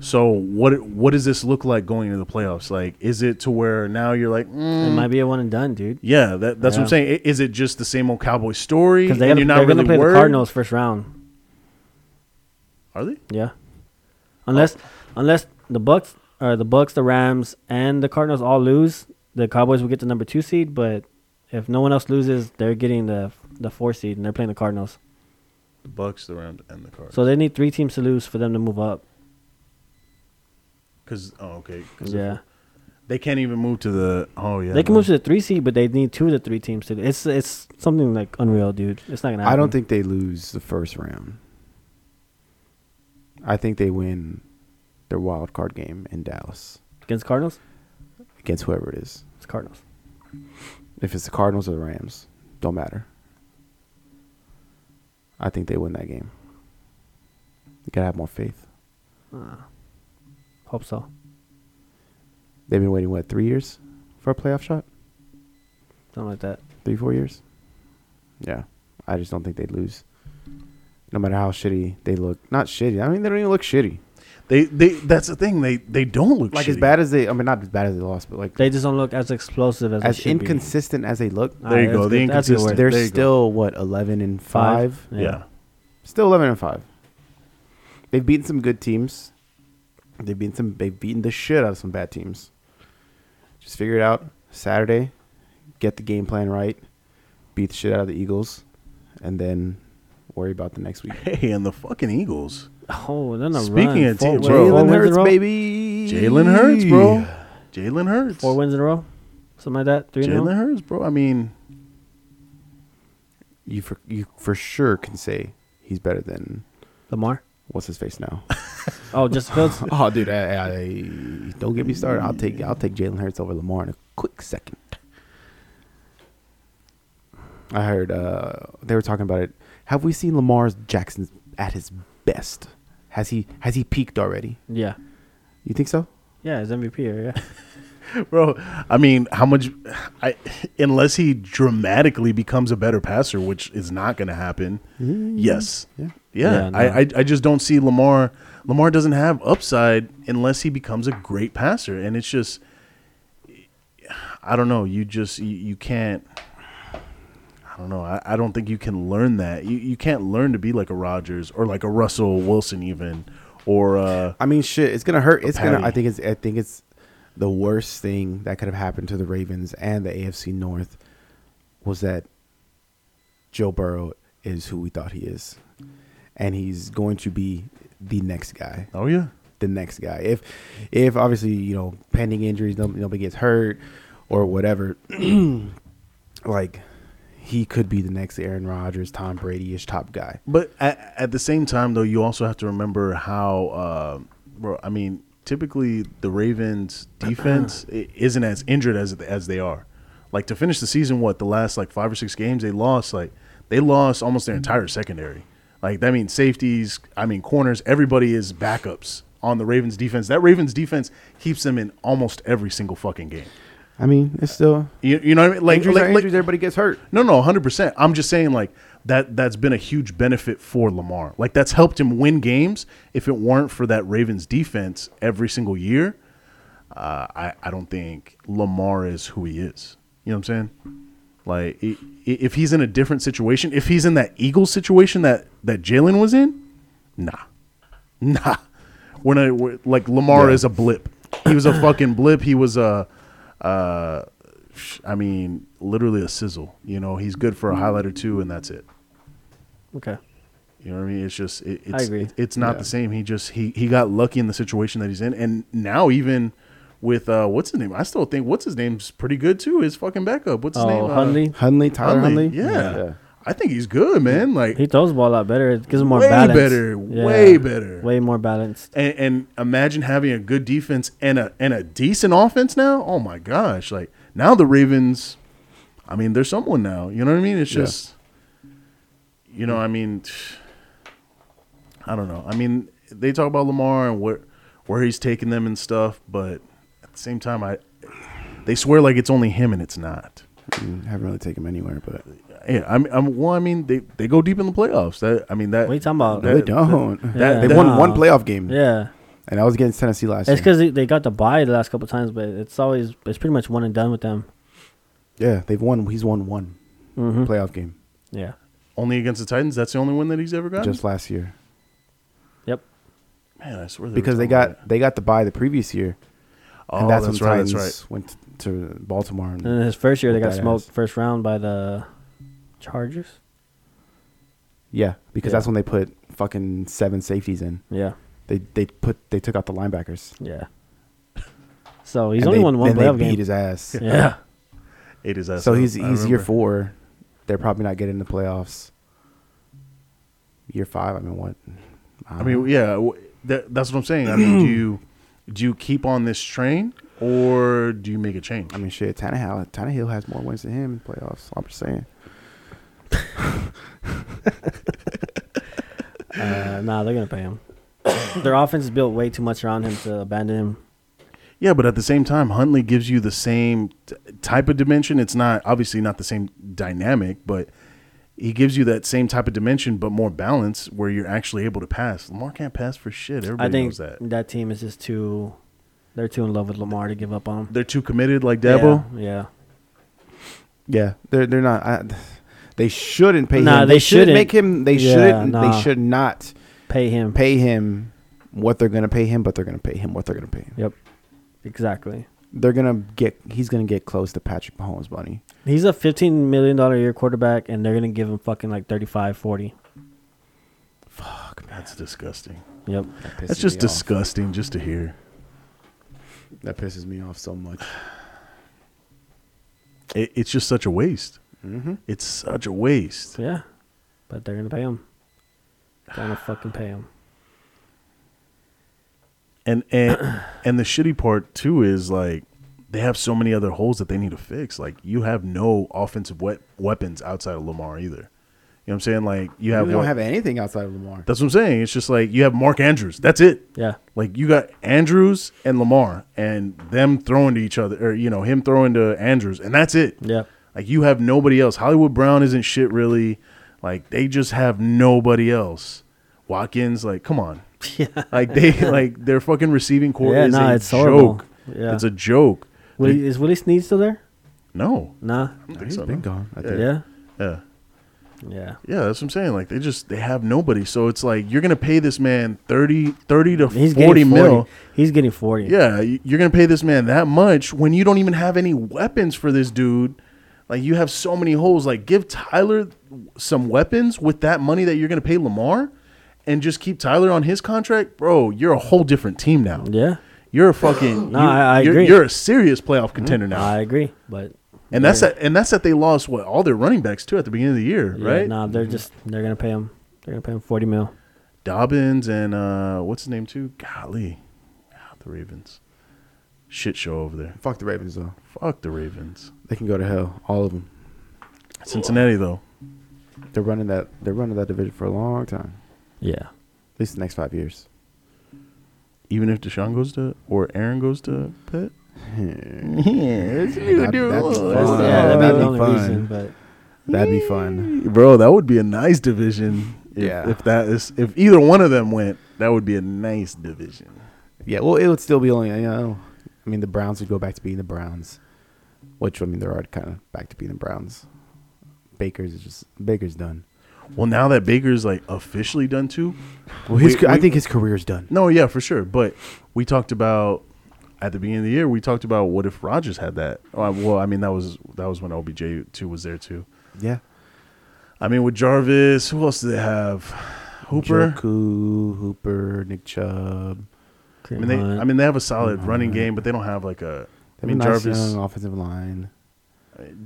so what what does this look like going into the playoffs like is it to where now you're like mm,
It might be a one and done, dude.
yeah that, that's what i'm
Yeah.
saying I- is it just the same old cowboy story
Because they, are
and you're not
going to
really
play
worried
the Cardinals first round.
are they
Yeah. Unless
Oh.
unless the Bucks or the Bucks, the Rams, and the Cardinals all lose, the Cowboys will get the number two seed. But if no one else loses, they're getting the the four seed and they're playing the Cardinals.
the bucks the round and the cardinals
So they need three teams to lose for them to move up.
because oh okay 'cause if-
Yeah.
they can't even move to the oh yeah
They can
no.
move to the three seed, but they need two of the three teams to. It's it's something like unreal, dude. It's not gonna. happen.
I don't think they lose the first round. I think they win their wild card game in Dallas
against Cardinals.
against whoever it is.
It's Cardinals.
If it's the Cardinals or the Rams, don't matter. I think they win that game. You gotta have more faith.
Hope so.
They've been waiting what three years for a playoff shot?
Something like that.
Three four years? Yeah, I just don't think they'd lose. No matter how shitty they look, not shitty. I mean, they don't even look shitty.
they they that's the thing they they don't look
Like as
shitty.
bad as they, I mean, not as bad as they lost, but like
They just don't look as explosive as,
as
they should
inconsistent as they look,
Be.
There you
Alright,
go,
that's
the
good- that's a good
inconsistent.
word.
they're
There you go.
still what eleven and five.
yeah
Still eleven and five. They've beaten some good teams. They've beaten some. They've beaten the shit out of some bad teams. Just figure it out Saturday. Get the game plan right. Beat the shit out of the Eagles, and then worry about the next week.
hey and the fucking eagles
Oh, then a
Speaking
run.
of
four
teams,
wins-
bro.
four
Jalen
wins in a
Hurts,
row?
baby.
Jalen Hurts, bro. Jalen Hurts.
Four wins in a row, something like that. Three. in a row?
Jalen Hurts, bro. I mean,
You for you for sure can say he's better than
Lamar.
what's his face now.
Oh, just Fields. [LAUGHS]
Oh, dude, I, I, don't get me started. I'll take I'll take Jalen Hurts over Lamar in a quick second. I heard uh, they were talking about it. Have we seen Lamar Jackson at his best? Has he has he peaked already?
yeah,
You think so?
yeah, his MVP. Area. Yeah,
bro. I mean, how much? [SIGHS] I unless he dramatically becomes a better passer, which is not going to happen. Yes.
Yeah.
Mm-hmm. Yeah.
Yeah, no.
I, I I just don't see Lamar. Lamar doesn't have upside unless he becomes a great passer, and it's just. I don't know. You just you, you can't. I don't know. I, I don't think you can learn that. You you can't learn to be like a Rogers or like a Russell Wilson even, or uh,
I mean, shit, it's gonna hurt. It's gonna.
Patty.
I think it's. I think it's the worst thing that could have happened to the Ravens and the AFC North was that Joe Burrow is who we thought he is, and he's going to be the next guy.
oh yeah,
The next guy. If, if obviously you know pending injuries, nobody, nobody gets hurt or whatever. [CLEARS THROAT] like he could be the next Aaron Rodgers, Tom Brady ish top guy.
But at, at the same time, though, you also have to remember how, uh, bro. I mean, typically the Ravens'
[CLEARS THROAT]
defense i- isn't as injured as as they are. Like to finish the season, what the last like five or six games they lost, like they lost almost their entire secondary. Like that means safeties, I mean corners, everybody is backups on the Ravens' defense. That Ravens' defense keeps them in almost every single fucking game.
I mean, it's still
You, you know what I mean? Like,
injuries
like,
are
like-
injuries, everybody gets hurt.
no, no, hundred percent. I'm just saying, like that. That's been a huge benefit for Lamar. Like that's helped him win games. If it weren't for that Ravens defense every single year, uh, I I don't think Lamar is who he is. You know what I'm saying? Like i- i- if he's in a different situation, if he's in that Eagles situation that that Jalen was in, nah, [LAUGHS] nah. We're not we're, like Lamar is a blip. He was a fucking blip. He was a. Uh, sh- I mean, literally a sizzle. You know, he's good for a highlight or two, and that's it.
Okay.
You know what I mean? It's just it, it's
agree.
it- it's not the same. He just he he got lucky in the situation that he's in, and now even with uh what's his name? I still think what's his name's pretty good too. His fucking backup. What's his name?
Oh,
Uh,
Hundley.
Hunley, Tyler Hunley.
Hundley. Yeah. I think he's good, man. Like
He throws the ball a lot better. It gives him more
way
balance.
better,
Yeah.
way better.
Way more balanced.
and, and imagine having a good defense and a and a decent offense now. Oh my gosh! Like now the Ravens, I mean, they're someone now. You know what I mean? It's
Yeah.
just, you know, I mean, I don't know. I mean, they talk about Lamar and where where he's taking them and stuff, but at the same time, I they swear like it's only him and it's not.
Mm, Haven't really taken him anywhere, but
Yeah, I'm, I'm. Well, I mean, they, they go deep in the playoffs. That I mean, that
What are you talking about?
no, they don't. [LAUGHS]
Yeah.
they won
No.
one playoff game,
Yeah.
and that was against Tennessee last
It's
year.
because they, they got the bye the last couple times, but it's always it's pretty much one and done with them.
Yeah, they've won. He's won one
Mm-hmm.
Mhm.
playoff game
Yeah.
only against the Titans. That's the only one that he's ever gotten.
just last year
Yep.
Man, I swear. were
because they
talking about
got they got the bye the previous year,
Oh,
and that's, when
right.
Titans
That's right.
went to Baltimore. And,
And then his first year, they got
Badass.
smoked first round by the Chargers.
yeah, because
Yeah.
that's when they put fucking seven safeties in.
Yeah.
They they put they took out the linebackers.
Yeah. So he's
And
only
they,
won one
and they
playoff
beat
game.
his ass.
yeah.
It is us.
So
I-
he's
I
he's year
remember.
four. They're probably not getting the playoffs. Year five. I mean, what?
I mean, yeah, w- that, that's what I'm saying. I mean, do you do you keep on this train or do you make a change?
I mean, shit. Tannehill Tannehill has more wins than him in playoffs. I'm just saying.
Uh, nah, they're gonna
[COUGHS]
pay him. Their offense is built way too much around him to abandon him.
yeah, but at the same time, Huntley gives you the same t- type of dimension. It's not obviously not the same dynamic, but he gives you that same type of dimension, but more balance where you're actually able to pass. Lamar can't pass for shit. Everybody
I think
knows that.
team is just too. They're too in love with Lamar to give up on him.
They're too committed, like Dabo.
Yeah. yeah.
Yeah, they're they're not. I, they shouldn't pay
Nah,
him.
they
should
shouldn't.
make him. They
Yeah,
shouldn't.
nah.
They should not
Pay him.
pay him what they're gonna pay him. But they're gonna pay him what they're gonna pay him.
Yep. Exactly.
They're gonna get. He's gonna get close to Patrick Mahomes' money.
He's a fifteen million dollar a year quarterback, and they're gonna give him fucking like 35, 40.
That's disgusting.
Yep.
That
That's
pisses
just
me
disgusting, just to hear.
Off. That pisses me off so much.
It, it's just such a waste.
Mm-hmm.
It's such a waste.
Yeah. But they're gonna pay him. They're gonna fucking pay him.
and
[COUGHS]
and and the shitty part too is like they have so many other holes that they need to fix. Like you have no offensive we- weapons outside of Lamar either. You know what I'm saying? Like you
They
have,
don't
what-
have anything outside of Lamar.
that's what I'm saying. It's just like you have Mark Andrews. That's it.
Yeah.
Like you got Andrews and Lamar and them throwing to each other or you know him throwing to Andrews and that's it.
Yeah.
Like you have nobody else. Hollywood Brown isn't shit really. Like they just have nobody else. Watkins, like, come
[LAUGHS]
on. Yeah. Like they like their fucking receiving core
Yeah,
is
nah,
a
it's horrible.
joke.
Yeah.
It's a joke.
Willie, is Willie Sneed still there?
No.
Nah.
I don't think
He's
so,
been
no.
gone. I think.
Yeah.
Yeah.
Yeah.
Yeah, that's what I'm saying. Like they just they have nobody. So it's like you're gonna pay this man 30, 30 to 40
He's getting forty.
mil.
He's getting forty.
Yeah, y- you're gonna pay this man that much when you don't even have any weapons for this dude. Like you have so many holes. Like give Tyler some weapons with that money that you're gonna pay Lamar, and just keep Tyler on his contract, bro. You're a whole different team now.
Yeah.
You're a fucking.
No,
you-
I- I
you're,
agree.
You're a serious playoff contender now.
I agree, but
And that's that. And that's that they lost what all their running backs too at the beginning of the year,
Yeah,
right? Mm-hmm.
Nah, they're just they're gonna pay him. They're gonna pay him forty mil.
Dobbins and uh, what's his name too? Golly, Ah, the Ravens. Shit show over there.
Fuck the Ravens though.
Fuck the Ravens.
They can go to hell, all of them.
Cincinnati though.
They're running that. They're running that division for a long time.
Yeah.
At least the next five years.
Even if Deshaun goes to or Aaron goes to
[LAUGHS]
Pitt.
That'd, that'd be fun.
yeah, that'd
That'd
be the
be
only
fun.
reason. But
That'd be fun.
Bro, that would be a nice division. If,
Yeah.
If that is if either one of them went, that would be a nice division.
Yeah. Well, it would still be only. You know, I mean, the Browns would go back to being the Browns, which I mean, they're already kind of back to being the Browns. Baker's is just Baker's done.
Well, now that Baker's like officially done too.
Well, his,
we-
ca- I
we-
think his career's done.
No, yeah, for sure. But we talked about at the beginning of the year. We talked about what if Rogers had that. Uh, Well, I mean that was that was when OBJ too was there too.
Yeah.
I mean with Jarvis, who else do they have? Hooper.
Joku, Hooper, Nick Chubb.
I mean they. I mean they have a solid running game, but they don't have like a. I mean Jarvis.
young um, offensive line.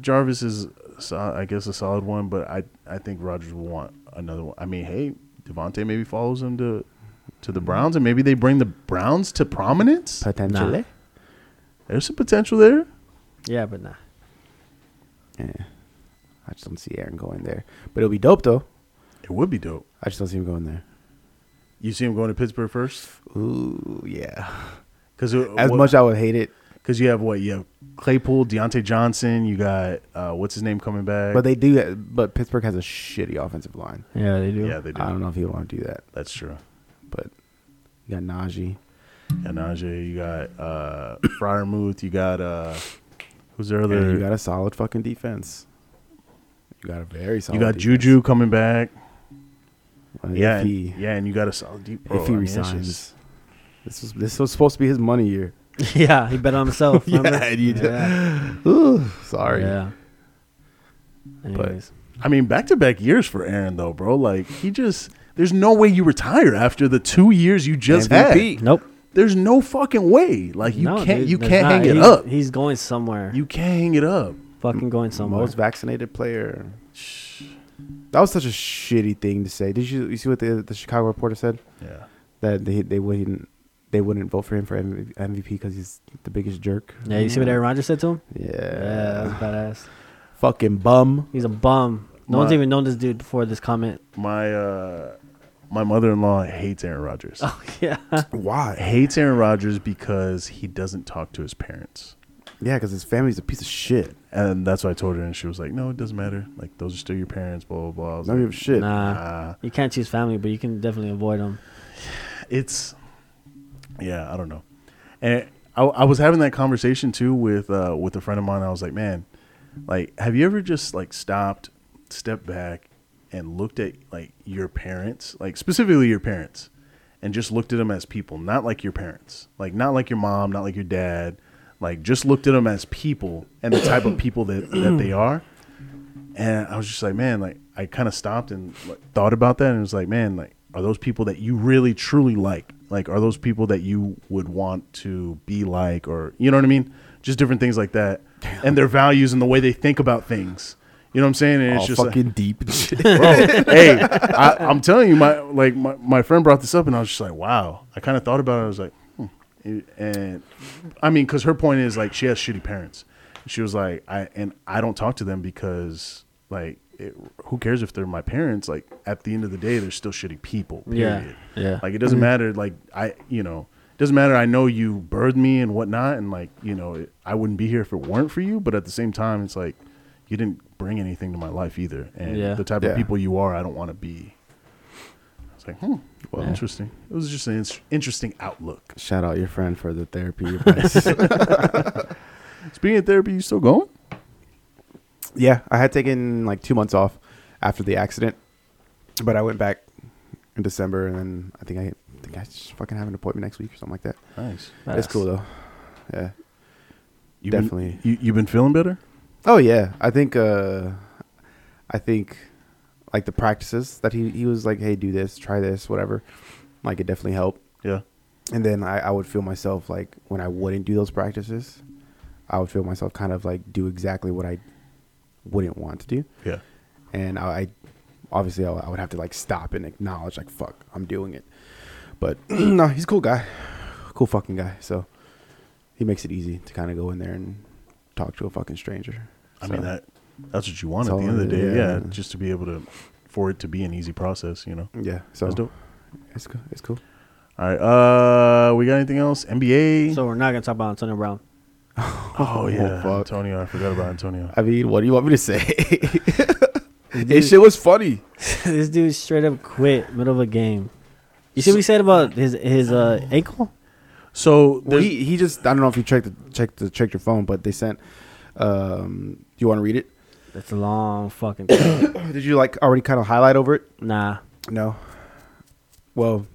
Jarvis is, so- I guess, a solid one, but I I think Rogers will want another one. I mean, hey, Devontae maybe follows him to to the Browns, and maybe they bring the Browns to prominence.
Potentially.
There's some potential there.
yeah, but nah.
Yeah. I just don't see Aaron going there. But it'll be dope though.
It would be dope.
I just don't see him going there.
You see him going to Pittsburgh first,
Ooh, yeah.
because
As much I would hate it,
because you have what you have Claypool, Deontay Johnson. You got uh, what's his name coming back?
but they do. But Pittsburgh has a shitty offensive line.
Yeah, they do.
yeah, they do.
I don't know if you want to do that,
That's true.
but you got Najee.
And Najee, you got uh, [COUGHS] Fryermuth. You got uh, who's their
And
other?
you got a solid fucking defense. You got a very solid.
you got
defense.
Juju coming back.
Uh,
Yeah,
if
and-
he,
yeah, and you got a solid deep. bro,
if he
I mean, it's
resigns,
just-
this was this was supposed to be his money
[LAUGHS]
year.
[LAUGHS] yeah, he bet on himself. remember?
you did.
yeah.
[LAUGHS]
Ooh, sorry.
Yeah. Anyways,
I mean, back to back years for Aaron though, bro. Like he just, there's no way you retire after the two years you just
MVP.
had.
nope.
There's no fucking way. Like you
No,
can't,
dude,
you
there's
can't
not.
hang it
He's-
up.
He's going somewhere.
you can't hang it up.
fucking going somewhere.
Most vaccinated player. That was such a shitty thing to say. Did you you see what the the Chicago reporter said?
Yeah.
That they they wouldn't they wouldn't vote for him for MVP because he's the biggest jerk.
yeah, you see what Aaron Rodgers said to him?
Yeah.
Yeah, that was badass.
Fucking bum.
He's a bum. No one's
My-
even known this dude before this comment. [LAUGHS]
My uh, my mother-in-law hates Aaron Rodgers.
[LAUGHS]
Oh,
[LAUGHS]
yeah.
Why?
Hates Aaron Rodgers because he doesn't talk to his parents.
Yeah, because his family's a piece of shit.
And that's what I told her, and she was like, "No, it doesn't matter. Like those are still your parents." Blah blah blah. I was
I don't
like,
give a shit.
Nah.
"Ah."
You can't choose family, but you can definitely avoid them.
it's yeah i don't know and i, I was having that conversation too with uh, with a friend of mine i was like man like have you ever just like stopped stepped back and looked at like your parents like specifically your parents and just looked at them as people not like your parents like not like your mom not like your dad like just looked at them as people and the type of people that that they are and I was just like, man, like I kind of stopped and like, thought about that, and it was like, man, like are those people that you really truly like? Like, are those people that you would want to be like, or you know what I mean? Just different things like that, and their values and the way they think about things. You know what I'm saying? And it's
All
just like-
fucking deep. [LAUGHS] and shit.
bro, hey, I, I'm telling you, my like my, my friend brought this up, and I was just like, wow. I kind of thought about it. I was like, hmm. It- and I mean, because her point is like she has shitty parents. She was like, I and I don't talk to them because like, it, who cares if they're my parents? Like at the end of the day, they're still shitty people.
Yeah. Mm-hmm.
Period.
Yeah.
Like it doesn't matter. Like I, you know, it doesn't matter. I know you birthed me and whatnot, and like you know, it, I wouldn't be here if it weren't for you. But at the same time, it's like you didn't bring anything to my life either, and
Yeah.
the type
Yeah.
of people you are, I don't want to be. I was like, hmm, well, interesting. It was just an ins- interesting outlook.
Shout out your friend for the therapy advice.
Speaking of therapy, you still going?
[LAUGHS] yeah, I had taken like two months off after the accident, but I went back in December, and then I think I, I think I just fucking have an appointment next week or something like that.
Nice.
It's cool though. Yeah.
you
Definitely.
you you've been feeling better.
Oh yeah. I think. uh I think, like the practices that he he was like, hey, do this, try this, whatever. Like it definitely helped.
Yeah.
And then I, I would feel myself like when I wouldn't do those practices, I would feel myself kind of like do exactly what I wouldn't want to do.
Yeah.
and I, I obviously I, I would have to like stop and acknowledge like fuck I'm doing it, but [CLEARS THROAT] no, he's a cool guy, cool fucking guy. So he makes it easy to kind of go in there and talk to a fucking stranger.
I
So,
mean that that's what you want
That's
at the
all
end of the
it
day.
is,
Yeah.
yeah.
Just to be able to for it to be an easy process, you know.
yeah, so
That's dope.
it's cool. It's cool.
All right. Uh we got anything else? NBA.
So we're not gonna talk about Antonio Brown.
oh yeah.
fuck.
Antonio, I forgot about Antonio.
I mean, what do you want me to say? [LAUGHS] His shit was funny.
[LAUGHS] this dude straight up quit middle of a game. You see what he said about his his uh, ankle?
So
Well,
there's
he, he just I don't know if you checked the checked the checked your phone, but they sent. Um, do you want to read it?
That's a long fucking. [COUGHS] time.
Oh, Did you like already kind of highlight over it?
nah.
No. Well,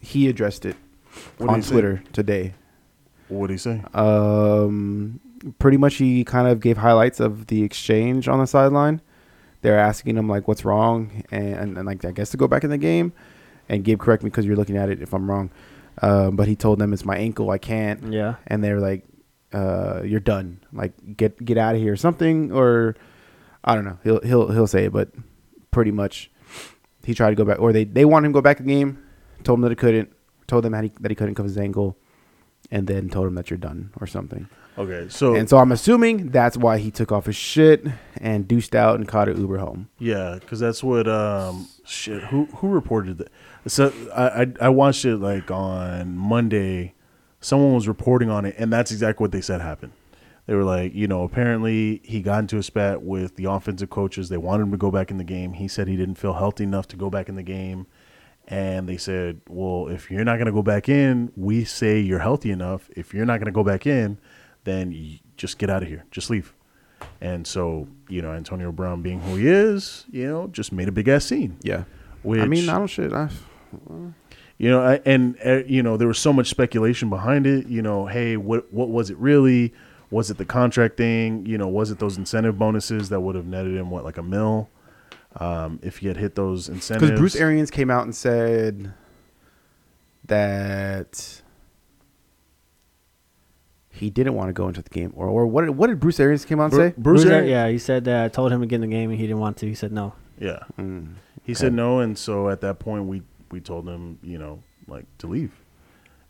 he addressed it
What did
on
he say?
Twitter today.
what did he say?
Um, pretty much, he kind of gave highlights of the exchange on the sideline. They're asking him like, "What's wrong?" and, and, like, I guess to go back in the game. And Gabe, correct me because you're looking at it if I'm wrong. Um, but he told them it's my ankle, I can't.
Yeah.
And they were like, uh, "You're done. Like, get get out of here or something." Or I don't know. He'll he'll he'll say it, but pretty much he tried to go back, or they they wanted him to go back in the game. Told him that he couldn't. Told them that he, that he couldn't cover his ankle, and then told him that you're done or something.
Okay. So
And so I'm assuming that's why he took off his shit and deuced out and caught an Uber home.
Yeah, because that's what um shit. Who who reported that? So I, I I watched it like on Monday. Someone was reporting on it, and that's exactly what they said happened. They were like, you know, apparently he got into a spat with the offensive coaches. They wanted him to go back in the game. He said he didn't feel healthy enough to go back in the game. And they said, well, if you're not going to go back in, we say you're healthy enough. If you're not going to go back in, then you just get out of here. Just leave. And so, you know, Antonio Brown being who he is, you know, just made a big ass scene.
Yeah.
Which,
I mean, I don't shit. I,
you know, I, and uh, you know, there was so much speculation behind it. You know, hey, what what was it really? Was it the contract thing? You know, was it those incentive bonuses that would have netted him what like a mil um, if he had hit those incentives?
Because Bruce Arians came out and said that he didn't want to go into the game, or or what? Did, what did Bruce Arians came out and
Bru-
say?
Bruce,
Bruiser,
Arians-
yeah, he said that I told him to get in the game and he didn't want to. He said no.
yeah.
Mm, Hmm.
He said no, and so at that point we we told him, you know, like to leave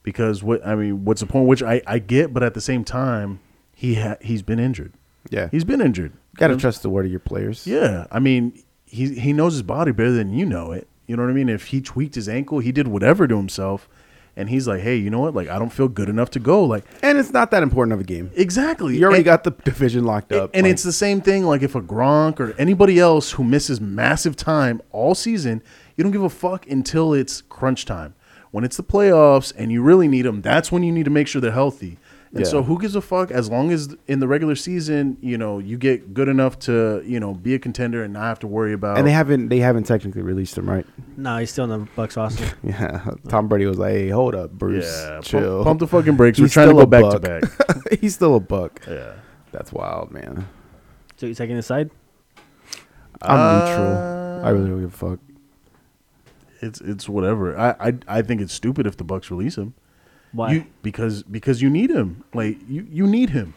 because what I mean, what's the point? Which I I get, but at the same time, he ha- he's been injured.
yeah,
He's been injured.
got to trust the word of your players.
Yeah, I mean, he he knows his body better than you know it. You know what I mean? If he tweaked his ankle, he did whatever to himself, and he's like, hey, you know what? Like, I don't feel good enough to go. Like,
and it's not that important of a game.
exactly.
You already
And-
got the division locked up,
and
like-
it's the same thing. Like if a Gronk or anybody else who misses massive time all season, you don't give a fuck until it's crunch time. When it's the playoffs and you really need them, that's when you need to make sure they're healthy. And
Yeah.
so who gives a fuck as long as in the regular season, you know, you get good enough to, you know, be a contender and not have to worry about
and they haven't they haven't technically released him, right? [LAUGHS]
No, he's still in the Bucks [LAUGHS] roster.
Yeah, Tom Brady was like, "Hey, hold up, Bruce,
Yeah, pump-
chill, [LAUGHS]
pump the fucking brakes. We're
He's
trying to
still a
go back to
[LAUGHS] buck. He's still a buck.
yeah.
That's wild, man.
so you taking his side?
I'm
Uh,
neutral. I really don't give a fuck.
It's it's whatever. I, I I think it's stupid if the Bucks release him.
Why?
You, because because you need him. Like you, you need him.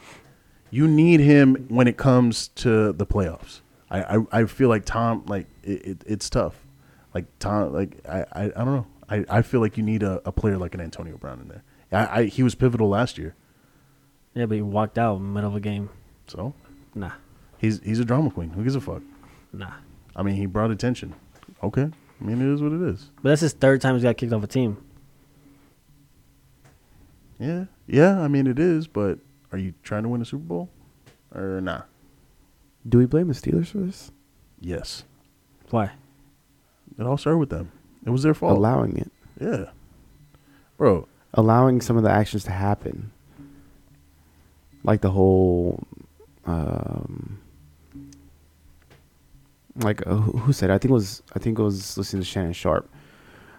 You need him when it comes to the playoffs. I, I, I feel like Tom like it, it, it's tough. Like Tom like I, I, I don't know. I, I feel like you need a, a player like an Antonio Brown in there. I, I he was pivotal last year.
yeah, but he walked out in the middle of a game.
So
Nah,
he's he's a drama queen. Who gives a fuck?
nah.
I mean he brought attention. Okay. I mean it is what it is.
But that's his third time he's got kicked off a team.
Yeah. Yeah, I mean it is, but are you trying to win a Super Bowl? Or nah.
Do we blame the Steelers for this?
Yes.
Why?
It all started with them. It was their fault.
Allowing it,
Yeah. Bro,
allowing some of the actions to happen, like the whole, um, like uh, who who said? it? I think it was I think it was listening to Shannon Sharp,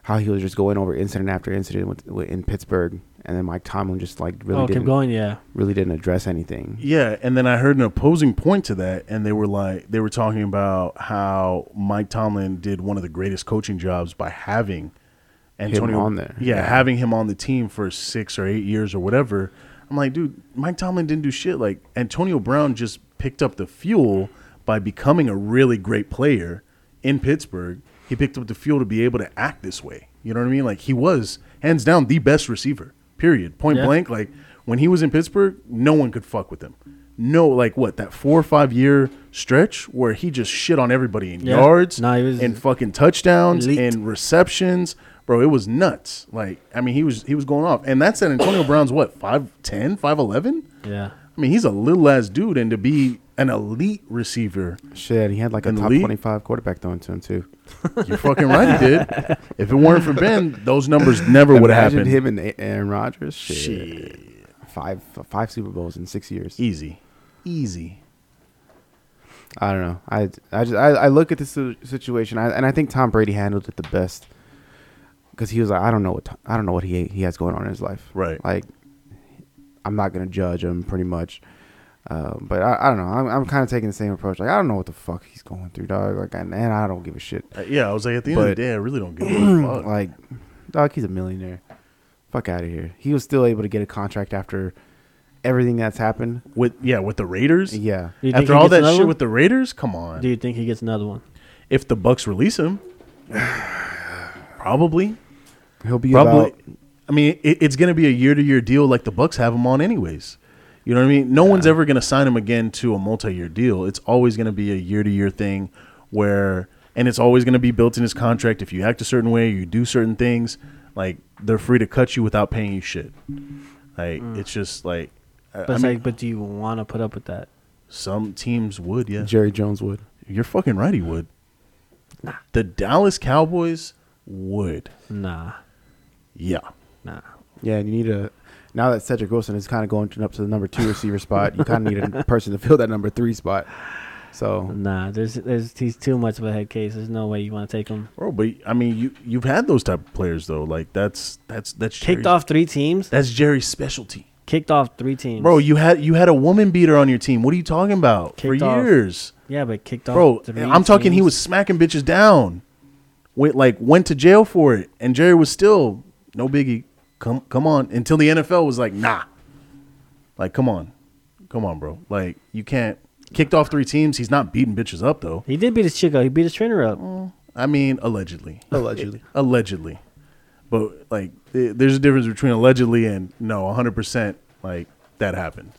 how he was just going over incident after incident with, with, in Pittsburgh, and then Mike Tomlin just like really
oh,
didn't
keep going. Yeah.
really didn't address anything.
yeah, and then I heard an opposing point to that and they were like they were talking about how Mike Tomlin did one of the greatest coaching jobs by having Antonio
on there.
Yeah,
Yeah.
having him on the team for 6 or 8 years or whatever. I'm like, dude, Mike Tomlin didn't do shit. Like Antonio Brown just picked up the fuel by becoming a really great player in Pittsburgh. He picked up the fuel to be able to act this way. You know what I mean? Like he was hands down the best receiver. Period. Point
Yeah.
blank. Like when he was in Pittsburgh, no one could fuck with him. No, like what that four or five year stretch where he just shit on everybody in
Yeah.
yards
Nah, he was-
and fucking touchdowns
Elite.
and receptions, bro. It was nuts. Like, I mean, he was he was going off, and that's at Antonio Brown's what 5'10", 5'11"?
Yeah.
I mean, he's a little ass dude, and to be an elite receiver,
Shit, he had like a
In the
top
league?
25 quarterback thrown to him, too.
you're fucking right, he did. If it weren't for Ben, those numbers never would have
Imagine
happened.
him and A- Aaron Rodgers. Shit.
Shit.
Five, five Super Bowls in six years.
easy, easy.
I don't know. I I just I, I look at this si- situation, I, and I think Tom Brady handled it the best because he was like, I don't know what Tom, I don't know what he he has going on in his life.
Right.
Like, I'm not gonna judge him pretty much. Um, but I, I don't know. I'm, I'm kind of taking the same approach. Like I don't know what the fuck he's going through, dog. Like, and, and I don't give a shit.
Uh, yeah, I was like, at the end of
But-
the day, I really don't give
[CLEARS THROAT]
a fuck.
Like, dog, he's a millionaire. Fuck out of here. He was still able to get a contract after everything that's happened.
with yeah, with the Raiders,
Yeah.
You think
After
he
all
gets
that
another
shit
one?
with the Raiders, come on.
Do you think he gets another one?
If the Bucks release him, probably.
He'll be
probably.
about
I mean, it, it's going to be a year-to-year deal, like the Bucks have him on, anyways. You know what I mean? No one's ever going to sign him again to a multi-year deal. It's always going to be a year-to-year thing, where and it's always going to be built in his contract. If you act a certain way, you do certain things, like they're free to cut you without paying you shit. Like it's just like I-
But
I
it's
mean,
like, but do you want to put up with that?
some teams would, yeah.
Jerry Jones would.
You're fucking right, he would. The Dallas Cowboys would,
Nah,
yeah.
nah.
Yeah, and you need a now that Cedric Wilson is kind of going to- up to the number two receiver spot. You kind of need a person to fill that number three spot. So
Nah, there's there's he's too much of a head case. There's no way you want to take him.
Bro, but I mean, you you've had those type of players though. Like that's that's that's
Kicked
Jerry's-
off three teams.
That's Jerry's specialty,
Kicked off three teams.
bro. You had you had a woman beater on your team. What are you talking about for
Kicked off
years,
yeah, but kicked
bro?
off. three
I'm talking. He
teams.
was smacking bitches down. Went like went to jail for it, and Jerry was still no biggie. Come come on, until the NFL was like nah, like come on, come on, bro. Like you can't kicked off three teams. He's not beating bitches up though.
He did beat his chick up. He beat his trainer up.
I mean, allegedly.
allegedly,
allegedly but like th- there's a difference between allegedly and no 100% like that happened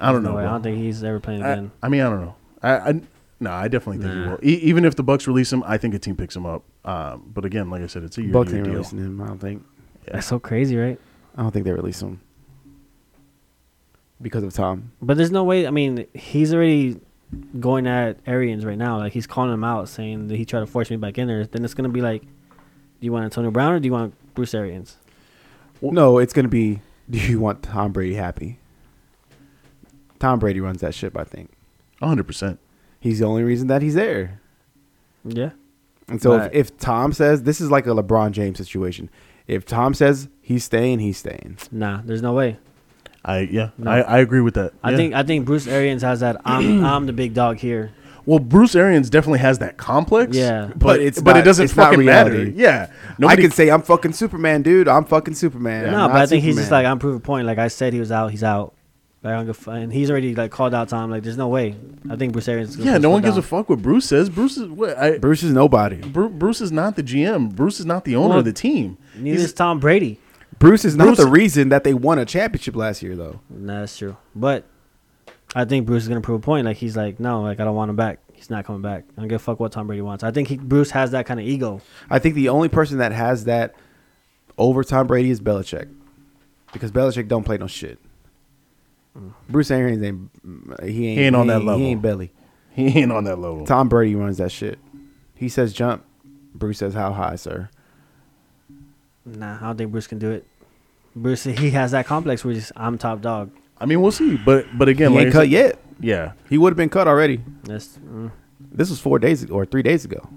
i don't know
No, way. I
bro.
don't think he's ever playing
I,
again.
I mean i don't know i, I no i definitely think he
Nah.
will e- even if the bucks release him i think a team picks him up um, but again like i said it's a year
Bucks
to
ain't
year deal
releasing him. I don't think.
That's so crazy, right?
I don't think they release him because of Tom.
But there's no way. I mean, he's already going at Arians right now. Like he's calling him out, saying that he tried to force me back in there. Then it's gonna be like, do you want Antonio Brown or do you want Bruce Arians?
no, it's gonna be. Do you want Tom Brady happy? Tom Brady runs that ship. I think
100%
he's the only reason that he's there.
Yeah.
And so
Right.
if, if Tom says this is like a LeBron James situation, if Tom says he's staying, he's staying.
Nah, there's no way.
i yeah I, I agree with that
I
Yeah.
think I think Bruce Arians has that.
[CLEARS THROAT]
I'm I'm the big dog here.
well bruce arians definitely has that complex
Yeah.
but,
But it's
but it
not-
doesn't
it's not
fucking matter
reality.
yeah
I can say I'm fucking Superman, dude. I'm fucking Superman. I'm
no, but
not
I think he's just
Superman.
like I'm proving a point. Like I said, he was out. He's out. Like, I don't give a fu- and he's already like called out Tom. Like there's no way. I think Bruce Arians. is gonna
yeah
put
no
his
one
foot
gives a
down.
fuck what bruce says bruce is what i
Bruce is nobody.
Bru- Bruce is not the GM. Bruce is not the owner
Well,
of the team.
Neither is
He's-
Tom Brady.
Bruce is not
Bruce-
the reason that they won a championship last year, though.
Nah, that's true. But I think Bruce is gonna prove a point. Like he's like, no, like I don't want him back. He's not coming back. I don't give a fuck what Tom Brady wants. I think he, Bruce has that kind of ego.
I think the only person that has that over Tom Brady is Belichick, because Belichick don't play no shit. Bruce Arians ain't he ain't,
He ain't on that level.
He ain't belly.
he ain't on that level.
Tom Brady runs that shit. He says jump. Bruce says how high, sir.
Nah, I don't think Bruce can do it. Bruce, [LAUGHS] he has that complex where he's just, I'm top dog.
I mean, we'll see. But but again,
he
like
ain't
I
cut
said-
yet.
Yeah,
He would have been cut already.
That's mm, [LAUGHS]
This was four days ago, or three days ago.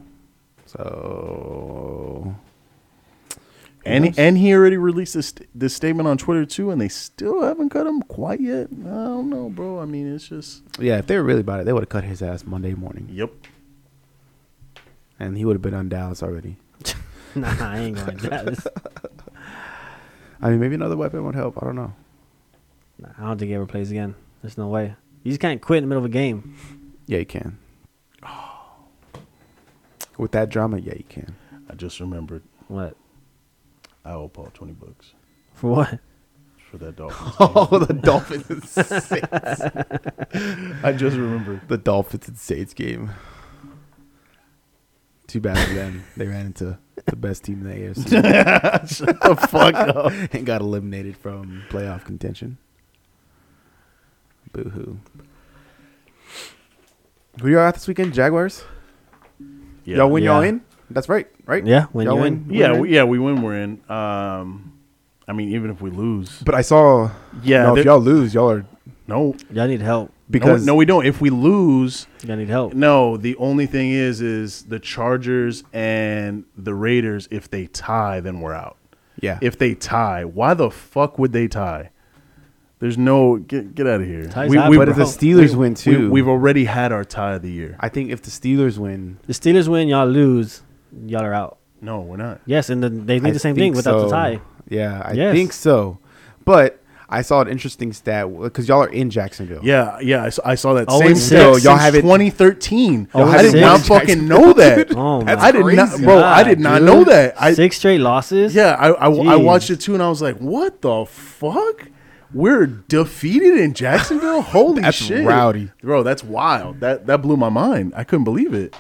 So
and
knows?
and he already released this this statement on Twitter too, and they still haven't cut him quite yet. I don't know, bro. I mean, it's just
Yeah, if they were really about it, they would have cut his ass Monday morning,
yep.
and he would have been on Dallas already.
nah, I ain't going. to do that.
I mean, maybe another weapon would help. I don't know.
Nah, I don't think he ever plays again. There's no way. You just can't quit in the middle of a game.
Yeah, you can. [GASPS] With that drama, yeah, you can.
I just remembered
What?
I owe Paul twenty bucks
For what?
for that [LAUGHS] Dolphins.
[LAUGHS] Oh, the Dolphins and Saints.
I just remembered.
[LAUGHS] The Dolphins and Saints game. Too bad for them. they ran into the best team in the [LAUGHS] AFC
[LAUGHS] Shut the fuck up.
and got eliminated from playoff contention. Boo hoo. Who y'all at this weekend? Jaguars.
Yeah.
Y'all win. Y'all
Yeah.
in. That's right. Right.
Yeah, when
y'all
you're
win.
in.
win,
Yeah,
win?
we, yeah, we win. We're in. Um, I mean, even if we lose,
But I saw.
Yeah,
Yeah. if
there-
y'all lose, y'all are
no,
Y'all need help.
because
no, no, we don't. If we lose,
Y'all need
Oh.
help.
no. The only thing is, is the Chargers and the Raiders. If they tie, then we're out.
yeah.
If they tie, why the fuck would they tie? There's no get get out of here.
Ties happen,
but if the
bro.
Steelers win too,
We, have already had our tie of the year.
I think if the Steelers win,
The Steelers win, y'all lose, y'all are out.
No, we're not.
Yes, and then they need
I
the same
think
thing without the
so.
tie.
Yeah, I
Yes.
think so. But I saw an interesting stat because y'all are in Jacksonville.
Yeah, yeah. I saw, I saw that
Oh,
same
and
stat.
six.
since
Y'all have it-
2013.
Oh,
I
and
did not
six. [LAUGHS]
fucking know that. [LAUGHS]
Oh my
I did not,
crazy.
bro. I did
God,
not
dude.
know that. I
Six straight losses.
yeah. I I, I
Jeez.
watched it too, and I was like, what the fuck? We're defeated in
[LAUGHS]
Jacksonville. Holy
That's
shit,
rowdy.
bro. That's wild. That that blew my mind. I couldn't believe it.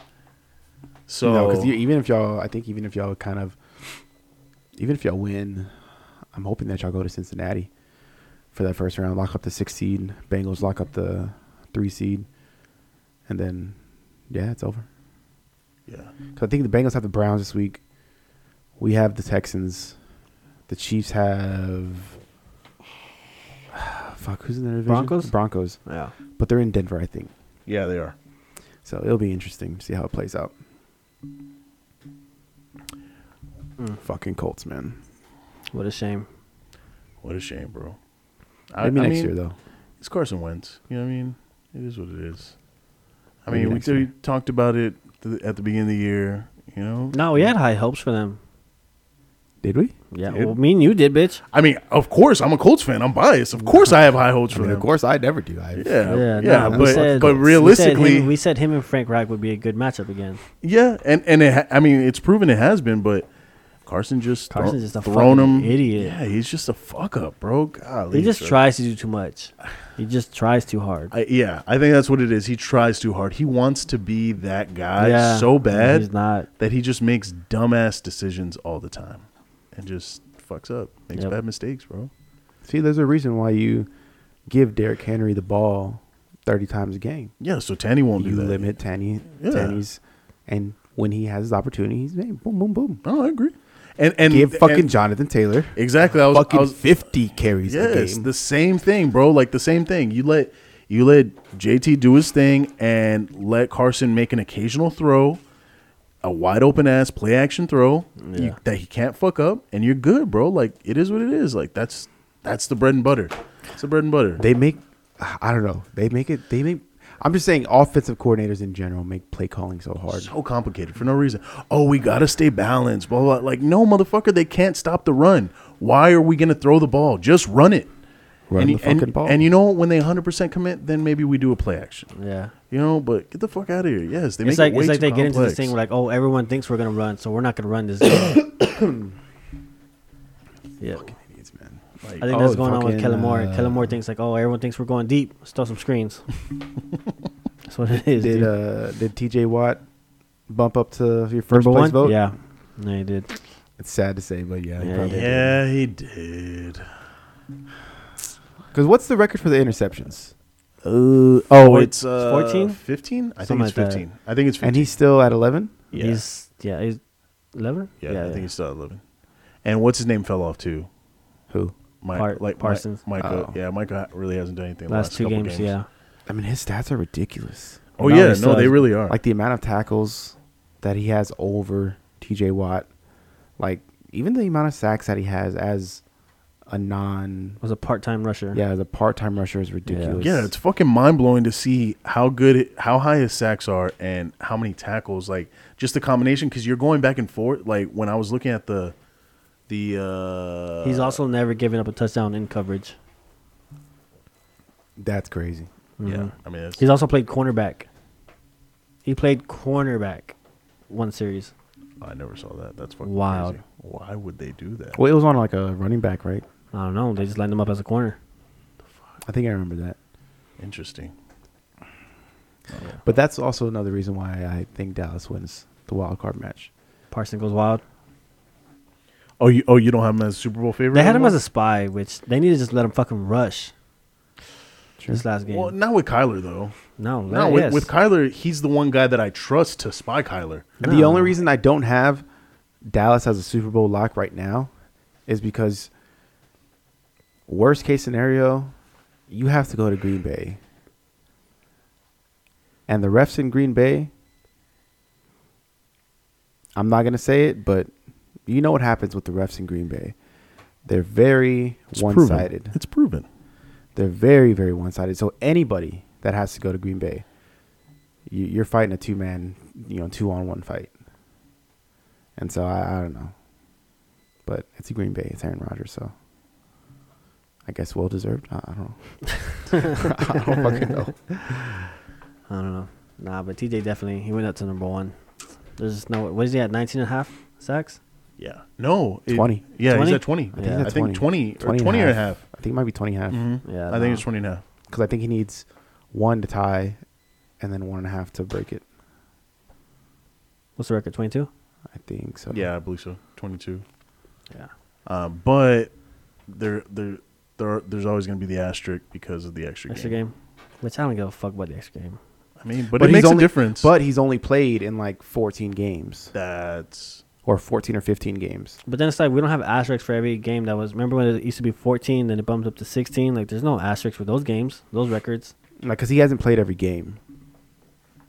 So
No, because even if y'all, I think even if y'all kind of, even if y'all win, I'm hoping that y'all go to Cincinnati for that first round, lock up the six seed. Bengals lock up the three seed, and then yeah, it's over.
yeah.
Because I think the Bengals have the Browns this week. We have the Texans. The Chiefs have. [SIGHS] Fuck, who's in their division?
Broncos?
Broncos.
Yeah.
But they're in Denver, I think.
yeah, they are.
So it'll be interesting to see how it plays out.
Hmm.
Fucking Colts, man.
What a shame.
What a shame, bro. I,
Maybe
I
next
mean,
year, though.
It's Carson Wentz. You know what I mean? It is what it is. I
Maybe
mean, we,
next
we
year.
talked about it th- at the beginning of the year. You know,
No, we had high hopes for them.
Did we?
Yeah.
Did?
Well, me and you did, bitch.
I mean, of course, I'm a Colts fan. I'm biased. Of course, I have high hopes
I
for
mean,
them.
of course, I never do. I,
Yeah, yeah,
Yeah. nah, we
but
said-
but
we said
realistically,
him- we said him and Frank Reich would be a good matchup again.
yeah, and and it, ha- I mean, it's proven it has been, but Carson just thro-
Carson's just a
thrown
fucking
him
idiot.
Yeah, he's just a fuck up, bro. Golly,
He just
bro.
tries to do too much. He just tries too hard.
I, yeah, I think that's what it is. He tries too hard. He wants to be that guy
Yeah.
so
He's
bad
not.
that he just makes dumbass decisions all the time, and just fucks up, makes
Yep.
bad mistakes, bro.
See, there's a reason why you give Derrick Henry the ball 30 times a game.
Yeah, so Tanny won't
You
do that.
limit Tanny,
Yeah.
Tanny's, and when he has his opportunity, he's hey, boom, boom, boom.
Oh, I agree. And and
Give fucking
and-
Jonathan Taylor
exactly. I was,
fucking
I was
50 carries
Yes,
a game.
the same thing, bro. Like the same thing. You let you let JT do his thing and let Carson make an occasional throw, a wide open ass play action throw you-
Yeah.
that he can't fuck up, and you're good, bro. Like it is what it is. Like that's that's the bread and butter. It's the bread and butter.
they make, I don't know, they make it, they make, I'm just saying offensive coordinators in general make play calling so hard.
so complicated for no reason. Oh, we gotta stay balanced. Blah blah. Like no motherfucker, they can't stop the run. Why are we gonna throw the ball? Just run it.
Run
and,
the fucking
and,
ball.
And you know what? when they 100% commit, then maybe we do a play action.
Yeah.
You know, but get the fuck out of here. Yes, they make
It's like
it way
it's like
too
they get into
complex.
this thing where like, oh, everyone thinks we're gonna run, so we're not
[COUGHS]
gonna run this. game. yeah.
Idiots, man.
Like,
I think
Oh,
that's going on with
fucking,
Kellen Moore.
uh,
Kellen Moore thinks like, oh, everyone thinks we're going deep. Let's throw
[LAUGHS]
some screens. that's what it is.
Did
dude.
uh did TJ Watt bump up to your first place vote?
Yeah. No, he did.
it's sad to say, but yeah,
Yeah,
probably did.
yeah, he did.
Because what's the record for the interceptions?
Uh,
Four-
oh, it's uh,
14?
15? I think
Something
it's
like that.
15. I think it's 15.
And he's still at 11.
yeah.
He's yeah, he's eleven?
yeah, I think he's still at 11. And what's his name fell off too?
Who?
Mike,
Par-
like Mi-
Parsons.
Micah.
Oh.
Yeah, Micah really hasn't done anything. the
last two
couple
games, yeah.
I mean, his stats are ridiculous.
Oh
No,
yeah,
he still
no, they
has-
really are.
Like the amount of tackles that he has over TJ Watt, like even the amount of sacks that he has as a non,
Was a part time rusher.
yeah, as a part-time rusher is ridiculous.
yeah, it's fucking mind blowing to see how good, it, how high his sacks are, and how many tackles. Like just the combination, because you're going back and forth. Like when I was looking at the The uh,
He's also never given up a touchdown in coverage.
That's crazy.
yeah.
Mhm.
I mean, that's,
He's also played cornerback. He played cornerback one series.
I never saw that. That's fucking
Wild.
Crazy. Why would they do that?
Well, it was on like a running back, right?
I don't know. They just lined him up as a corner.
I think I remember that.
Interesting.
But that's also another reason why I think Dallas wins the wild card match.
Parson goes wild.
Oh, you oh you don't have him as a Super Bowl favorite.
They had him
anymore?
as a spy, which they need to just let him fucking rush. This last game.
Well, not with Kyler though.
no,
No,
no,
with,
yes.
with Kyler, he's the one guy that I trust to spy Kyler.
And the
No.
only reason I don't have Dallas as a Super Bowl lock right now is because worst case scenario, you have to go to Green Bay. And the refs in Green Bay, I'm not going to say it, but you know what happens with the refs in Green Bay. They're very one sided.
Proven. It's proven.
They're very, very one sided. So anybody that has to go to Green Bay, you, you're fighting a two man, you know, two on one fight. And so I, I don't know, but it's a Green Bay. It's Aaron Rodgers, so I guess well deserved. I, I don't know. [LAUGHS] I don't fucking know.
I don't know. Nah, but TJ definitely he went up to number one. There's just no. What is he at? 19 and a half sacks.
Yeah. No. it-
20.
yeah, he's
20?
at 20.
I think he's
I
at
think 20 or 20, and a half.
I think it might be twenty and a half
Mhm.
Yeah,
I think
no.
it's 20 and a half.
because I think he needs one to tie, and then one and a half to break it.
What's the record? 22.
I think so.
Yeah, I believe so. 22.
Yeah.
Uh, but there, there, there are, there's always going to be the asterisk because of the extra,
Extra game. Which I don't give a fuck about the extra game.
I mean, but,
But
it
he's
makes
only-
a difference.
But he's only played in like fourteen games
that's
or fourteen or fifteen games.
But then it's like we don't have asterisks for every game that was. Remember when it used to be 14, then it bumped up to 16. Like there's no asterisks for those games, those records.
Like, cause he hasn't played every game.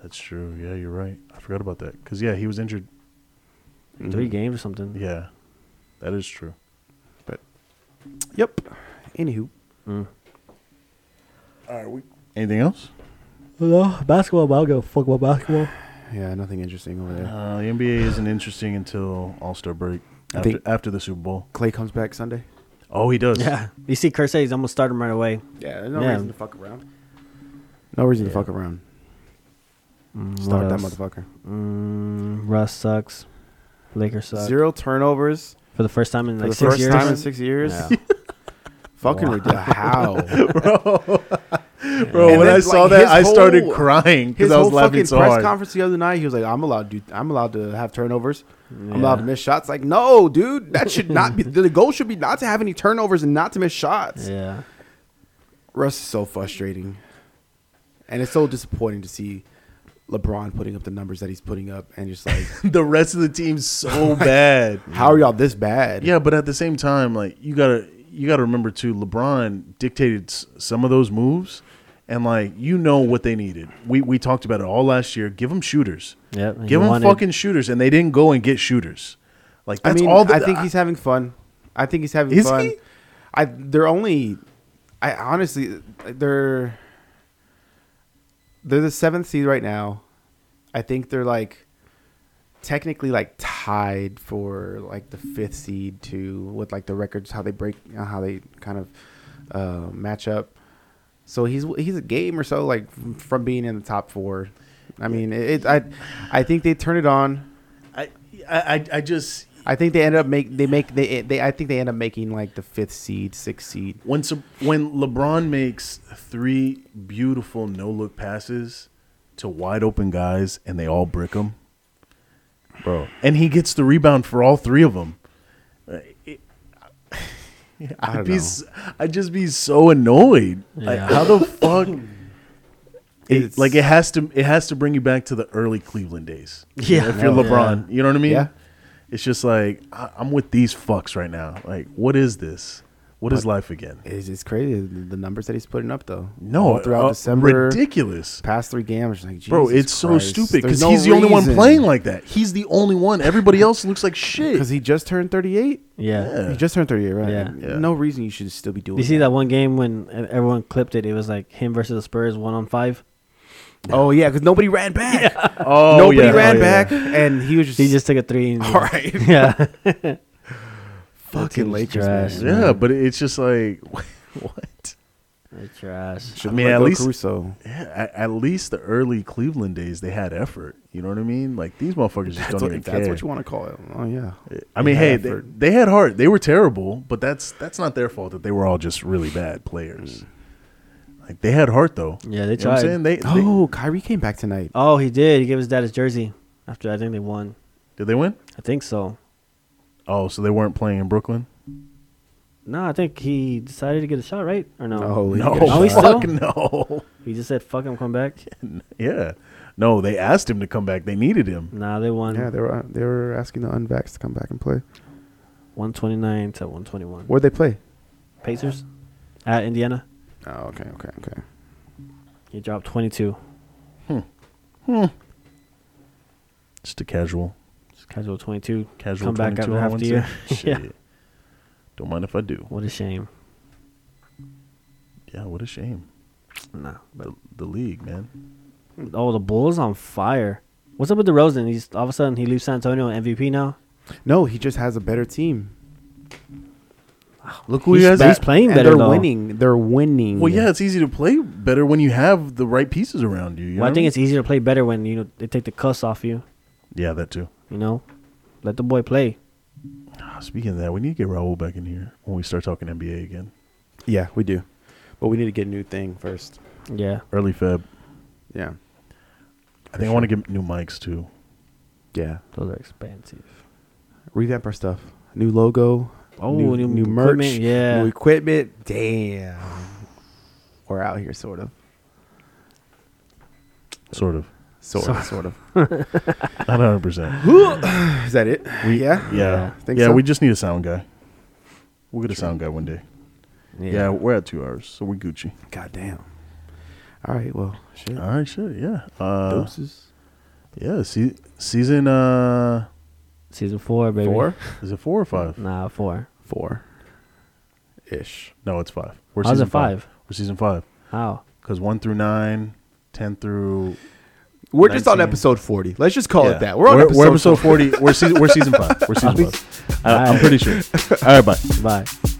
that's true. Yeah, you're right. I forgot about that because yeah, he was injured.
Three games or something.
Mm-hmm. Yeah, that is true.
But yep. Anywho,
Anything else?
No, basketball. But I don't give a fuck about basketball.
yeah, nothing interesting over there.
Uh, the NBA isn't interesting until All Star break
I
after,
think-
after the Super Bowl.
Clay comes back Sunday.
Oh, he does. [LAUGHS]
Yeah. You see, Kersey's almost start him right away.
Yeah, there's no
Yeah.
reason to fuck around. No reason to fuck around. Start
what
that
else?
motherfucker.
Mm, Russ sucks. Lakers suck.
Zero turnovers
For the first time in
for
like
the
six
first
years.
time in six years.
Yeah.
[LAUGHS] Fucking ridiculous.
[LAUGHS]
How?
bro.
And
when
then,
I saw
like,
that,
his
I started
whole-
crying because
His
I
whole
was laughing
fucking
so
press
hard.
conference the other night, he was like, "I'm allowed to. I'm allowed to have turnovers. I'm allowed to
Yeah.
miss shots." Like, no, dude, that should not be. The goal should be not to have any turnovers and not to miss shots.
yeah.
Russ is so frustrating. And it's so disappointing to see LeBron putting up the numbers that he's putting up and just
[LAUGHS]
like,
the rest of the team's
[LAUGHS]
so bad.
how are y'all this bad?
Yeah, but at the same time, like you gotta you gotta remember too. LeBron dictated s- some of those moves, and like you know what they needed. We we talked about it all last year. Give them shooters.
Yep, and
Give
he
them
wanted-
fucking shooters, and they didn't go and get shooters. Like
I
that's
mean,
all. The,
I think he's having fun. I think he's having
Is
fun.
he?
I they're only I honestly they're they're the seventh seed right now. I think they're like technically like tied for like the fifth seed to with like the records how they break how they kind of uh, match up. So he's he's a game or so like from being in the top four. I mean, it, I I think they turn it on.
I, I I- I just
I think they ended up make they make they they I think they end up making like the fifth seed, sixth seed.
when some, when LeBron makes three beautiful no look passes to wide open guys and they all brick him, bro, and he gets the rebound for all three of them.
I
I'd
don't
be,
know.
s- I'd just be so annoyed. Like,
Yeah.
how
[COUGHS]
the fuck? It,
It's-
like it has to, it has to bring you back to the early Cleveland days. You know,
Yeah.
if you're
Yeah.
LeBron, you know what I mean.
Yeah.
It's just like I, I'm with these fucks right now. Like, what is this? What is life again?
It's, it's crazy the the numbers that he's putting up though.
No,
All throughout
uh,
December,
ridiculous,
past three games, like
bro.
Jesus
It's so
Christ.
stupid
There's
because
no
he's the only one
reason.
playing like that. He's the only one. Everybody else looks like
[LAUGHS]
shit.
Because he just turned thirty eight.
Yeah.
Yeah.
He just turned thirty eight, right?
Yeah.
Yeah.
No reason you should still be doing.
You see that one game when e- everyone clipped it? It was like him versus the Spurs, one on five.
Oh yeah, because nobody ran back.
[LAUGHS] oh,
nobody
yeah,
ran
oh, yeah.
[LAUGHS]
[LAUGHS] back, and he was just
He just took a three. And
all right.
Yeah.
fucking
team's
Lakers,
trash,
man.
Yeah, but it's just like [LAUGHS] what?
They're trash.
Should
I mean, at least-
Caruso.
Yeah, at, at least the early Cleveland days they had effort. You know what I mean? Like these motherfuckers just
That's,
don't
what,
even
if that's
care.
what you want to call it. Oh yeah.
I
They
mean, hey,
had
they,
effort.
they had heart. They were terrible, but that's that's not their fault that they were all just really bad players. Like they had heart though.
Mm. Yeah, they
You know what I'm
tried.
saying? They, they-
Oh, Kyrie came back tonight.
Oh, he did. He gave his dad his jersey after I think they won.
did they win?
I think so.
Oh, so they weren't playing in Brooklyn?
No, I think he decided to get a shot, right? Or no?
Oh,
No, [LAUGHS]
Are we
fuck
still?
no.
He just said, "Fuck, I'm coming back."
[LAUGHS] yeah, no. They asked him to come back. They needed him.
Nah, they won.
Yeah, they were uh, they were asking the unvax to come back and play.
129 to 121.
Where'd they play?
Pacers at Indiana.
Oh, okay, okay, okay.
He dropped 22.
Just a casual,
Just casual 22.
casual.
Come back
22
after
on
half the year. [LAUGHS]
Wednesday?
yeah.
Shit. Don't mind if I do.
What a shame.
Yeah, what a shame.
Nah. But
The, the league, man.
oh, the Bulls on fire. What's up with DeRozan? He's all of a sudden he leaves San Antonio MVP now.
No, he just has a better team.
Look who
he's,
he has.
he's playing
And
better
they're
though.
winning. They're winning.
Well, yeah, it's easy to play better when you have the right pieces around you. you
Well,
know?
I think it's easier to play better when you know they take the cuss off you.
yeah, that too.
You know, let the boy play.
Ah, Speaking of that, we need to get Raul back in here when we start talking NBA again.
yeah, we do. But we need to get a new thing first.
Yeah.
Early Feb.
Yeah,
I think I want to get new mics too.
yeah.
Those are expensive.
Revamp our stuff. New logo.
Oh,
new,
new
new merch.
equipment, yeah.
new equipment. Damn, we're out here, sort of,
Sort of.
sort of, sort of.
Not [LAUGHS] 100%.
[LAUGHS] Is that it?
We-
yeah,
Yeah.
Think
yeah,
so?
we just need a sound guy. We'll get a sound guy one day.
Yeah.
Yeah, we're at two hours, so we're Gucci.
God damn. All right. Well, shit.
All right, sure. Yeah. Uh,
Doses.
yeah, see, season, uh,
Season four, baby.
Four.
is it four or five?
Nah, four.
Four. Ish.
No, it's five. We're
How's
season
it five?
We're season five.
How?
Because one through nine, 10 through
We're just on
19.
episode forty. Letty Let's just call
Yeah.
it that. We're on episode, [LAUGHS]
episode 40. We're season, we're season five. We're season five. I, I'm
Alright.
pretty sure. All right, bye.
Bye.